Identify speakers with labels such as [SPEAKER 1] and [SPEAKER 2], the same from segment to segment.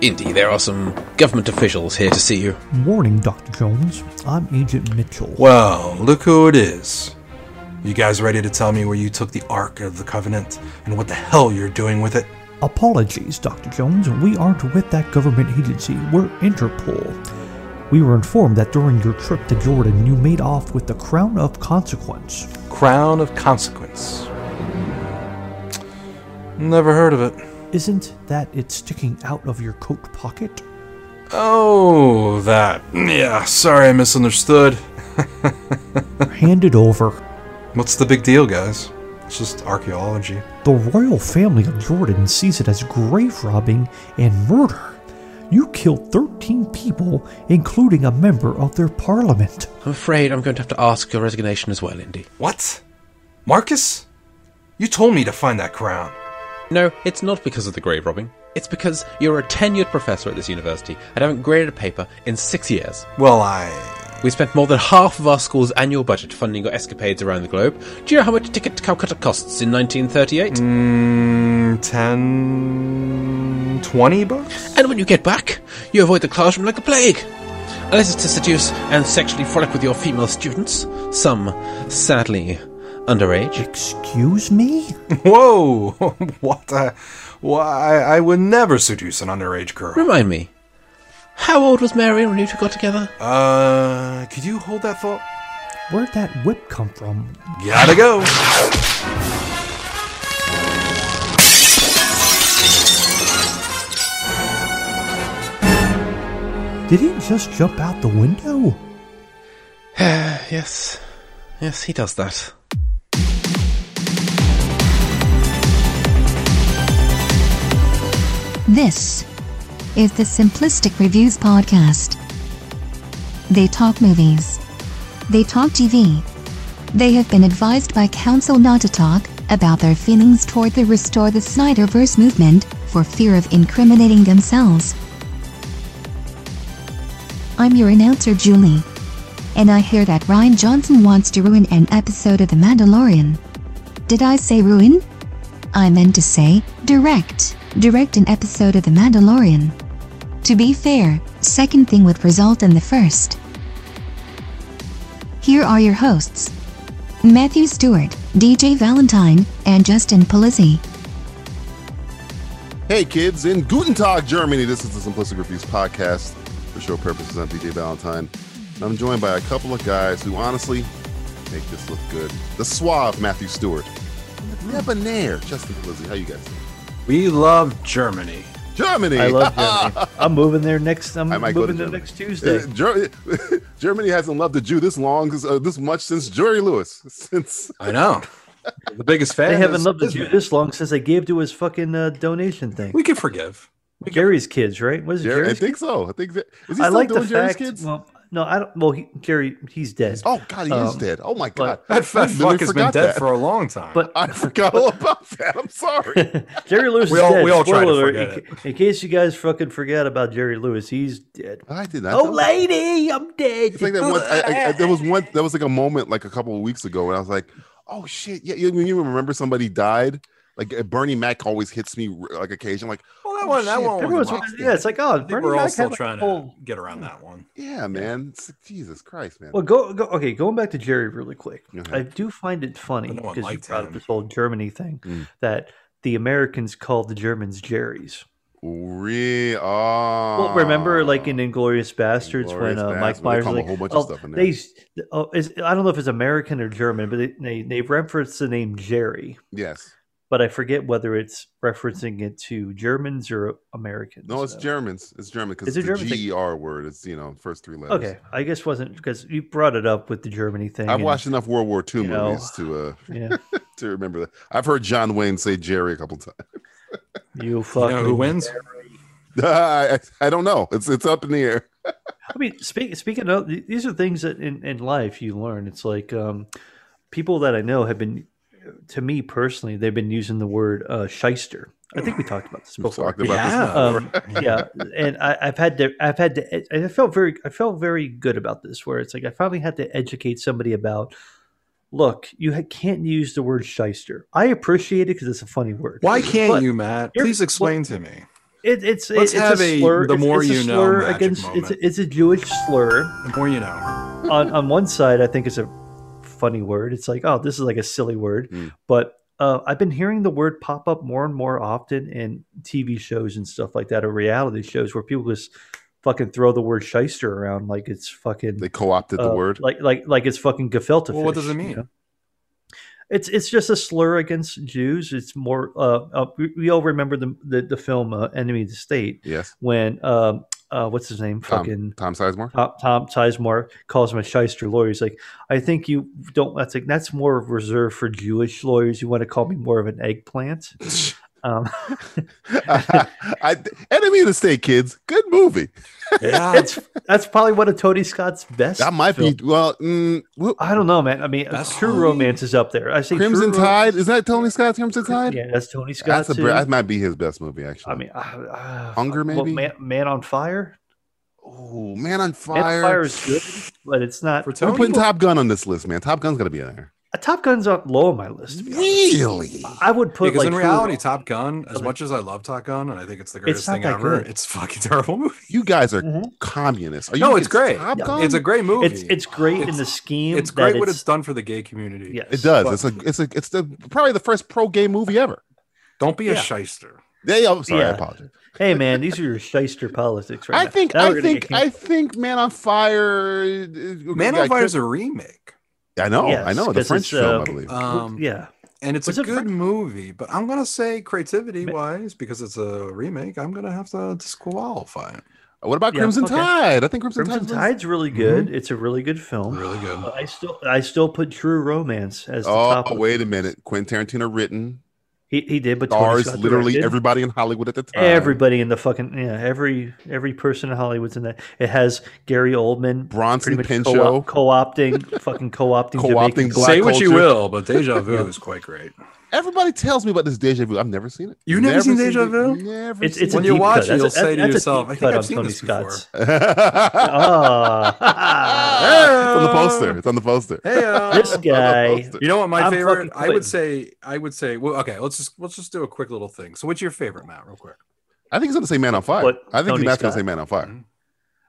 [SPEAKER 1] Indy, there are some government officials here to see you.
[SPEAKER 2] Morning, Dr. Jones. I'm Agent Mitchell.
[SPEAKER 3] Well, look who it is. You guys ready to tell me where you took the Ark of the Covenant and what the hell you're doing with it?
[SPEAKER 2] Apologies, Dr. Jones. We aren't with that government agency. We're Interpol. We were informed that during your trip to Jordan, you made off with the Crown of Consequence.
[SPEAKER 3] Crown of Consequence. Never heard of it.
[SPEAKER 2] Isn't that it sticking out of your coat pocket?
[SPEAKER 3] Oh, that. Yeah, sorry I misunderstood.
[SPEAKER 2] Hand it over.
[SPEAKER 3] What's the big deal, guys? It's just archaeology.
[SPEAKER 2] The royal family of Jordan sees it as grave robbing and murder. You killed 13 people, including a member of their parliament.
[SPEAKER 1] I'm afraid I'm going to have to ask your resignation as well, Indy.
[SPEAKER 3] What? Marcus? You told me to find that crown.
[SPEAKER 1] No, it's not because of the grave robbing. It's because you're a tenured professor at this university and haven't graded a paper in six years.
[SPEAKER 3] Well, I.
[SPEAKER 1] We spent more than half of our school's annual budget funding your escapades around the globe. Do you know how much a ticket to Calcutta costs in 1938?
[SPEAKER 3] Mm, 10. 20 bucks?
[SPEAKER 1] And when you get back, you avoid the classroom like the plague. Unless it's to seduce and sexually frolic with your female students, some sadly underage.
[SPEAKER 2] Excuse me?
[SPEAKER 3] Whoa! what? A, why? I would never seduce an underage girl.
[SPEAKER 1] Remind me, how old was Marion when you two got together?
[SPEAKER 3] Uh, could you hold that thought?
[SPEAKER 2] Where'd that whip come from?
[SPEAKER 3] Gotta go.
[SPEAKER 2] Did he just jump out the window?
[SPEAKER 1] yes. Yes, he does that.
[SPEAKER 4] This is the Simplistic Reviews Podcast. They talk movies. They talk TV. They have been advised by counsel not to talk about their feelings toward the Restore the Snyderverse movement for fear of incriminating themselves. I'm your announcer, Julie. And I hear that Ryan Johnson wants to ruin an episode of The Mandalorian. Did I say ruin? I meant to say, direct. Direct an episode of The Mandalorian. To be fair, second thing would result in the first. Here are your hosts Matthew Stewart, DJ Valentine, and Justin Polizzi.
[SPEAKER 5] Hey kids, in Guten Tag, Germany, this is the Simplistic Reviews podcast. For show purposes, I'm DJ Valentine. And I'm joined by a couple of guys who honestly make this look good. The suave Matthew Stewart. and the Debonair, Justin Blizzy. How you guys doing?
[SPEAKER 3] We love Germany.
[SPEAKER 5] Germany!
[SPEAKER 6] I love Germany. I'm moving there next. I'm
[SPEAKER 5] I might go
[SPEAKER 6] moving
[SPEAKER 5] to Germany.
[SPEAKER 6] there next Tuesday.
[SPEAKER 5] Uh, Ger- Germany hasn't loved a Jew this long, uh, this much since Jerry Lewis. Since
[SPEAKER 3] I know. the biggest fan.
[SPEAKER 6] They haven't
[SPEAKER 3] is-
[SPEAKER 6] loved the
[SPEAKER 3] is
[SPEAKER 6] Jew
[SPEAKER 3] me.
[SPEAKER 6] this long since I gave to his fucking uh, donation thing.
[SPEAKER 3] We can forgive.
[SPEAKER 6] Gary's kids, right? What is it,
[SPEAKER 5] Jerry, I
[SPEAKER 6] Gary's?
[SPEAKER 5] think so. I think that, is he
[SPEAKER 6] I
[SPEAKER 5] still
[SPEAKER 6] like
[SPEAKER 5] doing
[SPEAKER 6] the
[SPEAKER 5] Jerry's
[SPEAKER 6] fact.
[SPEAKER 5] kids?
[SPEAKER 6] Well, no, I don't. Well, he, Gary, he's dead.
[SPEAKER 5] oh God, he is
[SPEAKER 6] um,
[SPEAKER 5] dead. Oh my God,
[SPEAKER 6] but-
[SPEAKER 3] That
[SPEAKER 5] I
[SPEAKER 3] fat
[SPEAKER 5] literally
[SPEAKER 3] fuck has been
[SPEAKER 5] forgot
[SPEAKER 3] dead
[SPEAKER 5] that.
[SPEAKER 3] for a long time.
[SPEAKER 6] But
[SPEAKER 5] I forgot all about that. I'm sorry.
[SPEAKER 6] Jerry Lewis
[SPEAKER 3] We
[SPEAKER 6] is
[SPEAKER 3] all-
[SPEAKER 6] dead.
[SPEAKER 3] we all try to
[SPEAKER 6] Spoiler alert,
[SPEAKER 3] forget
[SPEAKER 6] in, ca- in case you guys fucking forgot about Jerry Lewis, he's dead.
[SPEAKER 5] I did not.
[SPEAKER 6] Oh,
[SPEAKER 5] know that.
[SPEAKER 6] lady, I'm dead.
[SPEAKER 5] It's like that one. I, I, I- there was one. There was like a moment like a couple of weeks ago when I was like, "Oh shit!" Yeah, you, you remember somebody died? Like uh, Bernie Mac always hits me like occasionally. Like,
[SPEAKER 3] well, that
[SPEAKER 5] oh,
[SPEAKER 3] one, that
[SPEAKER 5] shit,
[SPEAKER 3] one was
[SPEAKER 6] Everyone's
[SPEAKER 3] wild.
[SPEAKER 6] wondering- yeah, it's like oh,
[SPEAKER 3] I think
[SPEAKER 6] Bernie
[SPEAKER 3] we're all
[SPEAKER 6] Mac
[SPEAKER 3] still
[SPEAKER 6] had, like,
[SPEAKER 3] trying
[SPEAKER 6] a whole-
[SPEAKER 3] to get around that one.
[SPEAKER 5] yeah, man, It's- Jesus Christ, man.
[SPEAKER 6] Well, go, go okay. Going back to Jerry really quick,
[SPEAKER 5] Uh-huh.
[SPEAKER 6] I do find it funny
[SPEAKER 3] But no one
[SPEAKER 6] because you
[SPEAKER 3] liked
[SPEAKER 6] brought up
[SPEAKER 3] him.
[SPEAKER 6] this whole Germany thing
[SPEAKER 5] Mm.
[SPEAKER 6] that the Americans called the Germans Jerry's.
[SPEAKER 5] Re- oh.
[SPEAKER 6] Well, remember, like in Inglorious Bastards,
[SPEAKER 5] Inglourious
[SPEAKER 6] when uh,
[SPEAKER 5] Basterds,
[SPEAKER 6] Mike
[SPEAKER 5] they
[SPEAKER 6] Myers
[SPEAKER 5] call
[SPEAKER 6] was
[SPEAKER 5] a
[SPEAKER 6] like,
[SPEAKER 5] whole bunch of
[SPEAKER 6] oh,
[SPEAKER 5] stuff in there."
[SPEAKER 6] they, s- oh, is, I don't know if it's American or German, but they, they they reference the name Jerry,
[SPEAKER 5] yes,
[SPEAKER 6] but I forget whether it's referencing it to Germans or Americans.
[SPEAKER 5] no, it's
[SPEAKER 6] so.
[SPEAKER 5] Germans. It's German because
[SPEAKER 6] Is
[SPEAKER 5] it's
[SPEAKER 6] it
[SPEAKER 5] the
[SPEAKER 6] German? Like-
[SPEAKER 5] G-E-R word. It's you know first three letters.
[SPEAKER 6] Okay, I guess wasn't because you brought it up with the Germany thing.
[SPEAKER 5] I've
[SPEAKER 6] and-
[SPEAKER 5] watched enough World War II
[SPEAKER 6] you know.
[SPEAKER 5] movies to uh
[SPEAKER 6] Yeah,
[SPEAKER 5] to remember that. I've heard John Wayne say Jerry a couple times.
[SPEAKER 6] you
[SPEAKER 3] You
[SPEAKER 6] fucking
[SPEAKER 3] know who wins?
[SPEAKER 5] I, I don't know. It's it's up in the air.
[SPEAKER 6] I mean, speak, speaking of th- these are things that in, in life you learn. It's like um, people that I know have been, to me personally, they've been using the word uh, shyster. I think we talked about this
[SPEAKER 5] We've
[SPEAKER 6] before.
[SPEAKER 5] talked about this
[SPEAKER 3] Yeah.
[SPEAKER 6] Um, yeah, and I, I've had to, I've had to, ed- and I felt very, I felt very good about this. Where it's like I finally had to educate somebody about. Look, you ha- can't use the word shyster. I appreciate it because it's a funny word.
[SPEAKER 3] Why can't
[SPEAKER 6] But-
[SPEAKER 3] you, Matt?
[SPEAKER 6] Here-
[SPEAKER 3] Please explain to me.
[SPEAKER 6] It,
[SPEAKER 3] Let's
[SPEAKER 6] it's it- it's
[SPEAKER 3] have
[SPEAKER 6] a
[SPEAKER 3] a
[SPEAKER 6] slur.
[SPEAKER 3] the
[SPEAKER 6] it's,
[SPEAKER 3] more
[SPEAKER 6] it's a
[SPEAKER 3] you know
[SPEAKER 6] slur
[SPEAKER 3] magic
[SPEAKER 6] against it's
[SPEAKER 3] moment.
[SPEAKER 6] a, it's a Jewish slur.
[SPEAKER 3] The more you know.
[SPEAKER 6] on on one side, I think it's a funny word. It's like oh, this is like a silly word,
[SPEAKER 5] Mm.
[SPEAKER 6] but. Uh, I've been hearing the word pop up more and more often in TV shows and stuff like that, or reality shows where people just fucking throw the word shyster around like it's fucking
[SPEAKER 5] They co-opted the
[SPEAKER 6] uh,
[SPEAKER 5] word.
[SPEAKER 6] like like like it's fucking gefilte
[SPEAKER 3] Well, what does
[SPEAKER 6] fish,
[SPEAKER 3] it mean?
[SPEAKER 6] you know? It's it's just a slur against Jews. It's more uh, uh we, we all remember the the, the film uh, Enemy of the State
[SPEAKER 5] yes.
[SPEAKER 6] when um uh what's his name
[SPEAKER 5] Tom.
[SPEAKER 6] fucking
[SPEAKER 5] Tom Sizemore.
[SPEAKER 6] Tom, Tom Sizemore calls him a shyster lawyer. He's like, I think you don't. I think that's more reserved for Jewish lawyers. You want to call me more of an eggplant? Um,
[SPEAKER 5] I, Enemy of the State, kids. Good movie.
[SPEAKER 3] Yeah.
[SPEAKER 6] it's that's probably one of Tony Scott's best.
[SPEAKER 5] That might
[SPEAKER 6] films.
[SPEAKER 5] be well. Mm, well,
[SPEAKER 6] I don't know, man. I mean,
[SPEAKER 3] That's
[SPEAKER 6] True
[SPEAKER 3] Tony-
[SPEAKER 6] Romance is up there. I say True
[SPEAKER 5] Crimson
[SPEAKER 6] Ro-
[SPEAKER 5] Tide. Is that Tony Scott's Crimson Tide?
[SPEAKER 6] Yeah, that's Tony Scott.
[SPEAKER 5] That's a,
[SPEAKER 6] too.
[SPEAKER 5] br- that might be his best movie, actually.
[SPEAKER 6] I mean, uh, uh,
[SPEAKER 5] Hunger,
[SPEAKER 6] well,
[SPEAKER 5] maybe?
[SPEAKER 6] Man, Man on Fire.
[SPEAKER 5] oh, Man on
[SPEAKER 6] Man on
[SPEAKER 5] Fire.
[SPEAKER 6] Fire is good, but it's not.
[SPEAKER 3] For
[SPEAKER 5] We're
[SPEAKER 3] Tony.
[SPEAKER 5] putting Top Gun on this list, man. Top Gun's got to be in there.
[SPEAKER 6] Uh, Top Gun's up low on my list. To be honest.
[SPEAKER 5] Really?
[SPEAKER 6] I would put
[SPEAKER 3] because
[SPEAKER 6] like
[SPEAKER 3] in
[SPEAKER 6] True
[SPEAKER 3] reality,
[SPEAKER 6] Romance-
[SPEAKER 3] Top Gun, as much as I love Top Gun, and I think it's the
[SPEAKER 6] It's
[SPEAKER 3] greatest
[SPEAKER 6] not
[SPEAKER 3] thing
[SPEAKER 6] that
[SPEAKER 3] ever,
[SPEAKER 6] good.
[SPEAKER 3] it's a fucking terrible movie.
[SPEAKER 5] You guys are
[SPEAKER 6] Mhm.
[SPEAKER 5] communists. Are you
[SPEAKER 3] no, it's
[SPEAKER 5] against
[SPEAKER 3] great.
[SPEAKER 5] Top
[SPEAKER 6] Yeah.
[SPEAKER 5] Gun?
[SPEAKER 3] It's a great movie.
[SPEAKER 6] it's it's great in the scheme.
[SPEAKER 3] It's
[SPEAKER 6] that
[SPEAKER 3] great what it's done for the gay community.
[SPEAKER 6] Yes.
[SPEAKER 5] It does. It's a. It's a. It's the probably the first pro gay movie ever.
[SPEAKER 3] Don't be a
[SPEAKER 6] Yeah.
[SPEAKER 3] shyster.
[SPEAKER 5] They. I'm sorry. I
[SPEAKER 6] Yeah.
[SPEAKER 5] apologize.
[SPEAKER 6] Hey man, these are your shyster politics right
[SPEAKER 5] I
[SPEAKER 6] now.
[SPEAKER 5] think.
[SPEAKER 6] Now we're
[SPEAKER 5] I
[SPEAKER 6] gonna get
[SPEAKER 5] think. I
[SPEAKER 6] canceled.
[SPEAKER 5] think. Man on Fire. uh,
[SPEAKER 3] Man
[SPEAKER 5] got
[SPEAKER 3] on Fire
[SPEAKER 5] kicked-
[SPEAKER 3] is a remake.
[SPEAKER 5] I know.
[SPEAKER 6] Yes,
[SPEAKER 5] I know. The
[SPEAKER 6] 'cause
[SPEAKER 5] French
[SPEAKER 6] it's,
[SPEAKER 5] film,
[SPEAKER 6] uh,
[SPEAKER 5] I believe.
[SPEAKER 3] Um,
[SPEAKER 6] yeah.
[SPEAKER 3] And it's
[SPEAKER 6] Was
[SPEAKER 3] a
[SPEAKER 6] it
[SPEAKER 3] good
[SPEAKER 6] French?
[SPEAKER 3] movie, but I'm gonna say creativity
[SPEAKER 6] Ma-
[SPEAKER 3] wise, because it's a remake, I'm gonna have to disqualify it.
[SPEAKER 5] what about
[SPEAKER 6] yeah,
[SPEAKER 5] Crimson
[SPEAKER 6] okay.
[SPEAKER 5] Tide? I think Crimson,
[SPEAKER 6] Crimson
[SPEAKER 5] Tide's-
[SPEAKER 6] Tide's really good.
[SPEAKER 5] Mm-hmm.
[SPEAKER 6] It's a really good film.
[SPEAKER 3] Really good.
[SPEAKER 6] But I still I still put True Romance as the
[SPEAKER 5] Oh,
[SPEAKER 6] top. of-
[SPEAKER 5] wait a minute. Quentin Tarantino written.
[SPEAKER 6] He, he did, but Tony
[SPEAKER 5] Stars
[SPEAKER 6] Scott
[SPEAKER 5] literally uh,
[SPEAKER 6] directed.
[SPEAKER 5] everybody in Hollywood at the time.
[SPEAKER 6] everybody in the fucking yeah every every person in Hollywood's in that. It has Gary Oldman,
[SPEAKER 5] Bronson
[SPEAKER 6] pretty much
[SPEAKER 5] Pinchot.
[SPEAKER 6] co-op, opting fucking co-opting,
[SPEAKER 5] Co-opting
[SPEAKER 6] Jamaican-
[SPEAKER 5] black-
[SPEAKER 3] Say what you
[SPEAKER 5] culture.
[SPEAKER 3] will, but Deja Vu is quite great.
[SPEAKER 5] Everybody tells me about this Deja Vu. I've never seen it.
[SPEAKER 3] You've never seen Deja
[SPEAKER 5] it.
[SPEAKER 3] Vu?
[SPEAKER 5] Never
[SPEAKER 6] It's
[SPEAKER 5] seen
[SPEAKER 6] it's
[SPEAKER 3] When
[SPEAKER 6] a
[SPEAKER 3] you
[SPEAKER 6] deep
[SPEAKER 3] watch
[SPEAKER 6] cut.
[SPEAKER 3] it,
[SPEAKER 6] That's a-
[SPEAKER 3] you'll say
[SPEAKER 6] that's-
[SPEAKER 3] to
[SPEAKER 6] that's a
[SPEAKER 3] yourself,
[SPEAKER 6] deep
[SPEAKER 3] "I think
[SPEAKER 6] cut
[SPEAKER 3] I've
[SPEAKER 6] on
[SPEAKER 3] seen
[SPEAKER 6] Tony
[SPEAKER 3] this before."
[SPEAKER 6] Scott's.
[SPEAKER 5] it's on the
[SPEAKER 6] Ah.
[SPEAKER 5] poster. It's on the poster.
[SPEAKER 3] Hey, uh,
[SPEAKER 6] this guy.
[SPEAKER 5] poster.
[SPEAKER 3] you know what my
[SPEAKER 6] I'm
[SPEAKER 3] favorite?
[SPEAKER 6] fucking
[SPEAKER 3] I would
[SPEAKER 6] quitting.
[SPEAKER 3] say, I would say, well, okay, let's just let's just do a quick little thing. So, what's your favorite, Matt? Real quick.
[SPEAKER 5] I think he's going to say Man on Fire.
[SPEAKER 6] What,
[SPEAKER 5] I think
[SPEAKER 6] Tony
[SPEAKER 5] he's not going to
[SPEAKER 6] Scott?
[SPEAKER 5] say Man on Fire.
[SPEAKER 3] Mm-hmm.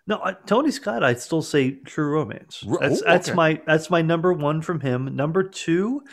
[SPEAKER 6] No, I, Tony Scott. I'd still say True Romance.
[SPEAKER 5] Ro-
[SPEAKER 6] That's
[SPEAKER 5] oh,
[SPEAKER 6] that's
[SPEAKER 5] okay.
[SPEAKER 6] my that's my number one from him. Number two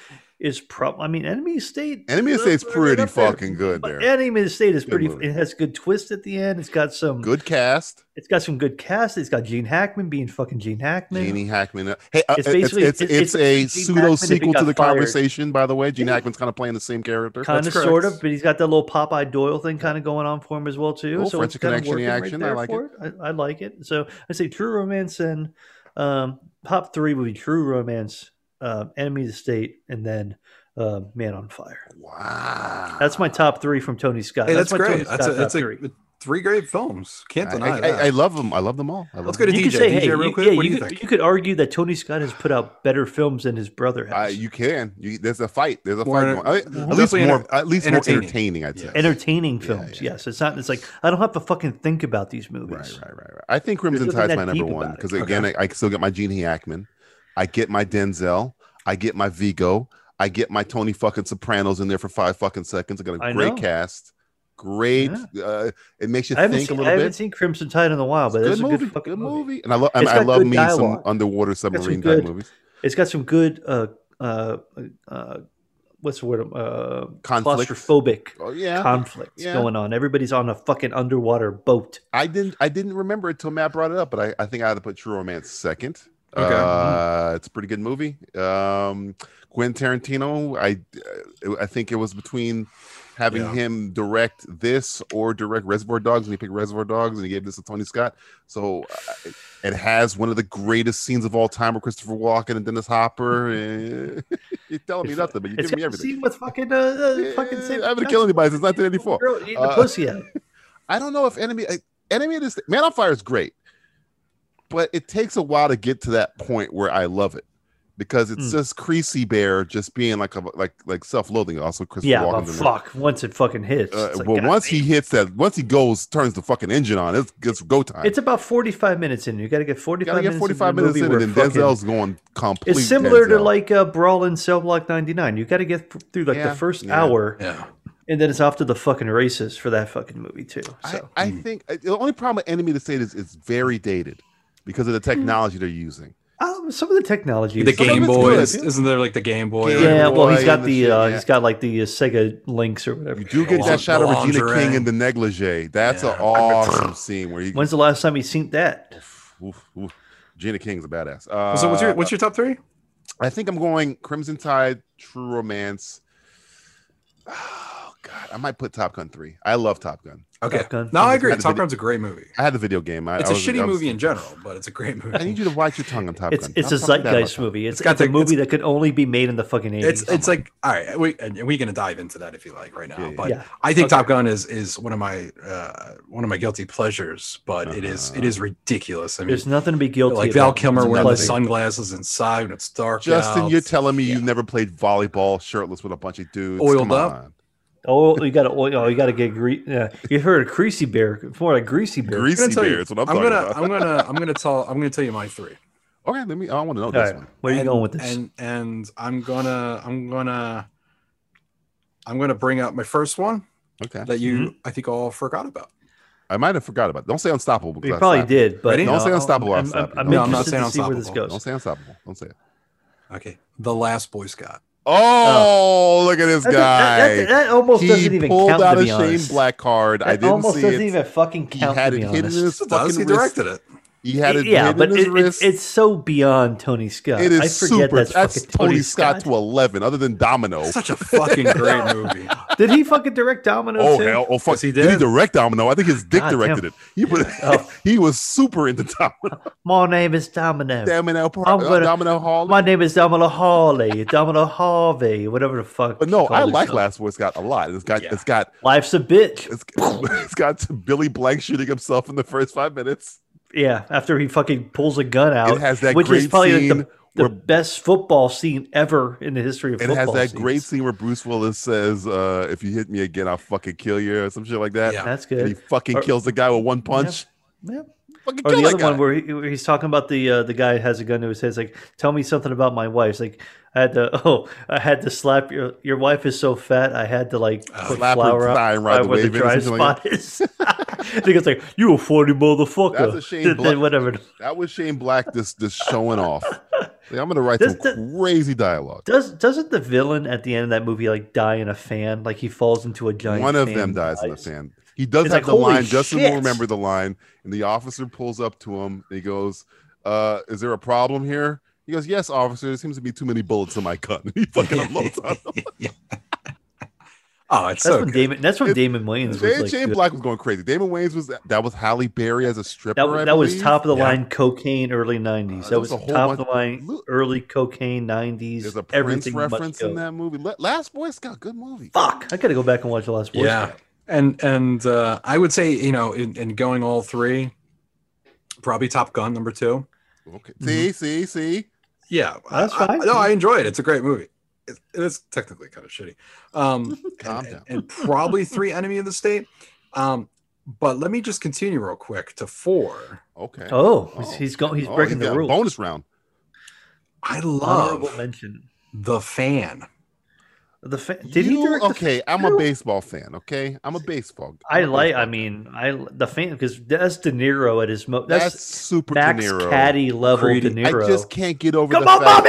[SPEAKER 6] is prob. I mean, Enemy of State.
[SPEAKER 5] Enemy of the State's
[SPEAKER 6] uh,
[SPEAKER 5] pretty
[SPEAKER 6] up there.
[SPEAKER 5] fucking good
[SPEAKER 6] But
[SPEAKER 5] there.
[SPEAKER 6] Enemy of the State is
[SPEAKER 5] Good
[SPEAKER 6] pretty.
[SPEAKER 5] movie.
[SPEAKER 6] It has good twist at the end. It's got some.
[SPEAKER 5] Good cast.
[SPEAKER 6] It's got some good cast. It's got Gene Hackman being fucking Gene Hackman.
[SPEAKER 5] Gene Hackman. Hey, uh,
[SPEAKER 6] It's
[SPEAKER 5] it's,
[SPEAKER 6] basically-
[SPEAKER 5] it's, it's,
[SPEAKER 6] it's- it's
[SPEAKER 5] a
[SPEAKER 6] Gene
[SPEAKER 5] pseudo
[SPEAKER 6] Hackman if he
[SPEAKER 5] sequel to
[SPEAKER 6] got
[SPEAKER 5] the
[SPEAKER 6] fired.
[SPEAKER 5] conversation, by the way. Gene Hackman's kind of playing the same character.
[SPEAKER 6] Kind of,
[SPEAKER 3] That's correct.
[SPEAKER 6] sort of, but he's got that little Popeye Doyle thing kind of going on for him as well too.
[SPEAKER 5] Cool,
[SPEAKER 6] so
[SPEAKER 5] French
[SPEAKER 6] it's kind of
[SPEAKER 5] Connection, the
[SPEAKER 6] working right
[SPEAKER 5] action, I
[SPEAKER 6] there
[SPEAKER 5] like
[SPEAKER 6] for I, I like it. So I say True Romance and um, top three would be True Romance, um, Enemy of the State, and then uh, Man on Fire.
[SPEAKER 5] Wow.
[SPEAKER 6] That's my top three from Tony Scott.
[SPEAKER 3] Hey, that's,
[SPEAKER 6] my Tony
[SPEAKER 3] great. That's a,
[SPEAKER 6] Scott top
[SPEAKER 3] that's a
[SPEAKER 6] three.
[SPEAKER 3] three. great films. Can't
[SPEAKER 5] I,
[SPEAKER 3] deny
[SPEAKER 5] I,
[SPEAKER 3] that.
[SPEAKER 5] I, I love them. I love them all. I love
[SPEAKER 3] Let's go to
[SPEAKER 6] you
[SPEAKER 3] DJ.
[SPEAKER 6] could say,
[SPEAKER 3] DJ,
[SPEAKER 6] hey,
[SPEAKER 3] real
[SPEAKER 6] you,
[SPEAKER 3] quick.
[SPEAKER 6] yeah,
[SPEAKER 3] what do
[SPEAKER 6] you,
[SPEAKER 3] you,
[SPEAKER 6] could,
[SPEAKER 3] think?
[SPEAKER 6] you could argue that Tony Scott has put out better films than his brother
[SPEAKER 5] Uh,
[SPEAKER 6] has.
[SPEAKER 5] you can. You, there's a fight. There's a
[SPEAKER 3] More
[SPEAKER 5] fight.
[SPEAKER 3] enter-
[SPEAKER 5] Going. At
[SPEAKER 3] Mhm.
[SPEAKER 5] least
[SPEAKER 3] Definitely
[SPEAKER 5] more.
[SPEAKER 3] enter-
[SPEAKER 5] at least more
[SPEAKER 3] entertaining.
[SPEAKER 5] entertaining. I'd say.
[SPEAKER 6] Entertaining
[SPEAKER 5] Yeah,
[SPEAKER 6] films,
[SPEAKER 5] yeah.
[SPEAKER 6] yes. It's not. It's like I don't have to fucking think about these
[SPEAKER 5] Right,
[SPEAKER 6] movies.
[SPEAKER 5] right, right, right. I think Crimson
[SPEAKER 6] nothing
[SPEAKER 5] Tide's
[SPEAKER 6] that
[SPEAKER 5] my number
[SPEAKER 6] deep
[SPEAKER 5] one
[SPEAKER 6] about it.
[SPEAKER 5] because again, I, I still get my Gene Hackman, I get my Denzel, I get my Vigo, I get my Tony fucking Sopranos in there for five fucking seconds. I got a
[SPEAKER 6] I
[SPEAKER 5] great
[SPEAKER 6] know.
[SPEAKER 5] cast, great. Uh, it makes you
[SPEAKER 6] I haven't,
[SPEAKER 5] think a
[SPEAKER 6] seen, I
[SPEAKER 5] little
[SPEAKER 6] haven't
[SPEAKER 5] bit.
[SPEAKER 6] seen Crimson Tide in a while, but
[SPEAKER 5] good
[SPEAKER 6] it's a
[SPEAKER 5] movie,
[SPEAKER 6] good fucking
[SPEAKER 5] good
[SPEAKER 6] movie.
[SPEAKER 5] movie. And I love. I, mean,
[SPEAKER 6] It's
[SPEAKER 5] I
[SPEAKER 6] got
[SPEAKER 5] love
[SPEAKER 6] good
[SPEAKER 5] me some
[SPEAKER 6] dialogue.
[SPEAKER 5] underwater
[SPEAKER 6] some
[SPEAKER 5] submarine type
[SPEAKER 6] good-
[SPEAKER 5] movies.
[SPEAKER 6] It's got some good uh uh uh what's the word uh
[SPEAKER 5] Conflict.
[SPEAKER 6] claustrophobic
[SPEAKER 5] Oh yeah,
[SPEAKER 6] conflicts
[SPEAKER 5] Yeah.
[SPEAKER 6] going on. Everybody's on a fucking underwater boat.
[SPEAKER 5] I didn't I didn't remember it till Matt brought it up, but I, I think I had to put True Romance second.
[SPEAKER 3] Okay.
[SPEAKER 5] Uh, it's a pretty good movie. Um, Quentin Tarantino, I uh, I think it was between having
[SPEAKER 3] Yeah.
[SPEAKER 5] him direct this or direct Reservoir Dogs, and he picked Reservoir Dogs, and he gave this to Tony Scott. So uh, it has one of the greatest scenes of all time with Christopher Walken and Dennis Hopper. and You're telling me
[SPEAKER 6] It's-
[SPEAKER 5] nothing, but you give
[SPEAKER 6] It's got
[SPEAKER 5] me
[SPEAKER 6] a
[SPEAKER 5] everything.
[SPEAKER 6] scene with fucking uh, uh fucking
[SPEAKER 5] Yeah, I haven't killed anybody since 1984.
[SPEAKER 6] Girl eating
[SPEAKER 5] Uh,
[SPEAKER 6] a pussy out.
[SPEAKER 5] I don't know if enemy uh, enemy of this Man on Fire is great, but it takes a while to get to that point where I love it because it's
[SPEAKER 6] Mm.
[SPEAKER 5] just Creasy Bear just being like a like like self loathing. Also, Chris
[SPEAKER 6] Yeah,
[SPEAKER 5] Walken.
[SPEAKER 6] but
[SPEAKER 5] doing-
[SPEAKER 6] fuck. Once it fucking hits,
[SPEAKER 5] Uh,
[SPEAKER 6] it's like,
[SPEAKER 5] well,
[SPEAKER 6] God
[SPEAKER 5] once he
[SPEAKER 6] damn.
[SPEAKER 5] hits that, once he goes, turns the fucking engine on, it's, it's go time.
[SPEAKER 6] it's about forty five minutes in. You got to get forty
[SPEAKER 5] you gotta
[SPEAKER 6] five
[SPEAKER 5] get
[SPEAKER 6] minutes.
[SPEAKER 5] forty five
[SPEAKER 6] into
[SPEAKER 5] minutes
[SPEAKER 6] the movie
[SPEAKER 5] in,
[SPEAKER 6] where
[SPEAKER 5] and then
[SPEAKER 6] fucking-
[SPEAKER 5] Denzel's going complete.
[SPEAKER 6] It's similar to
[SPEAKER 5] Denzel.
[SPEAKER 6] like uh, Brawl in Cell Block ninety nine. You got to get through like
[SPEAKER 5] Yeah,
[SPEAKER 6] the first
[SPEAKER 5] yeah.
[SPEAKER 6] hour
[SPEAKER 3] yeah.
[SPEAKER 6] and then it's off to the fucking races for that fucking movie too.
[SPEAKER 5] I,
[SPEAKER 6] So hmm.
[SPEAKER 5] I think I- the only problem with Enemy of the State is it's very dated because of the
[SPEAKER 6] Hmm.
[SPEAKER 5] technology they're using.
[SPEAKER 6] um, some of the technology,
[SPEAKER 3] The
[SPEAKER 6] is-
[SPEAKER 5] of
[SPEAKER 3] Game
[SPEAKER 5] it's
[SPEAKER 3] Boy
[SPEAKER 5] good.
[SPEAKER 3] is, isn't there like the Game Boy?
[SPEAKER 5] Game-
[SPEAKER 6] yeah. Well,
[SPEAKER 5] Boy
[SPEAKER 6] he's got
[SPEAKER 5] and
[SPEAKER 6] the,
[SPEAKER 5] the shit,
[SPEAKER 6] uh,
[SPEAKER 5] yeah.
[SPEAKER 6] he's got like the uh, Sega links or whatever.
[SPEAKER 5] You do get
[SPEAKER 3] Long-
[SPEAKER 5] that shot of
[SPEAKER 3] the
[SPEAKER 5] Regina
[SPEAKER 3] lingerie.
[SPEAKER 5] King in the negligee. That's an
[SPEAKER 3] Yeah.
[SPEAKER 5] awesome scene where he.
[SPEAKER 6] When's the last time you seen that?
[SPEAKER 5] oof, oof. Regina King's a badass. Uh,
[SPEAKER 3] So what's your what's your top three?
[SPEAKER 5] I think I'm going Crimson Tide, True Romance. Oh God, I might put Top Gun three. I love Top Gun.
[SPEAKER 3] Okay,
[SPEAKER 6] Top Gun.
[SPEAKER 3] no, I agree.
[SPEAKER 5] Had the
[SPEAKER 3] Top
[SPEAKER 5] video-
[SPEAKER 3] Gun's a great movie.
[SPEAKER 5] I had the video game. I,
[SPEAKER 3] It's
[SPEAKER 5] a
[SPEAKER 3] a shitty movie in general, but it's a great movie.
[SPEAKER 5] I need you to watch your tongue on Top
[SPEAKER 6] It's
[SPEAKER 5] Gun.
[SPEAKER 6] it's a
[SPEAKER 5] Stop talking bad about
[SPEAKER 6] zeitgeist
[SPEAKER 5] Top Gun.
[SPEAKER 6] movie. It's,
[SPEAKER 3] It's got
[SPEAKER 6] it's a
[SPEAKER 3] the-
[SPEAKER 6] movie
[SPEAKER 3] it's-
[SPEAKER 6] that could only be made in the fucking
[SPEAKER 3] it's
[SPEAKER 6] eighties.
[SPEAKER 3] it's like all right we and we're gonna dive into that if you like right now
[SPEAKER 5] Yeah, yeah.
[SPEAKER 3] but
[SPEAKER 6] Yeah.
[SPEAKER 3] i think top gun is is one of my uh one of my guilty pleasures but it is it
[SPEAKER 5] Uh-huh.
[SPEAKER 3] is ridiculous i mean
[SPEAKER 6] There's nothing to be guilty.
[SPEAKER 3] like
[SPEAKER 6] about.
[SPEAKER 3] val kilmer
[SPEAKER 6] It's
[SPEAKER 3] wearing the
[SPEAKER 6] pleasure.
[SPEAKER 3] sunglasses inside when it's dark
[SPEAKER 5] Justin,
[SPEAKER 3] out.
[SPEAKER 5] you're telling me you've never played volleyball shirtless with a bunch of dudes.
[SPEAKER 3] Oiled
[SPEAKER 5] Come
[SPEAKER 3] up?
[SPEAKER 5] on.
[SPEAKER 6] Oh, you got to. Oh, you got to get. Gre- yeah. You heard of Creasy Bear? It's more like Greasy Bear.
[SPEAKER 5] Greasy
[SPEAKER 3] I'm gonna tell
[SPEAKER 5] beer.
[SPEAKER 3] you,
[SPEAKER 5] That's what I'm,
[SPEAKER 3] I'm
[SPEAKER 5] talking
[SPEAKER 3] gonna
[SPEAKER 5] about.
[SPEAKER 3] i'm gonna i'm gonna tell i'm gonna tell you my three
[SPEAKER 5] okay, let me. I want to know
[SPEAKER 6] All
[SPEAKER 5] this
[SPEAKER 6] right,
[SPEAKER 5] one.
[SPEAKER 6] where are you
[SPEAKER 3] and,
[SPEAKER 6] going with this?
[SPEAKER 3] and and i'm gonna i'm gonna i'm gonna bring up my first one
[SPEAKER 5] Okay,
[SPEAKER 3] that you
[SPEAKER 6] Mm-hmm.
[SPEAKER 3] i think all forgot about
[SPEAKER 5] I might have forgot about. It. Don't say unstoppable. because
[SPEAKER 6] You
[SPEAKER 5] I
[SPEAKER 6] probably
[SPEAKER 5] stopped.
[SPEAKER 6] did, but
[SPEAKER 3] Ready?
[SPEAKER 5] Don't say
[SPEAKER 6] uh,
[SPEAKER 5] Unstoppable,
[SPEAKER 6] I'm, I'm,
[SPEAKER 5] Unstoppable.
[SPEAKER 6] I'm
[SPEAKER 5] No,
[SPEAKER 3] I'm not
[SPEAKER 6] interested
[SPEAKER 3] saying
[SPEAKER 6] to see where this
[SPEAKER 3] Unstoppable.
[SPEAKER 6] goes.
[SPEAKER 5] Don't say unstoppable. Don't say it.
[SPEAKER 3] okay the last boy scout
[SPEAKER 5] Oh, look at this
[SPEAKER 6] That-
[SPEAKER 5] guy.
[SPEAKER 6] that- that- that almost
[SPEAKER 5] he
[SPEAKER 6] doesn't even
[SPEAKER 5] pulled
[SPEAKER 6] count,
[SPEAKER 5] out
[SPEAKER 6] to
[SPEAKER 5] a
[SPEAKER 6] be
[SPEAKER 5] Shane
[SPEAKER 6] honest.
[SPEAKER 5] Black card. I
[SPEAKER 6] That
[SPEAKER 5] didn't
[SPEAKER 6] almost
[SPEAKER 5] see
[SPEAKER 6] doesn't
[SPEAKER 5] it.
[SPEAKER 6] even fucking
[SPEAKER 5] he
[SPEAKER 6] count.
[SPEAKER 5] had
[SPEAKER 6] to
[SPEAKER 5] it
[SPEAKER 6] be
[SPEAKER 5] hidden in
[SPEAKER 6] honest.
[SPEAKER 5] his fucking
[SPEAKER 3] he
[SPEAKER 5] wrist.
[SPEAKER 3] directed it
[SPEAKER 5] He had it
[SPEAKER 6] yeah,
[SPEAKER 5] hidden
[SPEAKER 6] but
[SPEAKER 5] in
[SPEAKER 6] it,
[SPEAKER 5] his
[SPEAKER 6] it-
[SPEAKER 5] wrist.
[SPEAKER 6] it's so beyond Tony Scott.
[SPEAKER 5] It is
[SPEAKER 6] I forget
[SPEAKER 5] super.
[SPEAKER 6] that's, fucking
[SPEAKER 5] Tony, Scott, to eleven. Other than Domino.
[SPEAKER 6] Oh.
[SPEAKER 3] such a fucking great movie
[SPEAKER 6] Did he fucking direct Domino?
[SPEAKER 5] Oh
[SPEAKER 6] too?
[SPEAKER 5] hell! Oh fuck!
[SPEAKER 3] Yes, he
[SPEAKER 5] he
[SPEAKER 3] did.
[SPEAKER 5] direct Domino? I think his dick
[SPEAKER 6] God
[SPEAKER 5] directed
[SPEAKER 6] damn.
[SPEAKER 5] it. He put.
[SPEAKER 6] Oh.
[SPEAKER 5] he was super into Domino.
[SPEAKER 6] My name is Domino.
[SPEAKER 5] Domino. Par-
[SPEAKER 6] I'm gonna-
[SPEAKER 5] uh, Domino Hall.
[SPEAKER 6] My name is Domino Harley. Domino Harvey. Whatever the fuck.
[SPEAKER 5] But no,
[SPEAKER 6] you call
[SPEAKER 5] I like
[SPEAKER 6] yourself.
[SPEAKER 5] Last Boy Scott a lot. It's got.
[SPEAKER 3] Yeah.
[SPEAKER 5] It's got.
[SPEAKER 6] Life's a bitch.
[SPEAKER 5] It's, it's got Billy Blank shooting himself in the first five minutes.
[SPEAKER 6] Yeah, after he fucking pulls a gun out,
[SPEAKER 5] It has that
[SPEAKER 6] which is
[SPEAKER 5] great
[SPEAKER 6] probably like,
[SPEAKER 5] scene
[SPEAKER 6] the, the
[SPEAKER 5] where-
[SPEAKER 6] best football scene ever in the history of
[SPEAKER 5] It
[SPEAKER 6] football.
[SPEAKER 5] has that
[SPEAKER 6] scenes.
[SPEAKER 5] great scene where Bruce Willis says, uh, "If you hit me again, I'll fucking kill you," or some shit like that.
[SPEAKER 3] Yeah.
[SPEAKER 6] That's
[SPEAKER 5] And he
[SPEAKER 6] good.
[SPEAKER 5] fucking
[SPEAKER 6] Or-
[SPEAKER 5] kills the guy with one punch.
[SPEAKER 6] Yeah.
[SPEAKER 5] Fucking
[SPEAKER 6] Or
[SPEAKER 5] kill
[SPEAKER 6] the
[SPEAKER 5] that
[SPEAKER 6] other
[SPEAKER 5] guy.
[SPEAKER 6] one where, he, where he's talking about the uh, the guy has a gun to his head. It's like, tell me something about my wife. It's like, I had to. Oh, I had to slap your your wife is so fat. I had to like put
[SPEAKER 5] Uh, Slap her
[SPEAKER 6] flour
[SPEAKER 5] thigh and
[SPEAKER 6] up
[SPEAKER 5] ride the
[SPEAKER 6] where the
[SPEAKER 5] wave in or
[SPEAKER 6] dry
[SPEAKER 5] something like
[SPEAKER 6] spot is. I think it's like you a forty motherfucker.
[SPEAKER 5] That's a Shane
[SPEAKER 6] Then- then
[SPEAKER 5] Black-
[SPEAKER 6] whatever.
[SPEAKER 5] that was Shane Black just just showing off. Like, I'm gonna write
[SPEAKER 6] Does
[SPEAKER 5] some crazy dialogue.
[SPEAKER 6] Does doesn't the villain at the end of that movie like die in a fan? Like he falls into a giant.
[SPEAKER 5] One of
[SPEAKER 6] fan
[SPEAKER 5] them
[SPEAKER 6] and
[SPEAKER 5] dies in the fan. He does
[SPEAKER 6] It's
[SPEAKER 5] have
[SPEAKER 6] like,
[SPEAKER 5] the
[SPEAKER 6] holy
[SPEAKER 5] line. Justin
[SPEAKER 6] shit.
[SPEAKER 5] will remember the line. And the officer pulls up to him. And he goes, uh, "Is there a problem here?" He goes, "Yes, officer. There seems to be too many bullets in my gun." he fucking unloads on him.
[SPEAKER 3] oh it's
[SPEAKER 6] That's
[SPEAKER 3] so
[SPEAKER 6] when
[SPEAKER 3] good.
[SPEAKER 6] Damon. That's when
[SPEAKER 5] It-
[SPEAKER 6] Damon Wayans was
[SPEAKER 5] Shane,
[SPEAKER 6] like.
[SPEAKER 5] Shane
[SPEAKER 6] good.
[SPEAKER 5] Black was going crazy. Damon Wayans was that was Halle Berry as a stripper.
[SPEAKER 6] that,
[SPEAKER 5] I
[SPEAKER 6] that was
[SPEAKER 5] believe.
[SPEAKER 6] top of the
[SPEAKER 3] Yeah.
[SPEAKER 6] line cocaine early '90s.
[SPEAKER 5] Uh,
[SPEAKER 6] that
[SPEAKER 5] there
[SPEAKER 6] was
[SPEAKER 5] was a whole
[SPEAKER 6] top of the
[SPEAKER 5] bunch-
[SPEAKER 6] line
[SPEAKER 5] Lu-
[SPEAKER 6] early cocaine '90s.
[SPEAKER 5] There's a Prince
[SPEAKER 6] everything must
[SPEAKER 5] reference
[SPEAKER 6] go.
[SPEAKER 5] in that movie. La- Last Boy Scout, good movie.
[SPEAKER 6] Fuck! I gotta go back and watch the last one.
[SPEAKER 3] yeah and and uh i would say you know in, in going all three probably top gun number two
[SPEAKER 5] Okay.
[SPEAKER 6] Mm-hmm.
[SPEAKER 5] See, see, see.
[SPEAKER 3] yeah
[SPEAKER 6] That's
[SPEAKER 3] I- I-
[SPEAKER 6] fine.
[SPEAKER 3] no i enjoy it it's a great movie it, it is technically kind of shitty um
[SPEAKER 5] Calm
[SPEAKER 3] and,
[SPEAKER 5] down.
[SPEAKER 3] and, and probably three enemy of the state um but let me just continue real quick to four
[SPEAKER 5] Okay.
[SPEAKER 6] Oh,
[SPEAKER 5] Oh.
[SPEAKER 6] he's he's going. He's
[SPEAKER 5] Oh,
[SPEAKER 6] breaking
[SPEAKER 5] he's got
[SPEAKER 6] the
[SPEAKER 5] a
[SPEAKER 6] rules.
[SPEAKER 5] Bonus round.
[SPEAKER 3] i
[SPEAKER 6] Honorable
[SPEAKER 3] love
[SPEAKER 6] mention.
[SPEAKER 3] the fan
[SPEAKER 6] The fa- did
[SPEAKER 5] you,
[SPEAKER 6] he direct? the-
[SPEAKER 5] okay, I'm a
[SPEAKER 6] too?
[SPEAKER 5] baseball fan. Okay, I'm a baseball.
[SPEAKER 6] I
[SPEAKER 5] I'm a
[SPEAKER 6] like.
[SPEAKER 5] baseball
[SPEAKER 6] I mean, I the fan because that's De Niro at his mo.
[SPEAKER 5] fan. that's,
[SPEAKER 6] That's,
[SPEAKER 5] super
[SPEAKER 6] Max
[SPEAKER 5] De Niro.
[SPEAKER 6] Caddy level
[SPEAKER 3] Creedy.
[SPEAKER 6] De
[SPEAKER 5] I
[SPEAKER 6] Niro.
[SPEAKER 5] just can't get over
[SPEAKER 6] Come
[SPEAKER 5] the
[SPEAKER 6] on,
[SPEAKER 5] fact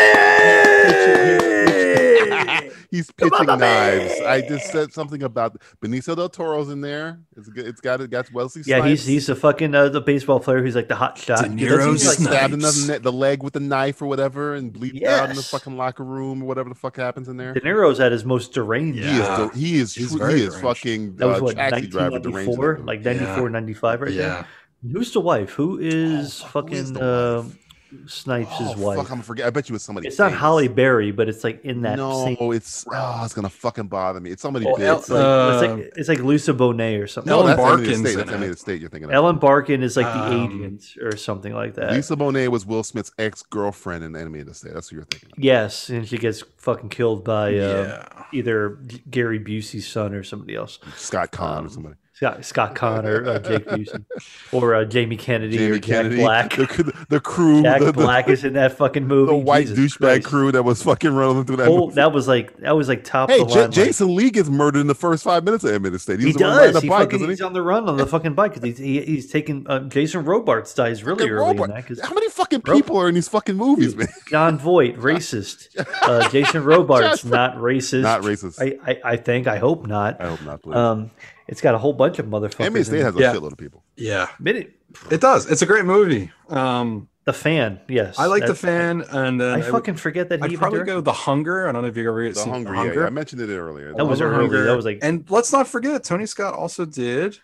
[SPEAKER 6] Bobby!
[SPEAKER 5] he's
[SPEAKER 6] Come on,
[SPEAKER 5] pitching
[SPEAKER 6] Bobby!
[SPEAKER 5] knives. I just said something about Benicio del Toro's in there. It's good. It's got it. Got Wesley.
[SPEAKER 6] Yeah, he's
[SPEAKER 5] Snipes.
[SPEAKER 6] he's a fucking uh, the baseball player who's like the hot shot.
[SPEAKER 3] De
[SPEAKER 5] Yeah, that's when
[SPEAKER 3] Nero's
[SPEAKER 5] he, like stabbed
[SPEAKER 3] Snipes.
[SPEAKER 5] another ne- the leg with a knife or whatever, and bleeped out in the
[SPEAKER 6] Yes.
[SPEAKER 5] fucking locker room or whatever the fuck happens in there.
[SPEAKER 6] De Niro's at his most deranged.
[SPEAKER 5] He is.
[SPEAKER 3] Yeah.
[SPEAKER 5] the- He is.
[SPEAKER 3] He's
[SPEAKER 5] Tr-
[SPEAKER 3] very
[SPEAKER 5] he is
[SPEAKER 3] deranged.
[SPEAKER 5] fucking.
[SPEAKER 6] That was
[SPEAKER 5] uh,
[SPEAKER 6] what
[SPEAKER 5] taxi driver deranged in that
[SPEAKER 6] 1994,
[SPEAKER 5] movie.
[SPEAKER 6] like 94,
[SPEAKER 3] Yeah.
[SPEAKER 6] 95 right there. Who's the wife? Who is
[SPEAKER 5] Oh, who is
[SPEAKER 6] fucking
[SPEAKER 5] the
[SPEAKER 6] um Snipes'
[SPEAKER 5] Oh,
[SPEAKER 6] wife?
[SPEAKER 5] fuck! I'm forget. I bet you it's somebody.
[SPEAKER 6] it's not
[SPEAKER 5] famous.
[SPEAKER 6] Holly Berry, but it's like in that
[SPEAKER 5] no,
[SPEAKER 6] same.
[SPEAKER 5] it's oh, it's gonna fucking bother me. It's somebody
[SPEAKER 3] Oh,
[SPEAKER 5] big.
[SPEAKER 3] El-
[SPEAKER 5] It's
[SPEAKER 6] Like,
[SPEAKER 5] like,
[SPEAKER 3] Uh,
[SPEAKER 6] it's like it's like Lucy Bonet or something.
[SPEAKER 5] no,
[SPEAKER 3] Ellen
[SPEAKER 5] that's Barkin's
[SPEAKER 3] Barkin's
[SPEAKER 5] State.
[SPEAKER 3] in
[SPEAKER 5] That's
[SPEAKER 3] it.
[SPEAKER 5] Enemy of the State. You're thinking of.
[SPEAKER 6] Ellen Barkin is like the
[SPEAKER 3] Um,
[SPEAKER 6] agent or something like that.
[SPEAKER 5] Lisa Bonet was Will Smith's ex girlfriend in Enemy of the State. That's who you're thinking. Of.
[SPEAKER 6] Yes, and she gets fucking killed by uh,
[SPEAKER 3] yeah
[SPEAKER 6] either G- Gary Busey's son or somebody else.
[SPEAKER 5] Scott Conn or
[SPEAKER 6] Um,
[SPEAKER 5] somebody.
[SPEAKER 6] Scott, Scott Connor, uh, Jake Busey, or uh, Jamie Kennedy,
[SPEAKER 5] Jamie
[SPEAKER 6] or Jack
[SPEAKER 5] Kennedy,
[SPEAKER 6] Black.
[SPEAKER 5] the, the crew,
[SPEAKER 6] Jack
[SPEAKER 5] the, the-
[SPEAKER 6] Black is in that fucking movie.
[SPEAKER 5] the white
[SPEAKER 6] Jesus
[SPEAKER 5] douchebag
[SPEAKER 6] Christ.
[SPEAKER 5] crew that was fucking running through that.
[SPEAKER 6] Oh,
[SPEAKER 5] movie.
[SPEAKER 6] that was like that was like top.
[SPEAKER 5] hey,
[SPEAKER 6] of the
[SPEAKER 5] J-
[SPEAKER 6] line, like-
[SPEAKER 5] Jason Lee gets murdered in the first five minutes of Emmett Estate. He's
[SPEAKER 6] He
[SPEAKER 5] the one riding
[SPEAKER 6] does.
[SPEAKER 5] the
[SPEAKER 6] He
[SPEAKER 5] bike,
[SPEAKER 6] fucking,
[SPEAKER 5] isn't
[SPEAKER 6] he's
[SPEAKER 5] he?
[SPEAKER 6] on the run on the fucking bike because he's, he, he's taking uh, Jason Robards dies really
[SPEAKER 5] Fucking
[SPEAKER 6] early
[SPEAKER 5] robot.
[SPEAKER 6] in that because
[SPEAKER 5] How many fucking
[SPEAKER 6] Robot.
[SPEAKER 5] people are in these fucking movies, man?
[SPEAKER 6] John Voight racist, uh, Jason Robards not racist,
[SPEAKER 5] Not racist.
[SPEAKER 6] I, I I think I hope not.
[SPEAKER 5] I hope not. Please.
[SPEAKER 6] Um, it's got a whole bunch of motherfuckers.
[SPEAKER 5] Emmett
[SPEAKER 6] in
[SPEAKER 5] Estate
[SPEAKER 6] it.
[SPEAKER 5] has a
[SPEAKER 3] Yeah.
[SPEAKER 5] shitload of people.
[SPEAKER 3] Yeah,
[SPEAKER 6] Minute-
[SPEAKER 3] it does. It's a great movie. Um,
[SPEAKER 6] the fan. Yes,
[SPEAKER 3] I like the
[SPEAKER 6] That's-
[SPEAKER 3] fan, and then
[SPEAKER 6] I,
[SPEAKER 3] I would-
[SPEAKER 6] fucking forget that he
[SPEAKER 3] I'd
[SPEAKER 6] even
[SPEAKER 3] probably
[SPEAKER 6] directed-
[SPEAKER 3] go The Hunger. I don't know if you've ever
[SPEAKER 5] The
[SPEAKER 3] seen
[SPEAKER 5] Hungry,
[SPEAKER 3] The
[SPEAKER 5] yeah,
[SPEAKER 3] Hunger.
[SPEAKER 5] yeah, I mentioned it earlier.
[SPEAKER 6] That was
[SPEAKER 3] The
[SPEAKER 6] early.
[SPEAKER 3] Hunger.
[SPEAKER 6] That was like
[SPEAKER 3] and let's not forget, Tony Scott also did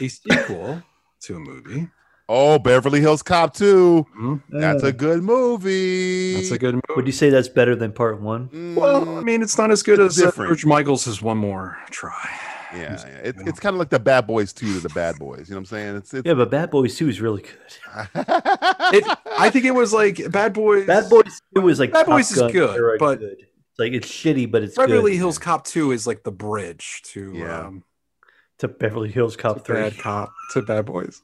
[SPEAKER 3] a sequel to a movie.
[SPEAKER 5] oh, Beverly Hills Cop 2.
[SPEAKER 3] Mhm.
[SPEAKER 5] That's a good movie.
[SPEAKER 3] That's a good movie.
[SPEAKER 6] Would you say that's better than part one?
[SPEAKER 5] Mm,
[SPEAKER 3] Well, I mean, it's not as good
[SPEAKER 5] It's
[SPEAKER 3] as uh,
[SPEAKER 5] different.
[SPEAKER 3] George Michael's is one more try.
[SPEAKER 5] yeah, yeah. It, it's kind of like the Bad Boys 2 to the Bad Boys. You know what I'm saying? It's, it's
[SPEAKER 6] Yeah, but Bad Boys Two is really good.
[SPEAKER 3] It, I think it was like Bad Boys.
[SPEAKER 6] Bad Boys Two is like
[SPEAKER 3] Bad
[SPEAKER 6] Top
[SPEAKER 3] Boys is
[SPEAKER 6] Gun
[SPEAKER 3] good,
[SPEAKER 6] era
[SPEAKER 3] but-
[SPEAKER 6] good. It's like it's shitty, but it's
[SPEAKER 3] Beverly
[SPEAKER 6] good.
[SPEAKER 3] Hills Cop Two is like the bridge to
[SPEAKER 5] Yeah.
[SPEAKER 3] um,
[SPEAKER 6] to Beverly Hills
[SPEAKER 3] to
[SPEAKER 6] Cop Three.
[SPEAKER 3] Bad Cop to Bad Boys.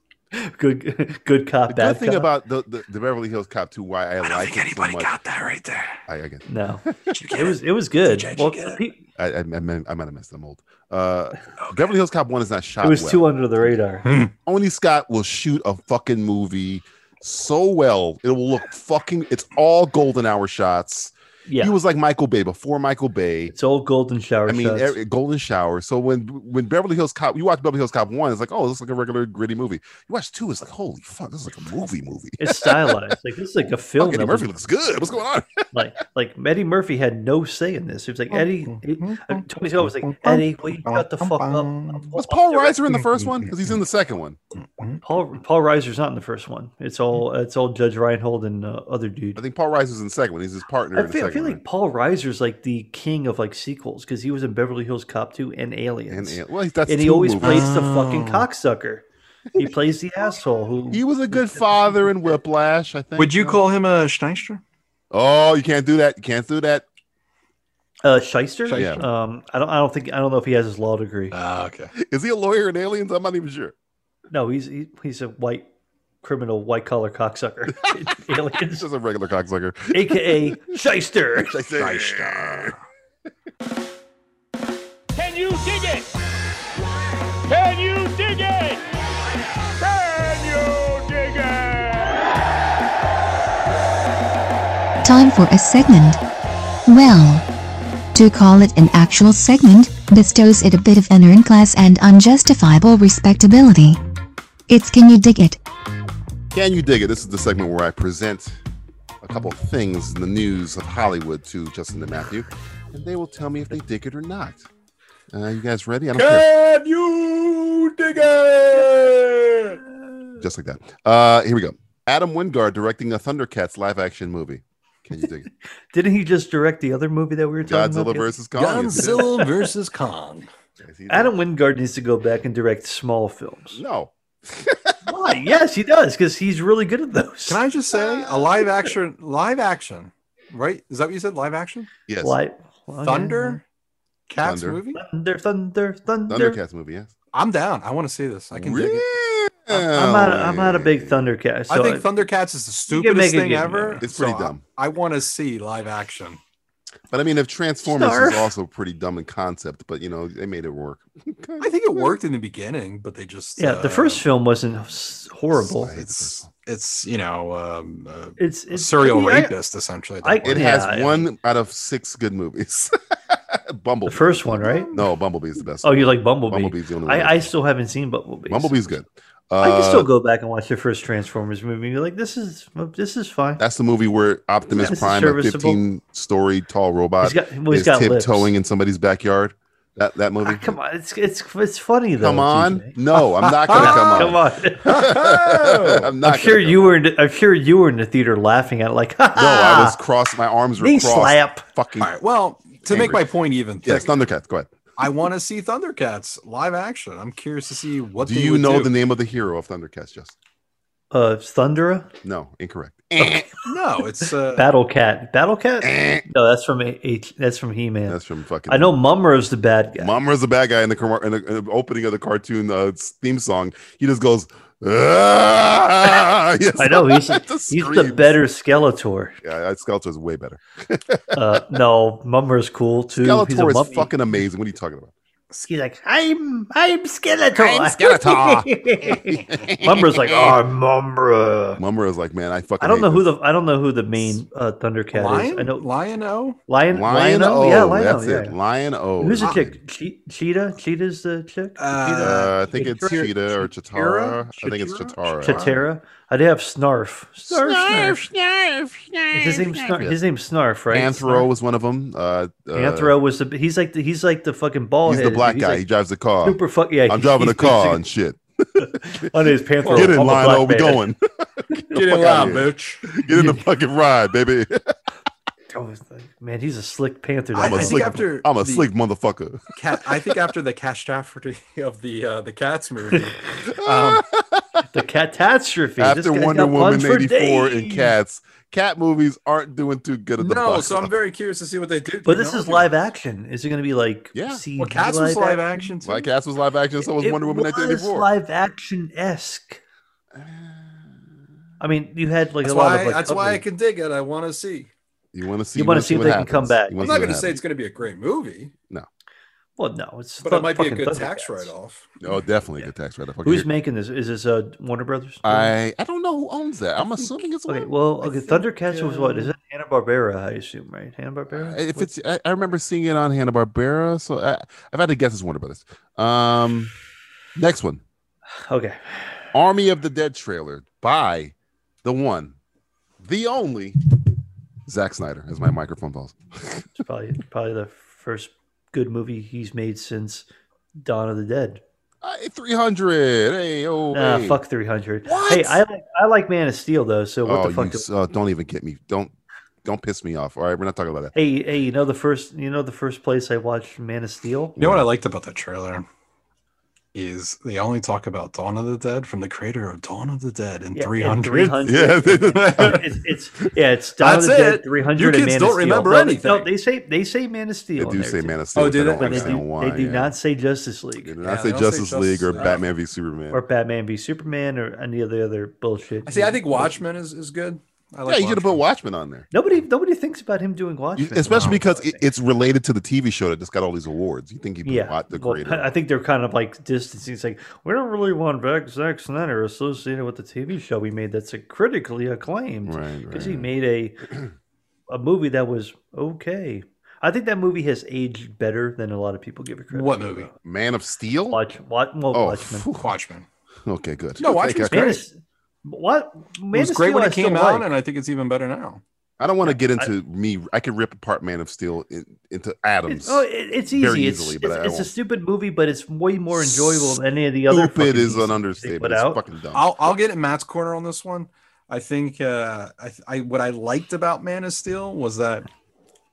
[SPEAKER 6] good good cop
[SPEAKER 5] the
[SPEAKER 6] bad
[SPEAKER 5] good thing
[SPEAKER 6] cop.
[SPEAKER 5] about the, the, the Beverly Hills Cop 2, why I,
[SPEAKER 3] I don't
[SPEAKER 5] like
[SPEAKER 3] think
[SPEAKER 5] it so
[SPEAKER 3] anybody
[SPEAKER 5] much.
[SPEAKER 3] got that right there.
[SPEAKER 5] I, I, get-
[SPEAKER 6] no
[SPEAKER 3] Did you get
[SPEAKER 6] it was it was good
[SPEAKER 3] Did you
[SPEAKER 6] well
[SPEAKER 3] get it?
[SPEAKER 6] pe-
[SPEAKER 5] I, I, I, meant- I might have missed. I'm old. Uh, Beverly Hills Cop 1 is not shot
[SPEAKER 6] it was
[SPEAKER 5] well.
[SPEAKER 6] too under the radar
[SPEAKER 5] Tony Scott will shoot a fucking movie so well. It will look fucking, it's all golden hour shots.
[SPEAKER 6] yeah
[SPEAKER 5] He was like Michael Bay before Michael Bay.
[SPEAKER 6] it's all golden shower
[SPEAKER 5] I mean,
[SPEAKER 6] shots.
[SPEAKER 5] every, Golden Shower. So when when Beverly Hills Cop, you watch Beverly Hills Cop one, it's like, oh, this is like a regular gritty movie. You watch two, it's like, holy fuck, this is like a movie movie.
[SPEAKER 6] it's stylized like this is like a film
[SPEAKER 5] Fuck, Eddie
[SPEAKER 6] that
[SPEAKER 5] Murphy looks
[SPEAKER 6] was-
[SPEAKER 5] good. What's going on?
[SPEAKER 6] like like Eddie Murphy had no say in this it was like Eddie uh, Tony Scott was like Eddie will you shut the fuck up
[SPEAKER 5] Was Paul Reiser in the first one? Because he's in the second one.
[SPEAKER 6] Paul Paul Reiser's not in the first one it's all it's all Judge Reinhold and uh, other dude
[SPEAKER 5] I think Paul Reiser's in the second one. He's his partner
[SPEAKER 6] I
[SPEAKER 5] in the
[SPEAKER 6] feel, I
[SPEAKER 5] second
[SPEAKER 6] feel
[SPEAKER 5] one.
[SPEAKER 6] like Paul Reiser's like the king of like sequels because he was in Beverly Hills Cop 2 and
[SPEAKER 5] and,
[SPEAKER 6] Aliens.
[SPEAKER 5] and- well, that's
[SPEAKER 6] and he
[SPEAKER 5] two
[SPEAKER 6] always
[SPEAKER 5] movies.
[SPEAKER 6] plays the fucking cocksucker. He plays the asshole who
[SPEAKER 5] He was a good father in Whiplash, I think.
[SPEAKER 3] Would you
[SPEAKER 5] no?
[SPEAKER 3] call him a Schneister?
[SPEAKER 5] Oh, you can't do that. You can't do that.
[SPEAKER 6] uh, shyster.
[SPEAKER 5] Shyster. Uh.
[SPEAKER 6] Um, I don't. I don't think. I don't know if he has his law degree.
[SPEAKER 3] Ah, okay.
[SPEAKER 5] Is he a lawyer in Aliens? I'm not even sure.
[SPEAKER 6] no, he's he, he's a white criminal, white collar cocksucker.
[SPEAKER 5] He's
[SPEAKER 6] Aliens,
[SPEAKER 5] just a regular cocksucker.
[SPEAKER 6] aka shyster.
[SPEAKER 5] Shyster.
[SPEAKER 7] Can you dig it? Can you dig it? Can you dig it?
[SPEAKER 4] Time for a segment. Well, to call it an actual segment bestows it a bit of unearned class and unjustifiable respectability. It's Can You Dig It?
[SPEAKER 5] Can you dig it? This is the segment where I present a couple of things in the news of Hollywood to Justin and Matthew, and they will tell me if they dig it or not. Uh, you guys ready? I don't care.
[SPEAKER 3] Can you dig it?
[SPEAKER 5] Just like that. Uh, here we go. Adam Wingard directing a Thundercats live action movie. Can you dig it?
[SPEAKER 6] Didn't he just direct the other movie that we were talking
[SPEAKER 5] Godzilla
[SPEAKER 6] about?
[SPEAKER 5] versus Kong.
[SPEAKER 3] Godzilla versus Kong.
[SPEAKER 5] Yes, he did.
[SPEAKER 6] Adam Wingard needs to go back and direct small films.
[SPEAKER 5] No.
[SPEAKER 6] Why? Yes, he does because he's really good at those.
[SPEAKER 3] Can I just say a live action? Live action, right? Is that what you said? Live action?
[SPEAKER 5] Yes.
[SPEAKER 6] Like well, yeah.
[SPEAKER 3] Thunder, Cats
[SPEAKER 5] Thunder.
[SPEAKER 3] movie.
[SPEAKER 6] thunder, thunder, thunder.
[SPEAKER 5] Thundercats movie. Yes.
[SPEAKER 3] I'm down. I want to see this. I can. Dig it.
[SPEAKER 6] I'm not. I'm not a big Thundercat. So
[SPEAKER 3] I think Thundercats is the
[SPEAKER 6] you can make
[SPEAKER 3] stupidest
[SPEAKER 6] a
[SPEAKER 3] thing
[SPEAKER 6] good
[SPEAKER 3] ever.
[SPEAKER 5] movie. It's pretty
[SPEAKER 3] I-
[SPEAKER 5] dumb.
[SPEAKER 3] I, want to see live action.
[SPEAKER 5] But I mean, if Transformers
[SPEAKER 6] Snarf.
[SPEAKER 5] is also pretty dumb in concept, but you know they made it work.
[SPEAKER 3] I think it worked in the beginning, but they just
[SPEAKER 6] Yeah, the
[SPEAKER 3] uh,
[SPEAKER 6] first film wasn't s- horrible.
[SPEAKER 5] Slightly.
[SPEAKER 3] It's it's you know um, uh,
[SPEAKER 6] It's,
[SPEAKER 3] a
[SPEAKER 6] it's
[SPEAKER 3] serial
[SPEAKER 6] I mean, I-
[SPEAKER 3] rapist essentially. at
[SPEAKER 6] I-
[SPEAKER 3] that
[SPEAKER 5] It
[SPEAKER 3] point.
[SPEAKER 5] has
[SPEAKER 6] Yeah.
[SPEAKER 5] one out of six good movies. Bumblebee.
[SPEAKER 6] the first one, right?
[SPEAKER 5] No, Bumblebee's the best.
[SPEAKER 6] Oh, you like Bumblebee?
[SPEAKER 5] Bumblebee's the only one.
[SPEAKER 6] I, I still haven't seen Bumblebee.
[SPEAKER 5] Bumblebee's good.
[SPEAKER 6] I can still
[SPEAKER 5] Uh,
[SPEAKER 6] go back and watch the first Transformers movie. and be like, this is this is fine.
[SPEAKER 5] that's the movie where Optimus
[SPEAKER 6] This is
[SPEAKER 5] Prime, a
[SPEAKER 6] serviceable.
[SPEAKER 5] 15 story tall robot,
[SPEAKER 6] He's got, well, he's
[SPEAKER 5] is
[SPEAKER 6] got lips.
[SPEAKER 5] tiptoeing in somebody's backyard. That that movie.
[SPEAKER 6] Ah, come on, it's it's it's funny though.
[SPEAKER 5] Come on.
[SPEAKER 6] TJ.
[SPEAKER 5] No, I'm not gonna come on.
[SPEAKER 6] come on.
[SPEAKER 5] Oh! I'm not.
[SPEAKER 6] I'm sure
[SPEAKER 5] gonna come
[SPEAKER 6] you were. In, I'm sure you were in the theater laughing at it, like, ha,
[SPEAKER 5] on. No, I was crossed. My arms were
[SPEAKER 6] Ah! knee
[SPEAKER 5] crossed.
[SPEAKER 6] slap.
[SPEAKER 5] Fucking
[SPEAKER 3] All right. Well, to make
[SPEAKER 5] Angry.
[SPEAKER 3] my point even,
[SPEAKER 5] yes,
[SPEAKER 3] thicker,
[SPEAKER 5] Thundercats. Go ahead.
[SPEAKER 3] I want to see Thundercats live action. I'm curious to see what
[SPEAKER 5] Do
[SPEAKER 3] they
[SPEAKER 5] you
[SPEAKER 3] would
[SPEAKER 5] know
[SPEAKER 3] do.
[SPEAKER 5] the name of the hero of Thundercats? Just
[SPEAKER 6] Uh, Thundera.
[SPEAKER 5] no, incorrect.
[SPEAKER 3] No, it's uh,
[SPEAKER 6] Battle Cat. Battle Cat? no, that's from H. that's from He Man.
[SPEAKER 5] Eh. That's from fucking.
[SPEAKER 6] I know Mumro's the bad guy.
[SPEAKER 5] Mumra's the bad guy in the, car- in the in the opening of the cartoon uh, theme song. He just goes. "Ah!" Yes.
[SPEAKER 6] I know he's
[SPEAKER 5] Just
[SPEAKER 6] he's the
[SPEAKER 5] screams.
[SPEAKER 6] better Skeletor.
[SPEAKER 5] Yeah, Skeletor's way better.
[SPEAKER 6] Uh, no, Mumro's cool too. he's a
[SPEAKER 5] Skeletor is
[SPEAKER 6] mummy.
[SPEAKER 5] fucking amazing. What are you talking about?
[SPEAKER 6] He's like, I'm I'm Skeletor.
[SPEAKER 5] I'm Skeletor.
[SPEAKER 6] Mumbra's like, oh, Mumbra.
[SPEAKER 5] Mumra is like, man, I fucking.
[SPEAKER 6] I don't
[SPEAKER 5] hate
[SPEAKER 6] know who
[SPEAKER 5] this.
[SPEAKER 6] the I don't know who the main uh, Thundercat is. I
[SPEAKER 3] lion.
[SPEAKER 6] know
[SPEAKER 3] Lion O.
[SPEAKER 6] Lion
[SPEAKER 5] Lion
[SPEAKER 6] Lion
[SPEAKER 5] O.
[SPEAKER 6] yeah, Lion
[SPEAKER 5] that's
[SPEAKER 6] yeah.
[SPEAKER 5] it. Lion O.
[SPEAKER 6] Who's the
[SPEAKER 5] Ah,
[SPEAKER 6] chick? Che- Cheetah? Cheetah's the chick?
[SPEAKER 3] Uh,
[SPEAKER 5] Uh, I think it's
[SPEAKER 3] Chitara-
[SPEAKER 5] Cheetah or Chitara. I think it's
[SPEAKER 3] Chitara?
[SPEAKER 5] Chitara.
[SPEAKER 6] Cheetah? Chatera? I'd have Snarf. Snarf, Snarf. Is his name Snarf? His name's Snarf, right?
[SPEAKER 5] Anthro was one of them. Uh, uh,
[SPEAKER 6] Snarf. Anthro was the he's like the, he's like the fucking bald
[SPEAKER 5] He's the black guy. he drives the car.
[SPEAKER 6] super fuck yeah.
[SPEAKER 5] I'm
[SPEAKER 6] he's-
[SPEAKER 5] driving
[SPEAKER 6] he's
[SPEAKER 5] a car
[SPEAKER 6] big-
[SPEAKER 5] and shit.
[SPEAKER 6] On his Panthro.
[SPEAKER 5] Get in
[SPEAKER 6] I'm a
[SPEAKER 5] line.
[SPEAKER 6] black
[SPEAKER 5] Oh, we
[SPEAKER 6] man.
[SPEAKER 5] going.
[SPEAKER 3] Get in
[SPEAKER 5] fuck
[SPEAKER 3] line,
[SPEAKER 5] outta
[SPEAKER 3] bitch.
[SPEAKER 5] Get in the fucking ride, baby.
[SPEAKER 6] Oh, it's like, Man, he's a slick Panther.
[SPEAKER 3] I-
[SPEAKER 5] I'm
[SPEAKER 6] that
[SPEAKER 5] a
[SPEAKER 6] guy.
[SPEAKER 3] think
[SPEAKER 5] slick.
[SPEAKER 3] after
[SPEAKER 5] I'm a
[SPEAKER 3] the-
[SPEAKER 5] slick motherfucker.
[SPEAKER 3] Cat, I think after the catastrophe of the uh, the cats movie, um,
[SPEAKER 6] the catastrophe. This
[SPEAKER 5] After
[SPEAKER 6] guy's got
[SPEAKER 5] Wonder Woman
[SPEAKER 6] puns for
[SPEAKER 5] '84 and
[SPEAKER 6] days.
[SPEAKER 5] Cats, cat movies aren't doing too good at the
[SPEAKER 3] no.
[SPEAKER 5] box
[SPEAKER 3] So I'm
[SPEAKER 5] office.
[SPEAKER 3] very curious to see what they do.
[SPEAKER 6] But
[SPEAKER 3] do
[SPEAKER 6] this
[SPEAKER 3] now.
[SPEAKER 6] is live action. Is it going to be like
[SPEAKER 5] Yeah. Well,
[SPEAKER 6] CG
[SPEAKER 3] Well, cats was live action. too.
[SPEAKER 5] My Cats was live action. So was Wonder Woman
[SPEAKER 6] was
[SPEAKER 5] 1984.
[SPEAKER 6] live action esque. I mean, you had like
[SPEAKER 3] That's
[SPEAKER 6] a lot
[SPEAKER 3] why.
[SPEAKER 6] of like.
[SPEAKER 3] that's why I
[SPEAKER 6] other-
[SPEAKER 3] can dig it. I want to see.
[SPEAKER 5] You want to see?
[SPEAKER 6] You wanna see if
[SPEAKER 5] what
[SPEAKER 6] they can come
[SPEAKER 5] happens.
[SPEAKER 6] back.
[SPEAKER 5] You
[SPEAKER 3] I'm
[SPEAKER 5] wanna
[SPEAKER 3] not
[SPEAKER 5] see
[SPEAKER 3] going to
[SPEAKER 5] what
[SPEAKER 3] say it's going to be a great movie,
[SPEAKER 6] Well, no, it's
[SPEAKER 3] but
[SPEAKER 6] fu-
[SPEAKER 3] it might be a
[SPEAKER 6] fucking
[SPEAKER 3] good tax
[SPEAKER 6] Thundercats.
[SPEAKER 3] write off.
[SPEAKER 5] happens. Oh, definitely a good tax write-off. Okay,
[SPEAKER 6] Who's
[SPEAKER 5] here-
[SPEAKER 6] making this? Is this uh, Warner Brothers?
[SPEAKER 5] I I don't know who owns that. I'm assuming it's
[SPEAKER 6] Okay,
[SPEAKER 5] one.
[SPEAKER 6] well,
[SPEAKER 3] I
[SPEAKER 6] okay,
[SPEAKER 3] think,
[SPEAKER 6] Thundercats was what?
[SPEAKER 3] uh,
[SPEAKER 6] Is that Hanna Barbera? I assume, right? Hanna Barbera.
[SPEAKER 5] if it's I, I remember seeing it on Hanna Barbera, so I, I've had to guess it's Warner Brothers. Um, next one,
[SPEAKER 6] okay,
[SPEAKER 5] Army of the Dead trailer by the one, the only Zack Snyder. As my microphone falls,
[SPEAKER 6] it's probably probably the first good movie he's made since Dawn of the Dead.
[SPEAKER 5] uh, 300. Hey, oh,
[SPEAKER 6] Nah,
[SPEAKER 5] hey.
[SPEAKER 6] Ah, fuck 300.
[SPEAKER 5] What?
[SPEAKER 6] Hey, I like I like Man of Steel though. So what
[SPEAKER 5] oh,
[SPEAKER 6] the fuck?
[SPEAKER 5] you,
[SPEAKER 6] do-
[SPEAKER 5] s- oh, don't even get me. Don't don't piss me off. All right, we're not talking about that.
[SPEAKER 6] hey, hey, you know the first you know the first place I watched Man of Steel?
[SPEAKER 3] You know what I liked about that trailer is they only talk about Dawn of the Dead from the creator of Dawn of the Dead in
[SPEAKER 6] Yeah, and
[SPEAKER 3] 300.
[SPEAKER 6] 300.
[SPEAKER 5] Yeah.
[SPEAKER 6] it's, it's yeah, it's Dawn
[SPEAKER 3] That's
[SPEAKER 6] of the Dead
[SPEAKER 3] it.
[SPEAKER 6] 300
[SPEAKER 3] Your
[SPEAKER 6] and
[SPEAKER 3] kids
[SPEAKER 6] Man
[SPEAKER 3] don't
[SPEAKER 6] of Steel.
[SPEAKER 3] remember
[SPEAKER 6] no,
[SPEAKER 3] anything.
[SPEAKER 6] No, they say they say Man of Steel.
[SPEAKER 5] They do
[SPEAKER 6] in there,
[SPEAKER 5] say
[SPEAKER 6] too.
[SPEAKER 5] Man of Steel.
[SPEAKER 3] Oh,
[SPEAKER 5] which
[SPEAKER 3] do
[SPEAKER 5] I
[SPEAKER 3] they?
[SPEAKER 5] don't
[SPEAKER 3] But
[SPEAKER 6] But they
[SPEAKER 5] understand
[SPEAKER 6] do,
[SPEAKER 5] why.
[SPEAKER 6] they do
[SPEAKER 5] yeah.
[SPEAKER 6] not say Justice League
[SPEAKER 5] They do
[SPEAKER 3] Yeah,
[SPEAKER 5] not
[SPEAKER 3] they
[SPEAKER 5] say
[SPEAKER 3] don't say
[SPEAKER 5] Justice
[SPEAKER 3] Justice
[SPEAKER 5] League or
[SPEAKER 3] League.
[SPEAKER 5] Batman v Superman.
[SPEAKER 6] or Batman v Superman or any of the other bullshit.
[SPEAKER 3] I see. I think Watchmen is, is good. I like
[SPEAKER 5] yeah, you should have put
[SPEAKER 3] Watchmen.
[SPEAKER 5] Watchmen on there.
[SPEAKER 6] nobody nobody thinks about him doing
[SPEAKER 5] You-
[SPEAKER 6] Watchmen.
[SPEAKER 5] especially because it, it's related to the TV show that just got all these awards. You think he'd be
[SPEAKER 6] yeah,
[SPEAKER 5] Watt the
[SPEAKER 6] well,
[SPEAKER 5] creator?
[SPEAKER 6] I think they're kind of like distancing. It's like we don't really want Zack- Zack Snyder associated with the TV show we made that's like, critically acclaimed.
[SPEAKER 5] right,
[SPEAKER 6] because
[SPEAKER 5] right.
[SPEAKER 6] he made a a movie that was okay. I think that movie has aged better than a lot of people give it credit.
[SPEAKER 3] What
[SPEAKER 6] for.
[SPEAKER 3] movie?
[SPEAKER 5] Man of Steel.
[SPEAKER 6] Watch, watch, well,
[SPEAKER 5] oh,
[SPEAKER 6] Watchmen.
[SPEAKER 5] phew.
[SPEAKER 3] Watchmen.
[SPEAKER 5] okay, good.
[SPEAKER 3] No, Watchmen's
[SPEAKER 5] Okay,
[SPEAKER 6] Man,
[SPEAKER 3] great.
[SPEAKER 6] is, what
[SPEAKER 3] it
[SPEAKER 6] Man
[SPEAKER 3] was
[SPEAKER 6] of
[SPEAKER 3] great
[SPEAKER 6] Steel
[SPEAKER 3] when
[SPEAKER 6] I
[SPEAKER 3] it came
[SPEAKER 6] still
[SPEAKER 3] out,
[SPEAKER 6] like.
[SPEAKER 3] and I think it's even better now.
[SPEAKER 5] I don't want to get into me. I could rip apart Man of Steel in, into atoms.
[SPEAKER 6] It's, oh, it, it's
[SPEAKER 5] very
[SPEAKER 6] easy. It's,
[SPEAKER 5] easily, but
[SPEAKER 6] it's,
[SPEAKER 5] I
[SPEAKER 6] it's a
[SPEAKER 5] won't.
[SPEAKER 6] stupid movie, but it's way more enjoyable than any of the other.
[SPEAKER 5] Stupid
[SPEAKER 6] fucking
[SPEAKER 5] is
[SPEAKER 6] pieces
[SPEAKER 5] an
[SPEAKER 6] they
[SPEAKER 5] understatement.
[SPEAKER 6] Put
[SPEAKER 5] It's
[SPEAKER 6] out.
[SPEAKER 5] fucking dumb.
[SPEAKER 3] I'll I'll get in Matt's corner on this one. I think uh, I, th- I what I liked about Man of Steel was that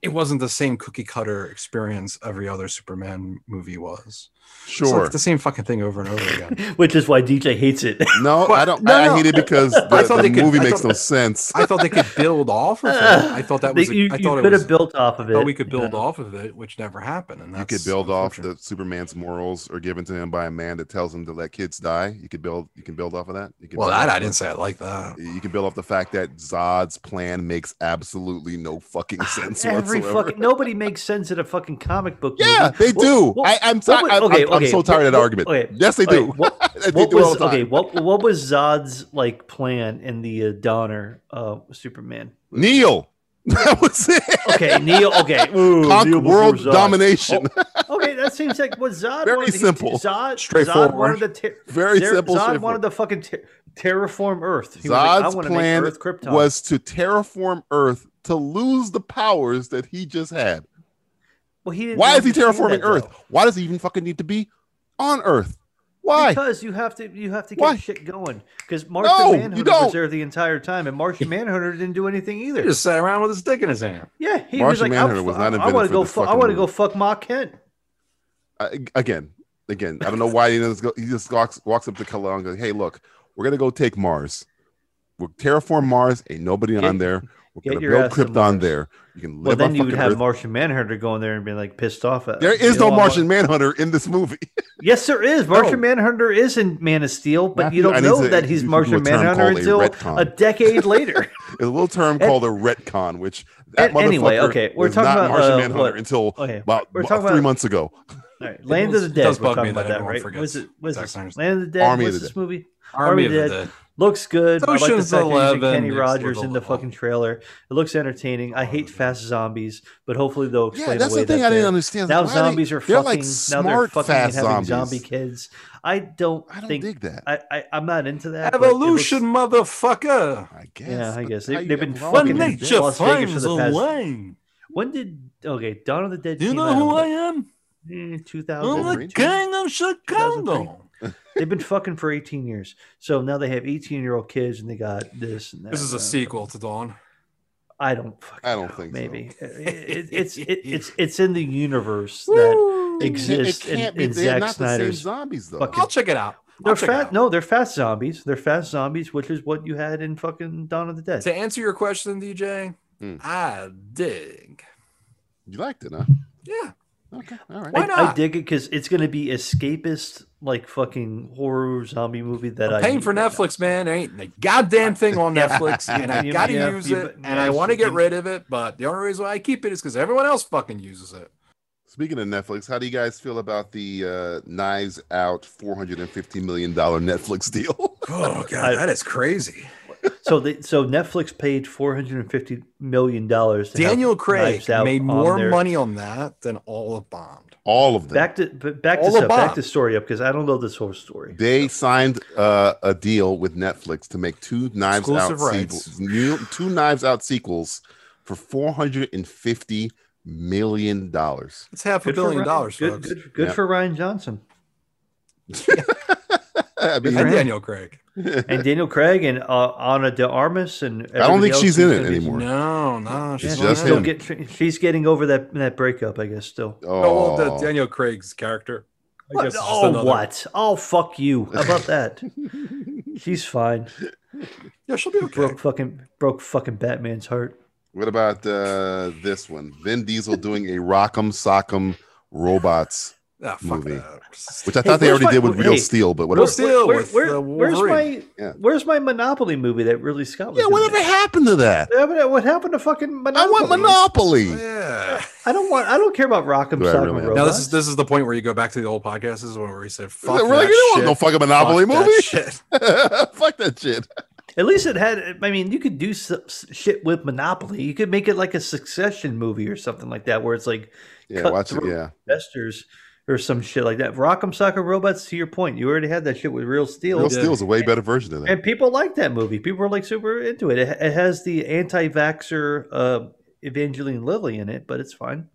[SPEAKER 3] it wasn't the same cookie cutter experience every other Superman movie was. It's
[SPEAKER 5] sure.
[SPEAKER 3] like the same fucking thing over and over again.
[SPEAKER 6] Which is why DJ hates it.
[SPEAKER 5] no, I don't.
[SPEAKER 3] No,
[SPEAKER 5] I, I
[SPEAKER 3] no.
[SPEAKER 5] hate it because the,
[SPEAKER 3] I thought
[SPEAKER 5] the
[SPEAKER 3] they could-
[SPEAKER 5] movie
[SPEAKER 3] I
[SPEAKER 5] makes
[SPEAKER 3] thought-
[SPEAKER 5] no sense.
[SPEAKER 3] I thought they could build off of it. I thought that was. a-
[SPEAKER 6] you,
[SPEAKER 3] I
[SPEAKER 6] you
[SPEAKER 3] thought it
[SPEAKER 6] could
[SPEAKER 3] was.
[SPEAKER 6] have built off of
[SPEAKER 3] I
[SPEAKER 6] it.
[SPEAKER 3] thought we could build off of it, which never happened. And
[SPEAKER 5] You
[SPEAKER 3] that's
[SPEAKER 5] could build off
[SPEAKER 3] unfortunate.
[SPEAKER 5] the Superman's morals are given to him by a man that tells him to let kids die. You could build. You can build off of that. You can
[SPEAKER 3] Well,
[SPEAKER 5] build
[SPEAKER 3] that
[SPEAKER 5] off
[SPEAKER 3] I
[SPEAKER 5] of
[SPEAKER 3] didn't say I like that.
[SPEAKER 5] You can build off the fact that Zod's plan makes absolutely no fucking sense
[SPEAKER 6] Every
[SPEAKER 5] whatsoever.
[SPEAKER 6] fucking nobody makes sense in a fucking comic book.
[SPEAKER 5] yeah,
[SPEAKER 6] movie.
[SPEAKER 5] they
[SPEAKER 6] What-
[SPEAKER 5] do.
[SPEAKER 6] what-
[SPEAKER 5] I, I'm, so,
[SPEAKER 6] what-
[SPEAKER 5] I,
[SPEAKER 6] okay,
[SPEAKER 5] I'm, I'm so
[SPEAKER 6] okay,
[SPEAKER 5] tired of that
[SPEAKER 6] what-
[SPEAKER 5] argument.
[SPEAKER 6] okay,
[SPEAKER 5] Yes, they
[SPEAKER 6] okay,
[SPEAKER 5] do.
[SPEAKER 6] what-
[SPEAKER 5] they
[SPEAKER 6] what
[SPEAKER 5] do it all
[SPEAKER 6] was-
[SPEAKER 5] the time.
[SPEAKER 6] okay? What what was Zod's like plan in the uh, Donner uh, Superman?
[SPEAKER 5] Neil. That was it.
[SPEAKER 6] Okay, Neil. Okay, ooh,
[SPEAKER 5] Conquer
[SPEAKER 6] Neil before
[SPEAKER 5] world
[SPEAKER 6] Zod. Oh,
[SPEAKER 5] domination.
[SPEAKER 6] Okay, that seems like what Zod.
[SPEAKER 5] Very
[SPEAKER 6] wanted, he-
[SPEAKER 5] simple.
[SPEAKER 6] Zod,
[SPEAKER 3] Straightforward.
[SPEAKER 6] Zod wanted to ter-
[SPEAKER 5] Very
[SPEAKER 6] ter-
[SPEAKER 5] simple,
[SPEAKER 6] Zod
[SPEAKER 5] straightforward.
[SPEAKER 6] wanted to fucking ter- terraform Earth. He was like, I
[SPEAKER 5] Zod's
[SPEAKER 6] want to make
[SPEAKER 5] plan
[SPEAKER 6] Earth Krypton.
[SPEAKER 5] was to terraform Earth to lose the powers that he just had.
[SPEAKER 6] well, he didn't
[SPEAKER 5] Why is he
[SPEAKER 6] understand
[SPEAKER 5] terraforming
[SPEAKER 6] that,
[SPEAKER 5] Earth?
[SPEAKER 6] though.
[SPEAKER 5] Why does he even fucking need to be on Earth? Why?
[SPEAKER 6] Because you have to you have to get
[SPEAKER 5] Why?
[SPEAKER 6] shit going. Because Martian
[SPEAKER 5] No, you
[SPEAKER 6] Manhunter
[SPEAKER 5] don't.
[SPEAKER 6] was there the entire time, and Martian Manhunter didn't do anything either.
[SPEAKER 3] He just sat around with his dick in his hand.
[SPEAKER 6] Yeah, he
[SPEAKER 5] Martian
[SPEAKER 6] was like,
[SPEAKER 5] Manhunter
[SPEAKER 6] I'm,
[SPEAKER 5] was
[SPEAKER 6] was
[SPEAKER 5] not
[SPEAKER 6] not I
[SPEAKER 5] invented
[SPEAKER 6] want
[SPEAKER 5] for
[SPEAKER 6] to go.
[SPEAKER 5] this
[SPEAKER 6] Fu- I
[SPEAKER 5] fucking
[SPEAKER 6] want to go
[SPEAKER 5] movie.
[SPEAKER 6] fuck Ma Kent.
[SPEAKER 5] I- again, again, I don't know why he doesn't go. He just walks, walks up to Kal and goes, "Hey, look, we're gonna go take Mars. We'll terraform Mars. Ain't nobody
[SPEAKER 6] Get-
[SPEAKER 5] on there. We're
[SPEAKER 6] get
[SPEAKER 5] gonna
[SPEAKER 6] your
[SPEAKER 5] build
[SPEAKER 6] ass to
[SPEAKER 5] Krypton
[SPEAKER 6] Mars.
[SPEAKER 5] there. You can
[SPEAKER 6] Well,
[SPEAKER 5] live
[SPEAKER 6] then
[SPEAKER 5] on
[SPEAKER 6] you would
[SPEAKER 5] fucking
[SPEAKER 6] have
[SPEAKER 5] Earth.
[SPEAKER 6] Martian Manhunter going there and be like pissed off at.
[SPEAKER 5] there
[SPEAKER 6] us.
[SPEAKER 5] is
[SPEAKER 6] You
[SPEAKER 5] no
[SPEAKER 6] know, I'm
[SPEAKER 5] Martian
[SPEAKER 6] like-
[SPEAKER 5] Manhunter in this movie.
[SPEAKER 6] Yes, there is. Martian Manhunter is in Man of Steel, but
[SPEAKER 5] Matthew,
[SPEAKER 6] you don't
[SPEAKER 5] I need
[SPEAKER 6] know
[SPEAKER 5] to-
[SPEAKER 6] that he's
[SPEAKER 5] you can do a
[SPEAKER 6] Martian
[SPEAKER 5] term
[SPEAKER 6] Manhunter
[SPEAKER 5] called a
[SPEAKER 6] until
[SPEAKER 5] retcon.
[SPEAKER 6] a decade later.
[SPEAKER 5] There's a little term called a retcon, which that
[SPEAKER 6] An- anyway,
[SPEAKER 5] motherfucker
[SPEAKER 6] okay, we're
[SPEAKER 5] was
[SPEAKER 6] talking
[SPEAKER 5] not
[SPEAKER 6] about,
[SPEAKER 5] Martian
[SPEAKER 6] uh,
[SPEAKER 5] Manhunter
[SPEAKER 6] what-
[SPEAKER 5] until
[SPEAKER 6] okay,
[SPEAKER 5] about
[SPEAKER 6] we're
[SPEAKER 5] mo-
[SPEAKER 6] talking
[SPEAKER 5] three
[SPEAKER 6] about-
[SPEAKER 5] months ago.
[SPEAKER 6] All right, Land
[SPEAKER 3] does-
[SPEAKER 6] of the Dead.
[SPEAKER 3] does bug me
[SPEAKER 6] We're talking about
[SPEAKER 3] that
[SPEAKER 6] that,
[SPEAKER 3] everyone
[SPEAKER 6] right?
[SPEAKER 3] forgets
[SPEAKER 6] Was it? Was
[SPEAKER 3] Zack
[SPEAKER 6] it
[SPEAKER 3] Snyder's-
[SPEAKER 6] Land of the Dead?
[SPEAKER 5] Army of
[SPEAKER 6] What's
[SPEAKER 5] the
[SPEAKER 6] this movie?
[SPEAKER 3] Army of the Dead.
[SPEAKER 6] Looks good. I like the
[SPEAKER 3] Ocean's
[SPEAKER 6] fact that using
[SPEAKER 3] 11
[SPEAKER 6] Kenny
[SPEAKER 3] is
[SPEAKER 6] Rogers
[SPEAKER 3] little-
[SPEAKER 6] in the fucking trailer. It looks entertaining. I hate fast zombies, but hopefully they'll explain
[SPEAKER 5] Yeah, that's
[SPEAKER 6] away
[SPEAKER 5] the thing
[SPEAKER 6] that
[SPEAKER 5] I didn't
[SPEAKER 6] they're-
[SPEAKER 5] understand.
[SPEAKER 6] Now
[SPEAKER 5] Why they-
[SPEAKER 6] zombies are
[SPEAKER 5] they're
[SPEAKER 6] fucking.
[SPEAKER 5] like
[SPEAKER 6] now they're
[SPEAKER 5] smart
[SPEAKER 6] fucking and
[SPEAKER 5] fast
[SPEAKER 6] having
[SPEAKER 5] zombies.
[SPEAKER 6] zombie kids. I don't.
[SPEAKER 5] I don't
[SPEAKER 6] think,
[SPEAKER 5] dig that.
[SPEAKER 6] I, I I'm not into that. but it looks-
[SPEAKER 3] Evolution, motherfucker.
[SPEAKER 5] I guess.
[SPEAKER 6] Yeah, I
[SPEAKER 5] but
[SPEAKER 6] guess.
[SPEAKER 5] how
[SPEAKER 6] They-
[SPEAKER 5] you
[SPEAKER 6] they've been
[SPEAKER 5] evolve
[SPEAKER 6] fucking
[SPEAKER 5] in
[SPEAKER 3] When
[SPEAKER 6] Fucking
[SPEAKER 5] this
[SPEAKER 6] in
[SPEAKER 3] nature
[SPEAKER 5] day?
[SPEAKER 6] Las Vegas
[SPEAKER 3] finds
[SPEAKER 6] for
[SPEAKER 3] a
[SPEAKER 6] the past-
[SPEAKER 3] way.
[SPEAKER 6] When did okay Dawn of the Dead?
[SPEAKER 3] Do you
[SPEAKER 6] came
[SPEAKER 3] know
[SPEAKER 6] out in,
[SPEAKER 3] who I
[SPEAKER 6] like,
[SPEAKER 3] am? Oh
[SPEAKER 6] eh,
[SPEAKER 3] I'm
[SPEAKER 6] 2000.
[SPEAKER 3] the
[SPEAKER 5] Wolverine.
[SPEAKER 3] king of Chicago.
[SPEAKER 6] 2003. They've been fucking for 18 years. So now they have 18 year old kids and they got this and that.
[SPEAKER 3] This is a
[SPEAKER 6] Uh,
[SPEAKER 3] sequel to Dawn.
[SPEAKER 6] I don't fucking
[SPEAKER 5] I don't
[SPEAKER 6] know,
[SPEAKER 5] think so.
[SPEAKER 6] maybe. Uh, it- it's it, it's it's in the universe that
[SPEAKER 3] Woo.
[SPEAKER 5] It can't-
[SPEAKER 6] exists
[SPEAKER 5] It
[SPEAKER 6] in,
[SPEAKER 5] can't be.
[SPEAKER 6] in
[SPEAKER 5] They're
[SPEAKER 6] Zack
[SPEAKER 5] not the same
[SPEAKER 6] Snyder's.
[SPEAKER 5] zombies though.
[SPEAKER 6] fucking-
[SPEAKER 3] I'll check it out. I'll
[SPEAKER 6] They're
[SPEAKER 3] check it out.
[SPEAKER 6] fast. No, they're fast zombies. They're fast zombies, which is what you had in fucking Dawn of the Dead.
[SPEAKER 3] To answer your question, DJ,
[SPEAKER 5] Hmm.
[SPEAKER 3] I dig.
[SPEAKER 5] You liked it, huh?
[SPEAKER 3] Yeah.
[SPEAKER 5] Okay, all right.
[SPEAKER 3] Why
[SPEAKER 6] I, I
[SPEAKER 3] not?
[SPEAKER 6] dig it because it's going to be escapist, like fucking horror zombie movie that I
[SPEAKER 3] Paying
[SPEAKER 6] need
[SPEAKER 3] for
[SPEAKER 6] right now.
[SPEAKER 3] Netflix, man. There ain't a goddamn thing on Netflix, and I
[SPEAKER 6] You-
[SPEAKER 3] gotta
[SPEAKER 6] yeah,
[SPEAKER 3] use
[SPEAKER 6] you-
[SPEAKER 3] it,
[SPEAKER 6] but-
[SPEAKER 3] and I
[SPEAKER 6] yeah,
[SPEAKER 3] want to
[SPEAKER 6] you-
[SPEAKER 3] get rid of it. But the only reason why I keep it is because everyone else fucking uses it.
[SPEAKER 5] Speaking of Netflix, how do you guys feel about the uh, Knives Out four hundred and fifty million dollar Netflix deal?
[SPEAKER 3] Oh god,
[SPEAKER 6] I-
[SPEAKER 3] that is crazy.
[SPEAKER 6] So they so Netflix paid 450 million dollars.
[SPEAKER 3] Daniel Craig made more
[SPEAKER 6] money.
[SPEAKER 3] money on that than all of Bombed.
[SPEAKER 5] All of them.
[SPEAKER 6] back to but back
[SPEAKER 3] All
[SPEAKER 6] to stuff,
[SPEAKER 3] about.
[SPEAKER 6] back to story up because I don't know this whole story.
[SPEAKER 5] They signed uh, a deal with Netflix to make two Knives
[SPEAKER 3] Exclusive
[SPEAKER 5] Out
[SPEAKER 3] rights.
[SPEAKER 5] sequels, new, two Knives Out sequels for four hundred and fifty million dollars.
[SPEAKER 3] It's half a
[SPEAKER 6] Good for
[SPEAKER 3] billion
[SPEAKER 6] Ryan-
[SPEAKER 3] dollars,
[SPEAKER 6] Good,
[SPEAKER 3] folks.
[SPEAKER 6] good, good
[SPEAKER 5] Yeah.
[SPEAKER 6] for Ryan Johnson
[SPEAKER 5] I mean,
[SPEAKER 6] for
[SPEAKER 3] And
[SPEAKER 6] him.
[SPEAKER 3] Daniel Craig.
[SPEAKER 6] and Daniel Craig and uh, Ana de Armas and
[SPEAKER 5] I don't think
[SPEAKER 6] everybody
[SPEAKER 5] she's
[SPEAKER 6] else
[SPEAKER 5] in it
[SPEAKER 6] who's gonna be-
[SPEAKER 5] anymore.
[SPEAKER 3] No, no, she's
[SPEAKER 5] It's
[SPEAKER 3] not
[SPEAKER 5] just
[SPEAKER 3] in it.
[SPEAKER 6] Still
[SPEAKER 5] him.
[SPEAKER 6] get, tr- she's getting over that that breakup, I guess. Still.
[SPEAKER 5] Oh,
[SPEAKER 3] Oh, well, the Daniel Craig's character. I
[SPEAKER 6] What?
[SPEAKER 3] guess it's just
[SPEAKER 6] oh
[SPEAKER 3] another-
[SPEAKER 6] what? Oh fuck you! How about that? she's fine.
[SPEAKER 3] Yeah, she'll be okay.
[SPEAKER 6] Broke fucking broke fucking Batman's heart.
[SPEAKER 5] what about uh, this one? Vin Diesel doing a Rock'em Sock'em robots,
[SPEAKER 3] Ah, fuck
[SPEAKER 5] movie.
[SPEAKER 3] that.
[SPEAKER 5] which I thought they
[SPEAKER 6] where's
[SPEAKER 5] already
[SPEAKER 6] my-
[SPEAKER 5] did with Real
[SPEAKER 6] hey,
[SPEAKER 5] Steel, but
[SPEAKER 3] Real
[SPEAKER 5] whatever.
[SPEAKER 3] Steel with the
[SPEAKER 6] where's my
[SPEAKER 3] Wolverine.
[SPEAKER 5] Yeah.
[SPEAKER 6] where's my Monopoly movie that really Scott? Was
[SPEAKER 5] Yeah,
[SPEAKER 6] in
[SPEAKER 5] whatever
[SPEAKER 6] there?
[SPEAKER 5] happened to that?
[SPEAKER 6] Yeah, but What happened to fucking
[SPEAKER 5] I
[SPEAKER 6] Monopoly?
[SPEAKER 5] want Monopoly.
[SPEAKER 3] Yeah.
[SPEAKER 6] I don't want. I don't care about Rock'em
[SPEAKER 5] Do I
[SPEAKER 6] Sock'em
[SPEAKER 5] really?
[SPEAKER 6] Robots.
[SPEAKER 3] Now this is this is the point where you go back to the old podcast. This is where we said,
[SPEAKER 5] We're
[SPEAKER 3] "Fuck
[SPEAKER 5] like,
[SPEAKER 3] that
[SPEAKER 5] you don't want
[SPEAKER 3] shit.
[SPEAKER 5] no fucking Monopoly
[SPEAKER 3] Fuck that
[SPEAKER 5] movie.
[SPEAKER 3] shit.
[SPEAKER 5] Fuck that shit.
[SPEAKER 6] At least it had. I mean, you could do s s- shit with Monopoly. You could make it like a Succession movie or something like that, where it's like
[SPEAKER 5] Yeah,
[SPEAKER 6] Cut
[SPEAKER 5] watch it.
[SPEAKER 6] through.
[SPEAKER 5] Yeah,
[SPEAKER 6] investors or some shit like that. Rock'em Sock'em Robots. To your point, you already had that shit with Real Steel,
[SPEAKER 5] Real Steel's a way better version of that.
[SPEAKER 6] and people like that movie. People are like super into it. It, it has the anti-vaxer uh, Evangeline Lilly in it, but it's fine.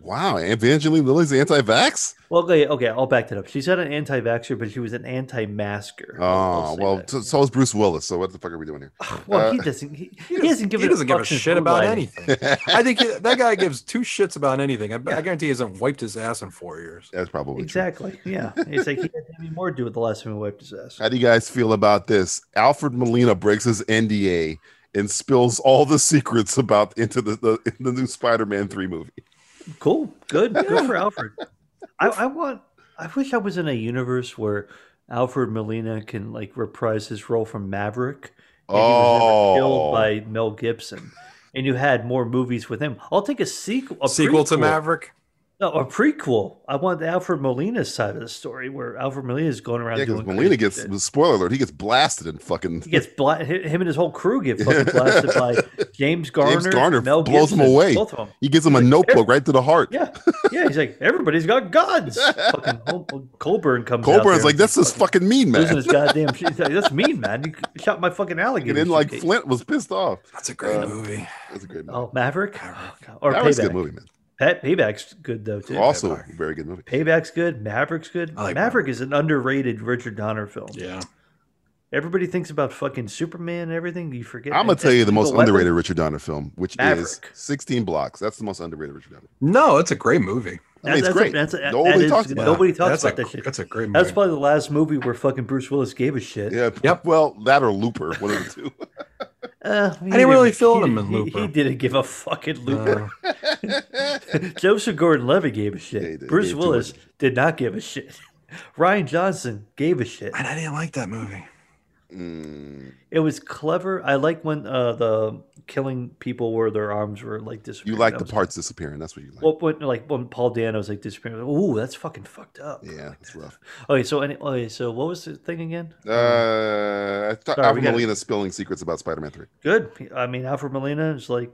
[SPEAKER 5] Wow, Evangeline Lilly's anti-vax.
[SPEAKER 6] Well, okay, okay, I'll back that up. She's not an anti-vaxer, but she was an anti-masker. I'll- I'll
[SPEAKER 5] Oh
[SPEAKER 6] say
[SPEAKER 5] well,
[SPEAKER 6] that.
[SPEAKER 5] so, so is Bruce Willis. So what the fuck are we doing here?
[SPEAKER 6] Well,
[SPEAKER 5] Uh,
[SPEAKER 6] he doesn't. He, he,
[SPEAKER 3] does-
[SPEAKER 6] doesn't give.
[SPEAKER 3] He
[SPEAKER 6] a
[SPEAKER 3] doesn't give a
[SPEAKER 6] fucks in
[SPEAKER 3] shit
[SPEAKER 6] food
[SPEAKER 3] about
[SPEAKER 6] lighting.
[SPEAKER 3] anything. I think he- that guy gives two shits about anything. I, I guarantee he hasn't wiped his ass in four years.
[SPEAKER 5] That's probably
[SPEAKER 6] Exactly. Yeah. It's like he had any more to do with the last time he wiped his ass.
[SPEAKER 5] true. How do you guys feel about this? Alfred Molina breaks his NDA and spills all the secrets about into the the, the new Spider-Man three movie.
[SPEAKER 6] Cool. Good. Good for Alfred. I, I want. I wish I was in a universe where Alfred Molina can like reprise his role from Maverick. And he
[SPEAKER 5] Oh.
[SPEAKER 6] was never killed by Mel Gibson, and you had more movies with him. I'll take a sequel. A
[SPEAKER 3] Sequel to
[SPEAKER 6] prequel.
[SPEAKER 3] Maverick.
[SPEAKER 6] No, a prequel. I want the Alfred Molina's side of the story where Alfred Molina is going around.
[SPEAKER 5] Yeah, because
[SPEAKER 6] doing
[SPEAKER 5] Molina gets
[SPEAKER 6] crazy shit.
[SPEAKER 5] spoiler alert. He gets blasted and fucking
[SPEAKER 6] He gets bla- hi- him and his whole crew get fucking blasted by James Garner.
[SPEAKER 5] Garner
[SPEAKER 6] Mel
[SPEAKER 5] blows
[SPEAKER 6] Gibson,
[SPEAKER 5] him away.
[SPEAKER 6] Both of them.
[SPEAKER 5] he gives him a notebook right to the heart.
[SPEAKER 6] Yeah, yeah. He's like, everybody's got guns. fucking Col- Colburn comes. out
[SPEAKER 5] Colburn's
[SPEAKER 6] there
[SPEAKER 5] like,
[SPEAKER 6] and
[SPEAKER 5] that's just fucking mean,
[SPEAKER 6] losing
[SPEAKER 5] man.
[SPEAKER 6] his goddamn. shit. He's like, that's mean, man. You shot my fucking alligator.
[SPEAKER 5] And then like
[SPEAKER 6] shit."
[SPEAKER 5] Flint was pissed off.
[SPEAKER 3] That's a great
[SPEAKER 5] Uh,
[SPEAKER 3] movie.
[SPEAKER 5] That's a great movie.
[SPEAKER 6] Oh, Maverick. Oh, God. Or
[SPEAKER 5] that was a
[SPEAKER 6] Payback.
[SPEAKER 5] good movie, man.
[SPEAKER 6] Pay- Payback's good though too.
[SPEAKER 5] also
[SPEAKER 3] Payback.
[SPEAKER 5] a very good movie.
[SPEAKER 6] Payback's good. Maverick's good.
[SPEAKER 3] I like
[SPEAKER 6] Maverick is an underrated Richard Donner film.
[SPEAKER 3] Yeah.
[SPEAKER 6] Everybody thinks about fucking Superman and everything. You forget.
[SPEAKER 5] I'm gonna
[SPEAKER 6] that-
[SPEAKER 5] tell you the most
[SPEAKER 6] Lethal Weapon-
[SPEAKER 5] underrated Richard Donner film, which is
[SPEAKER 6] Maverick.
[SPEAKER 5] 16 Blocks. That's the most underrated Richard Donner.
[SPEAKER 3] No, it's a great movie.
[SPEAKER 5] I mean,
[SPEAKER 6] That's-
[SPEAKER 5] it's
[SPEAKER 6] that's a-
[SPEAKER 5] great.
[SPEAKER 6] that's a- that
[SPEAKER 5] Nobody
[SPEAKER 6] is-
[SPEAKER 5] talks about it.
[SPEAKER 6] Nobody talks
[SPEAKER 3] that's
[SPEAKER 6] about
[SPEAKER 3] a,
[SPEAKER 6] that shit.
[SPEAKER 3] That's a great movie.
[SPEAKER 6] That's probably the last movie where fucking Bruce Willis gave a shit.
[SPEAKER 5] Yeah.
[SPEAKER 3] Yep.
[SPEAKER 5] Well, that or Looper, one of the two.
[SPEAKER 6] Uh, I
[SPEAKER 3] didn't really feel him in
[SPEAKER 6] He,
[SPEAKER 3] Looper.
[SPEAKER 6] didn't give a fucking
[SPEAKER 3] Uh,
[SPEAKER 6] Looper. Joseph Gordon-Levitt gave a shit.
[SPEAKER 5] Yeah, he did.
[SPEAKER 6] Bruce
[SPEAKER 5] Gave too
[SPEAKER 6] Willis
[SPEAKER 5] much.
[SPEAKER 6] did not give a shit. Ryan Johnson gave a shit.
[SPEAKER 3] and I didn't like that movie.
[SPEAKER 5] Mm,
[SPEAKER 6] It was clever. I like when uh, the killing people where their arms were like disappearing.
[SPEAKER 5] you like
[SPEAKER 6] That
[SPEAKER 5] the
[SPEAKER 6] was-
[SPEAKER 5] parts disappearing. That's what you like.
[SPEAKER 6] Well, when like when Paul Dano's like disappearing, like, ooh, that's fucking fucked up.
[SPEAKER 5] yeah, it's rough.
[SPEAKER 6] Okay, so any, okay, so what was the thing again?
[SPEAKER 5] Uh, I thought
[SPEAKER 6] Mm. Sorry, we
[SPEAKER 5] Alfred
[SPEAKER 6] gotta-
[SPEAKER 5] Molina spilling secrets about Spider-Man Three.
[SPEAKER 6] Good. I mean, Alfred Molina is like,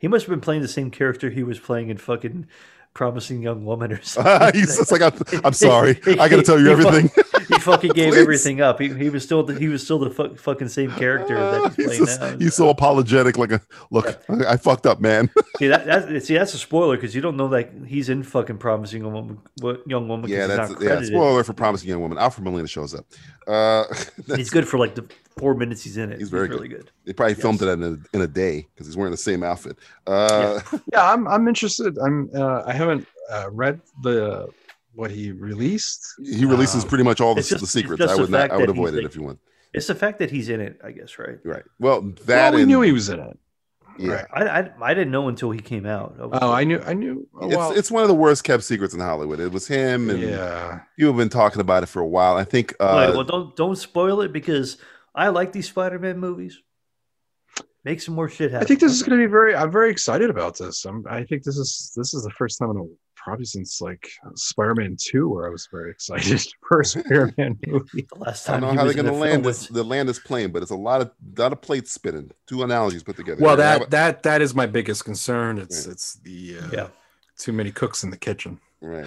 [SPEAKER 6] he must have been playing the same character he was playing in fucking Promising Young Woman or something.
[SPEAKER 5] Ah, He's just like, I'm, I'm sorry. I got to tell you
[SPEAKER 6] He fu-
[SPEAKER 5] everything.
[SPEAKER 6] he fucking gave
[SPEAKER 5] Please.
[SPEAKER 6] everything up. He, he was still the, he was still the fu- fucking same character that he's
[SPEAKER 5] Ah, he's,
[SPEAKER 6] playing
[SPEAKER 5] just-
[SPEAKER 6] now.
[SPEAKER 5] he's so apologetic. Like, a, look, I, I fucked up, man.
[SPEAKER 6] see that that's, see that's a spoiler because you don't know that he's in fucking Promising Young Woman. what- Young Woman 'cause
[SPEAKER 5] yeah,
[SPEAKER 6] he's
[SPEAKER 5] that's
[SPEAKER 6] not
[SPEAKER 5] yeah.
[SPEAKER 6] credited.
[SPEAKER 5] Spoiler for Promising Young Woman. Alfred Molina shows up. Uh,
[SPEAKER 6] He's good for like the four minutes he's in it.
[SPEAKER 5] He's very
[SPEAKER 6] really good.
[SPEAKER 5] they probably filmed it in a, in a day because he's wearing the same outfit. Uh,
[SPEAKER 3] Yeah, I'm I'm interested. I'm uh, I haven't uh, read the what he released.
[SPEAKER 5] He releases
[SPEAKER 3] Um,
[SPEAKER 5] pretty much all the,
[SPEAKER 6] it's just-
[SPEAKER 5] the
[SPEAKER 6] it's
[SPEAKER 5] secrets.
[SPEAKER 6] just
[SPEAKER 5] I
[SPEAKER 6] the
[SPEAKER 5] would not.
[SPEAKER 6] fact
[SPEAKER 5] I would
[SPEAKER 6] that he's
[SPEAKER 5] avoid it
[SPEAKER 6] like-
[SPEAKER 5] if you want.
[SPEAKER 6] It's the fact that he's in it, I guess, right?
[SPEAKER 5] Right. Well, that
[SPEAKER 3] Well, we
[SPEAKER 5] and,
[SPEAKER 3] knew he was in it.
[SPEAKER 5] yeah.
[SPEAKER 3] right.
[SPEAKER 6] I, I, I didn't know until he came out. I was
[SPEAKER 3] Oh, I
[SPEAKER 6] like,
[SPEAKER 3] knew. I knew. Oh,
[SPEAKER 5] It's,
[SPEAKER 3] well,
[SPEAKER 5] it's one of the worst kept secrets in Hollywood. It was him, and
[SPEAKER 3] yeah.
[SPEAKER 5] you have been talking about it for a while. I think.
[SPEAKER 6] "All right,
[SPEAKER 5] Uh,
[SPEAKER 6] well, don't don't spoil it because I like these Spider-Man movies. Make some more shit happen.
[SPEAKER 3] I think this is going to be very. I'm very excited about this. I'm, I think this is this is the first time in a, probably since like Spider-Man Two where I was very excited for a Spider-Man movie.
[SPEAKER 6] the last
[SPEAKER 5] I
[SPEAKER 6] time
[SPEAKER 5] don't know
[SPEAKER 6] he
[SPEAKER 5] how they're
[SPEAKER 6] was in
[SPEAKER 5] going to
[SPEAKER 6] a
[SPEAKER 5] land
[SPEAKER 6] film
[SPEAKER 5] this.
[SPEAKER 6] was-
[SPEAKER 5] The land is plain, but it's a lot of lot of plates spinning. Two analogies put together.
[SPEAKER 3] Well,
[SPEAKER 5] Here. How
[SPEAKER 3] that
[SPEAKER 5] about-
[SPEAKER 3] that that is my biggest concern. It's
[SPEAKER 5] Yeah.
[SPEAKER 3] it's the uh,
[SPEAKER 6] Yeah.
[SPEAKER 3] too many cooks in the kitchen.
[SPEAKER 5] Right, right.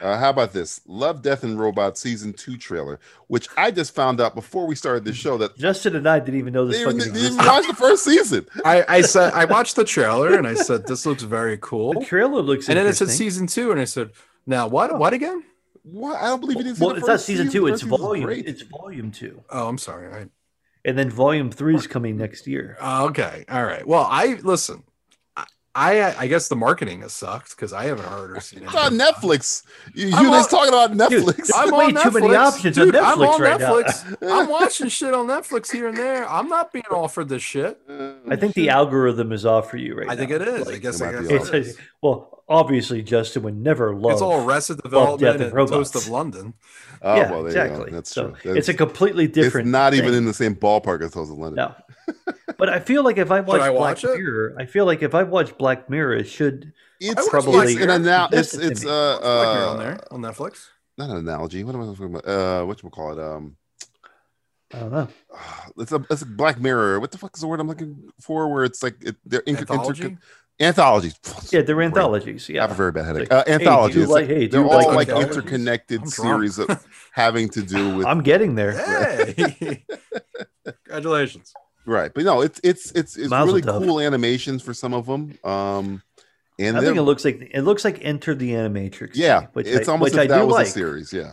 [SPEAKER 5] Uh, how about this? Love, Death, and Robots season two trailer, which I just found out before we started this show that
[SPEAKER 6] Justin and I didn't even know
[SPEAKER 5] they,
[SPEAKER 6] this
[SPEAKER 5] didn't-
[SPEAKER 6] fucking
[SPEAKER 5] they didn't
[SPEAKER 6] existed.
[SPEAKER 5] watch the first season.
[SPEAKER 3] I, I said I watched the trailer and I said this looks very cool.
[SPEAKER 6] The trailer looks
[SPEAKER 3] And then it
[SPEAKER 6] interesting.
[SPEAKER 3] said season two, and I said, now what? What again?
[SPEAKER 5] What? I don't believe you didn't see
[SPEAKER 6] well,
[SPEAKER 5] the
[SPEAKER 6] it's
[SPEAKER 5] first
[SPEAKER 6] not season two.
[SPEAKER 5] The
[SPEAKER 6] It's
[SPEAKER 5] first season's
[SPEAKER 6] volume.
[SPEAKER 5] great.
[SPEAKER 6] It's volume two,
[SPEAKER 3] Oh, I'm sorry. I,
[SPEAKER 6] and then volume three is coming next year.
[SPEAKER 3] Oh, okay. All right. Well, I listen. I I, I guess the marketing has sucked because I haven't heard or seen
[SPEAKER 5] It's on
[SPEAKER 3] anything.
[SPEAKER 5] Netflix. You,
[SPEAKER 3] I'm
[SPEAKER 5] you guys
[SPEAKER 3] on-
[SPEAKER 5] talking about Netflix?
[SPEAKER 6] Dude,
[SPEAKER 3] I'm
[SPEAKER 6] Way
[SPEAKER 3] on
[SPEAKER 6] too many
[SPEAKER 3] Netflix.
[SPEAKER 6] options on
[SPEAKER 3] Dude, I'm
[SPEAKER 6] Netflix
[SPEAKER 3] on
[SPEAKER 6] right now.
[SPEAKER 3] Netflix. I'm watching shit on Netflix here and there. I'm not being offered this shit.
[SPEAKER 6] I think the algorithm is off for you right
[SPEAKER 3] I think
[SPEAKER 6] now.
[SPEAKER 3] it is. I
[SPEAKER 5] Like,
[SPEAKER 3] guess
[SPEAKER 5] it
[SPEAKER 3] I guess
[SPEAKER 5] might be
[SPEAKER 3] it
[SPEAKER 5] all
[SPEAKER 3] is.
[SPEAKER 6] It's well, obviously, Justin would never love.
[SPEAKER 3] It's all Arrested
[SPEAKER 6] Death,
[SPEAKER 3] Development
[SPEAKER 6] and
[SPEAKER 3] and Toast
[SPEAKER 6] Robots.
[SPEAKER 3] of London.
[SPEAKER 5] Oh,
[SPEAKER 6] yeah,
[SPEAKER 5] well, there you go.
[SPEAKER 6] exactly.
[SPEAKER 5] That's
[SPEAKER 6] so
[SPEAKER 5] true. That's-
[SPEAKER 6] it's a completely different.
[SPEAKER 5] It's not even
[SPEAKER 6] thing.
[SPEAKER 5] in the same ballpark as Those of London.
[SPEAKER 6] No. But I feel like if I watch
[SPEAKER 3] I
[SPEAKER 6] Black
[SPEAKER 3] watch it?
[SPEAKER 6] Mirror, I feel like if I watch Black Mirror, it should.
[SPEAKER 5] It's
[SPEAKER 3] I watched
[SPEAKER 5] probably
[SPEAKER 6] Black
[SPEAKER 5] an
[SPEAKER 6] Mirror.
[SPEAKER 5] anal- It's
[SPEAKER 6] Listen to
[SPEAKER 5] it's
[SPEAKER 6] me.
[SPEAKER 5] uh,
[SPEAKER 3] Black Mirror on
[SPEAKER 5] uh
[SPEAKER 3] there on Netflix.
[SPEAKER 5] not an analogy. What am I talking about? Uh, what you call it? Um,
[SPEAKER 6] I don't know.
[SPEAKER 5] it's a it's a Black Mirror. What the fuck is the word I'm looking for? Where it's like it, they're inter-
[SPEAKER 3] Anthology?
[SPEAKER 5] inter- anthologies.
[SPEAKER 6] Yeah, they're anthologies.
[SPEAKER 5] I have a
[SPEAKER 6] Yeah,
[SPEAKER 5] very bad headache.
[SPEAKER 6] Like,
[SPEAKER 5] uh,
[SPEAKER 6] hey, do you
[SPEAKER 5] anthologies.
[SPEAKER 6] like- hey, do
[SPEAKER 5] they're
[SPEAKER 6] you
[SPEAKER 5] all
[SPEAKER 6] like
[SPEAKER 5] like
[SPEAKER 3] anthologies?
[SPEAKER 5] interconnected
[SPEAKER 3] I'm drunk.
[SPEAKER 5] series of having to do with
[SPEAKER 6] I'm getting there.
[SPEAKER 3] Hey, congratulations.
[SPEAKER 5] right. But no, it's it's it's it's
[SPEAKER 6] Mazel
[SPEAKER 5] really
[SPEAKER 6] tov.
[SPEAKER 5] cool animations for some of them. Um, and
[SPEAKER 6] I
[SPEAKER 5] then
[SPEAKER 6] think it looks like it looks like Enter the Animatrix. to
[SPEAKER 5] yeah,
[SPEAKER 6] me, which
[SPEAKER 5] it's
[SPEAKER 6] I,
[SPEAKER 5] almost
[SPEAKER 6] which
[SPEAKER 5] if
[SPEAKER 6] I
[SPEAKER 5] that
[SPEAKER 6] do
[SPEAKER 5] was
[SPEAKER 6] like.
[SPEAKER 5] a series. Yeah,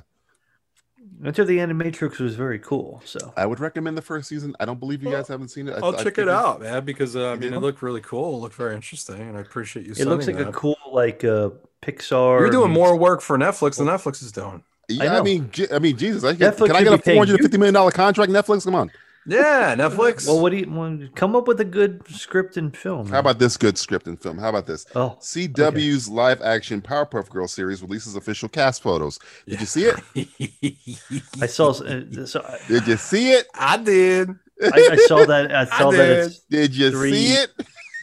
[SPEAKER 6] Enter the Animatrix was very cool. So
[SPEAKER 5] I would recommend the first season. I don't believe you guys haven't seen it. I,
[SPEAKER 3] I'll
[SPEAKER 5] I
[SPEAKER 3] check
[SPEAKER 5] think
[SPEAKER 3] it
[SPEAKER 5] it's-
[SPEAKER 3] out, man, because uh, I
[SPEAKER 5] You
[SPEAKER 3] mean,
[SPEAKER 5] know?
[SPEAKER 3] it looked really cool. It looked very interesting, and I appreciate you.
[SPEAKER 6] it looks like
[SPEAKER 3] sending
[SPEAKER 6] a
[SPEAKER 3] that.
[SPEAKER 6] cool like uh, Pixar.
[SPEAKER 3] You're doing
[SPEAKER 6] meets-
[SPEAKER 3] more work for Netflix than Netflix is doing.
[SPEAKER 5] Yeah, I,
[SPEAKER 6] know.
[SPEAKER 5] mean, Je- I mean, Jesus, I can,
[SPEAKER 6] Netflix
[SPEAKER 5] can I
[SPEAKER 6] should
[SPEAKER 5] get a
[SPEAKER 6] be paying
[SPEAKER 5] four hundred fifty
[SPEAKER 6] you.
[SPEAKER 5] million dollar contract? Netflix, come on.
[SPEAKER 3] Yeah, Netflix.
[SPEAKER 6] Well, what do you well, come up with a good script and film?
[SPEAKER 5] How about this good script and film? How about this?
[SPEAKER 6] oh
[SPEAKER 5] CW's live action Powerpuff Girl series releases official cast photos. Did you see it?
[SPEAKER 6] I saw uh, so I,
[SPEAKER 5] Did you see it?
[SPEAKER 3] I did.
[SPEAKER 6] I I saw that I saw that it's
[SPEAKER 5] Did you
[SPEAKER 6] Three.
[SPEAKER 5] see it?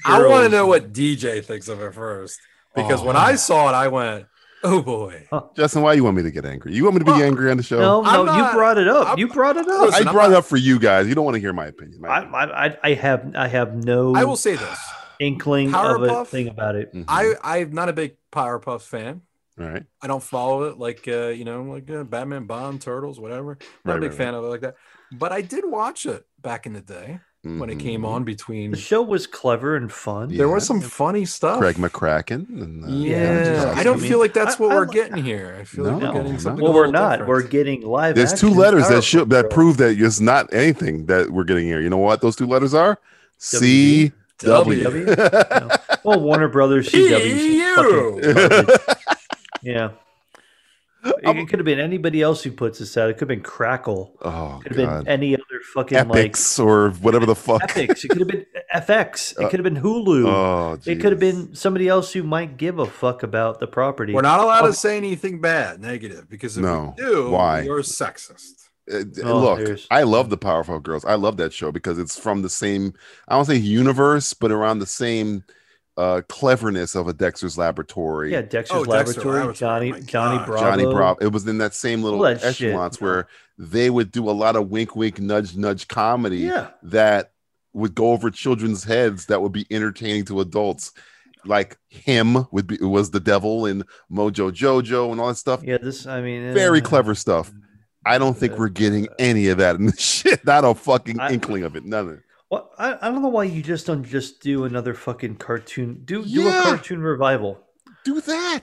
[SPEAKER 3] I want to
[SPEAKER 6] Girls.
[SPEAKER 3] know what DJ thinks of it first, because
[SPEAKER 5] Oh.
[SPEAKER 3] when I saw it, I went, "Oh boy."
[SPEAKER 5] Justin, why you want me to get angry? You want me to be
[SPEAKER 3] Well,
[SPEAKER 5] angry on the show?
[SPEAKER 6] no
[SPEAKER 3] I'm
[SPEAKER 6] no
[SPEAKER 3] not-
[SPEAKER 6] you brought it up
[SPEAKER 3] I'm-
[SPEAKER 6] you brought it up
[SPEAKER 3] Listen,
[SPEAKER 5] I
[SPEAKER 3] I'm
[SPEAKER 5] brought it
[SPEAKER 3] not-
[SPEAKER 5] up for you guys. You don't want to hear my opinion. My
[SPEAKER 6] I,
[SPEAKER 5] opinion.
[SPEAKER 6] I, I- I have I have no
[SPEAKER 3] I will say this:
[SPEAKER 6] inkling of a
[SPEAKER 3] Powerpuff?
[SPEAKER 6] thing about it.
[SPEAKER 5] Mhm.
[SPEAKER 3] I I'm not a big Powerpuff fan.
[SPEAKER 5] all right.
[SPEAKER 3] I don't follow it like uh, you know, like uh, Batman, Bond, Turtles, whatever. Not
[SPEAKER 5] Right,
[SPEAKER 3] a big
[SPEAKER 5] right,
[SPEAKER 3] fan of it like that. But I did watch it back in the day when it came
[SPEAKER 5] Mhm.
[SPEAKER 3] on. Between
[SPEAKER 6] The show was clever and fun.
[SPEAKER 5] Yeah.
[SPEAKER 3] there was some funny stuff.
[SPEAKER 5] Craig McCracken. And, uh,
[SPEAKER 6] Yeah.
[SPEAKER 3] Yeah,
[SPEAKER 5] Johnson.
[SPEAKER 3] I don't
[SPEAKER 6] I
[SPEAKER 3] feel like that's
[SPEAKER 6] I-
[SPEAKER 3] what
[SPEAKER 6] I
[SPEAKER 3] we're
[SPEAKER 6] li-
[SPEAKER 3] getting here. I feel
[SPEAKER 5] No,
[SPEAKER 3] like we're
[SPEAKER 5] no.
[SPEAKER 3] getting something.
[SPEAKER 6] Well,
[SPEAKER 3] a
[SPEAKER 6] we're
[SPEAKER 3] little
[SPEAKER 6] not.
[SPEAKER 3] different.
[SPEAKER 6] We're getting live.
[SPEAKER 5] There's two
[SPEAKER 6] action
[SPEAKER 5] letters that
[SPEAKER 6] Powerpuff
[SPEAKER 5] should that
[SPEAKER 6] Girls.
[SPEAKER 5] prove that it's not anything that we're getting here. You know what? Those two letters are C
[SPEAKER 6] W.
[SPEAKER 5] W.
[SPEAKER 6] W. No. Well, Warner Brothers, CW, 's fucking
[SPEAKER 3] EU.
[SPEAKER 6] garbage. yeah. It, could have been anybody else who puts this out. It could have been Crackle.
[SPEAKER 5] Oh
[SPEAKER 6] It could have
[SPEAKER 5] god.
[SPEAKER 6] been any other fucking
[SPEAKER 5] Epics or whatever the fuck.
[SPEAKER 6] like Epics. It could have been FX. It could have been Hulu.
[SPEAKER 5] Uh, Oh,
[SPEAKER 6] it could have
[SPEAKER 5] Jesus.
[SPEAKER 6] been somebody else who might give a fuck about the property.
[SPEAKER 3] We're not allowed
[SPEAKER 6] Oh.
[SPEAKER 3] to say anything bad, negative, because if
[SPEAKER 5] No.
[SPEAKER 3] we do,
[SPEAKER 5] Why?
[SPEAKER 3] you're sexist.
[SPEAKER 5] Uh, d-
[SPEAKER 6] Oh,
[SPEAKER 5] look,
[SPEAKER 6] there's-
[SPEAKER 5] I love the Powerful Girls. I love that show because it's from the same, I don't say universe, but around the same uh, cleverness of a Dexter's Laboratory.
[SPEAKER 6] Yeah, Dexter's
[SPEAKER 3] Oh, Dexter
[SPEAKER 6] Laboratory,
[SPEAKER 3] Laboratory, my
[SPEAKER 6] Johnny, Johnny
[SPEAKER 3] God.
[SPEAKER 6] Bravo.
[SPEAKER 5] Johnny Bravo. It was in that same little
[SPEAKER 6] All that shit,
[SPEAKER 5] echelons
[SPEAKER 6] yeah.
[SPEAKER 5] where they would do a lot of wink, wink, nudge, nudge comedy
[SPEAKER 6] Yeah.
[SPEAKER 5] that would go over children's heads that would be entertaining to adults. Like him would be was the devil and Mojo Jojo and all that stuff.
[SPEAKER 6] Yeah, this, I mean,
[SPEAKER 5] Very
[SPEAKER 6] uh,
[SPEAKER 5] clever stuff. I don't think we're getting any of that in this shit. Not a fucking
[SPEAKER 6] I-
[SPEAKER 5] inkling of it. None of it.
[SPEAKER 6] Well, I, I don't know why you just don't just do another fucking cartoon. Do do
[SPEAKER 5] Yeah.
[SPEAKER 6] a cartoon revival.
[SPEAKER 5] Do that.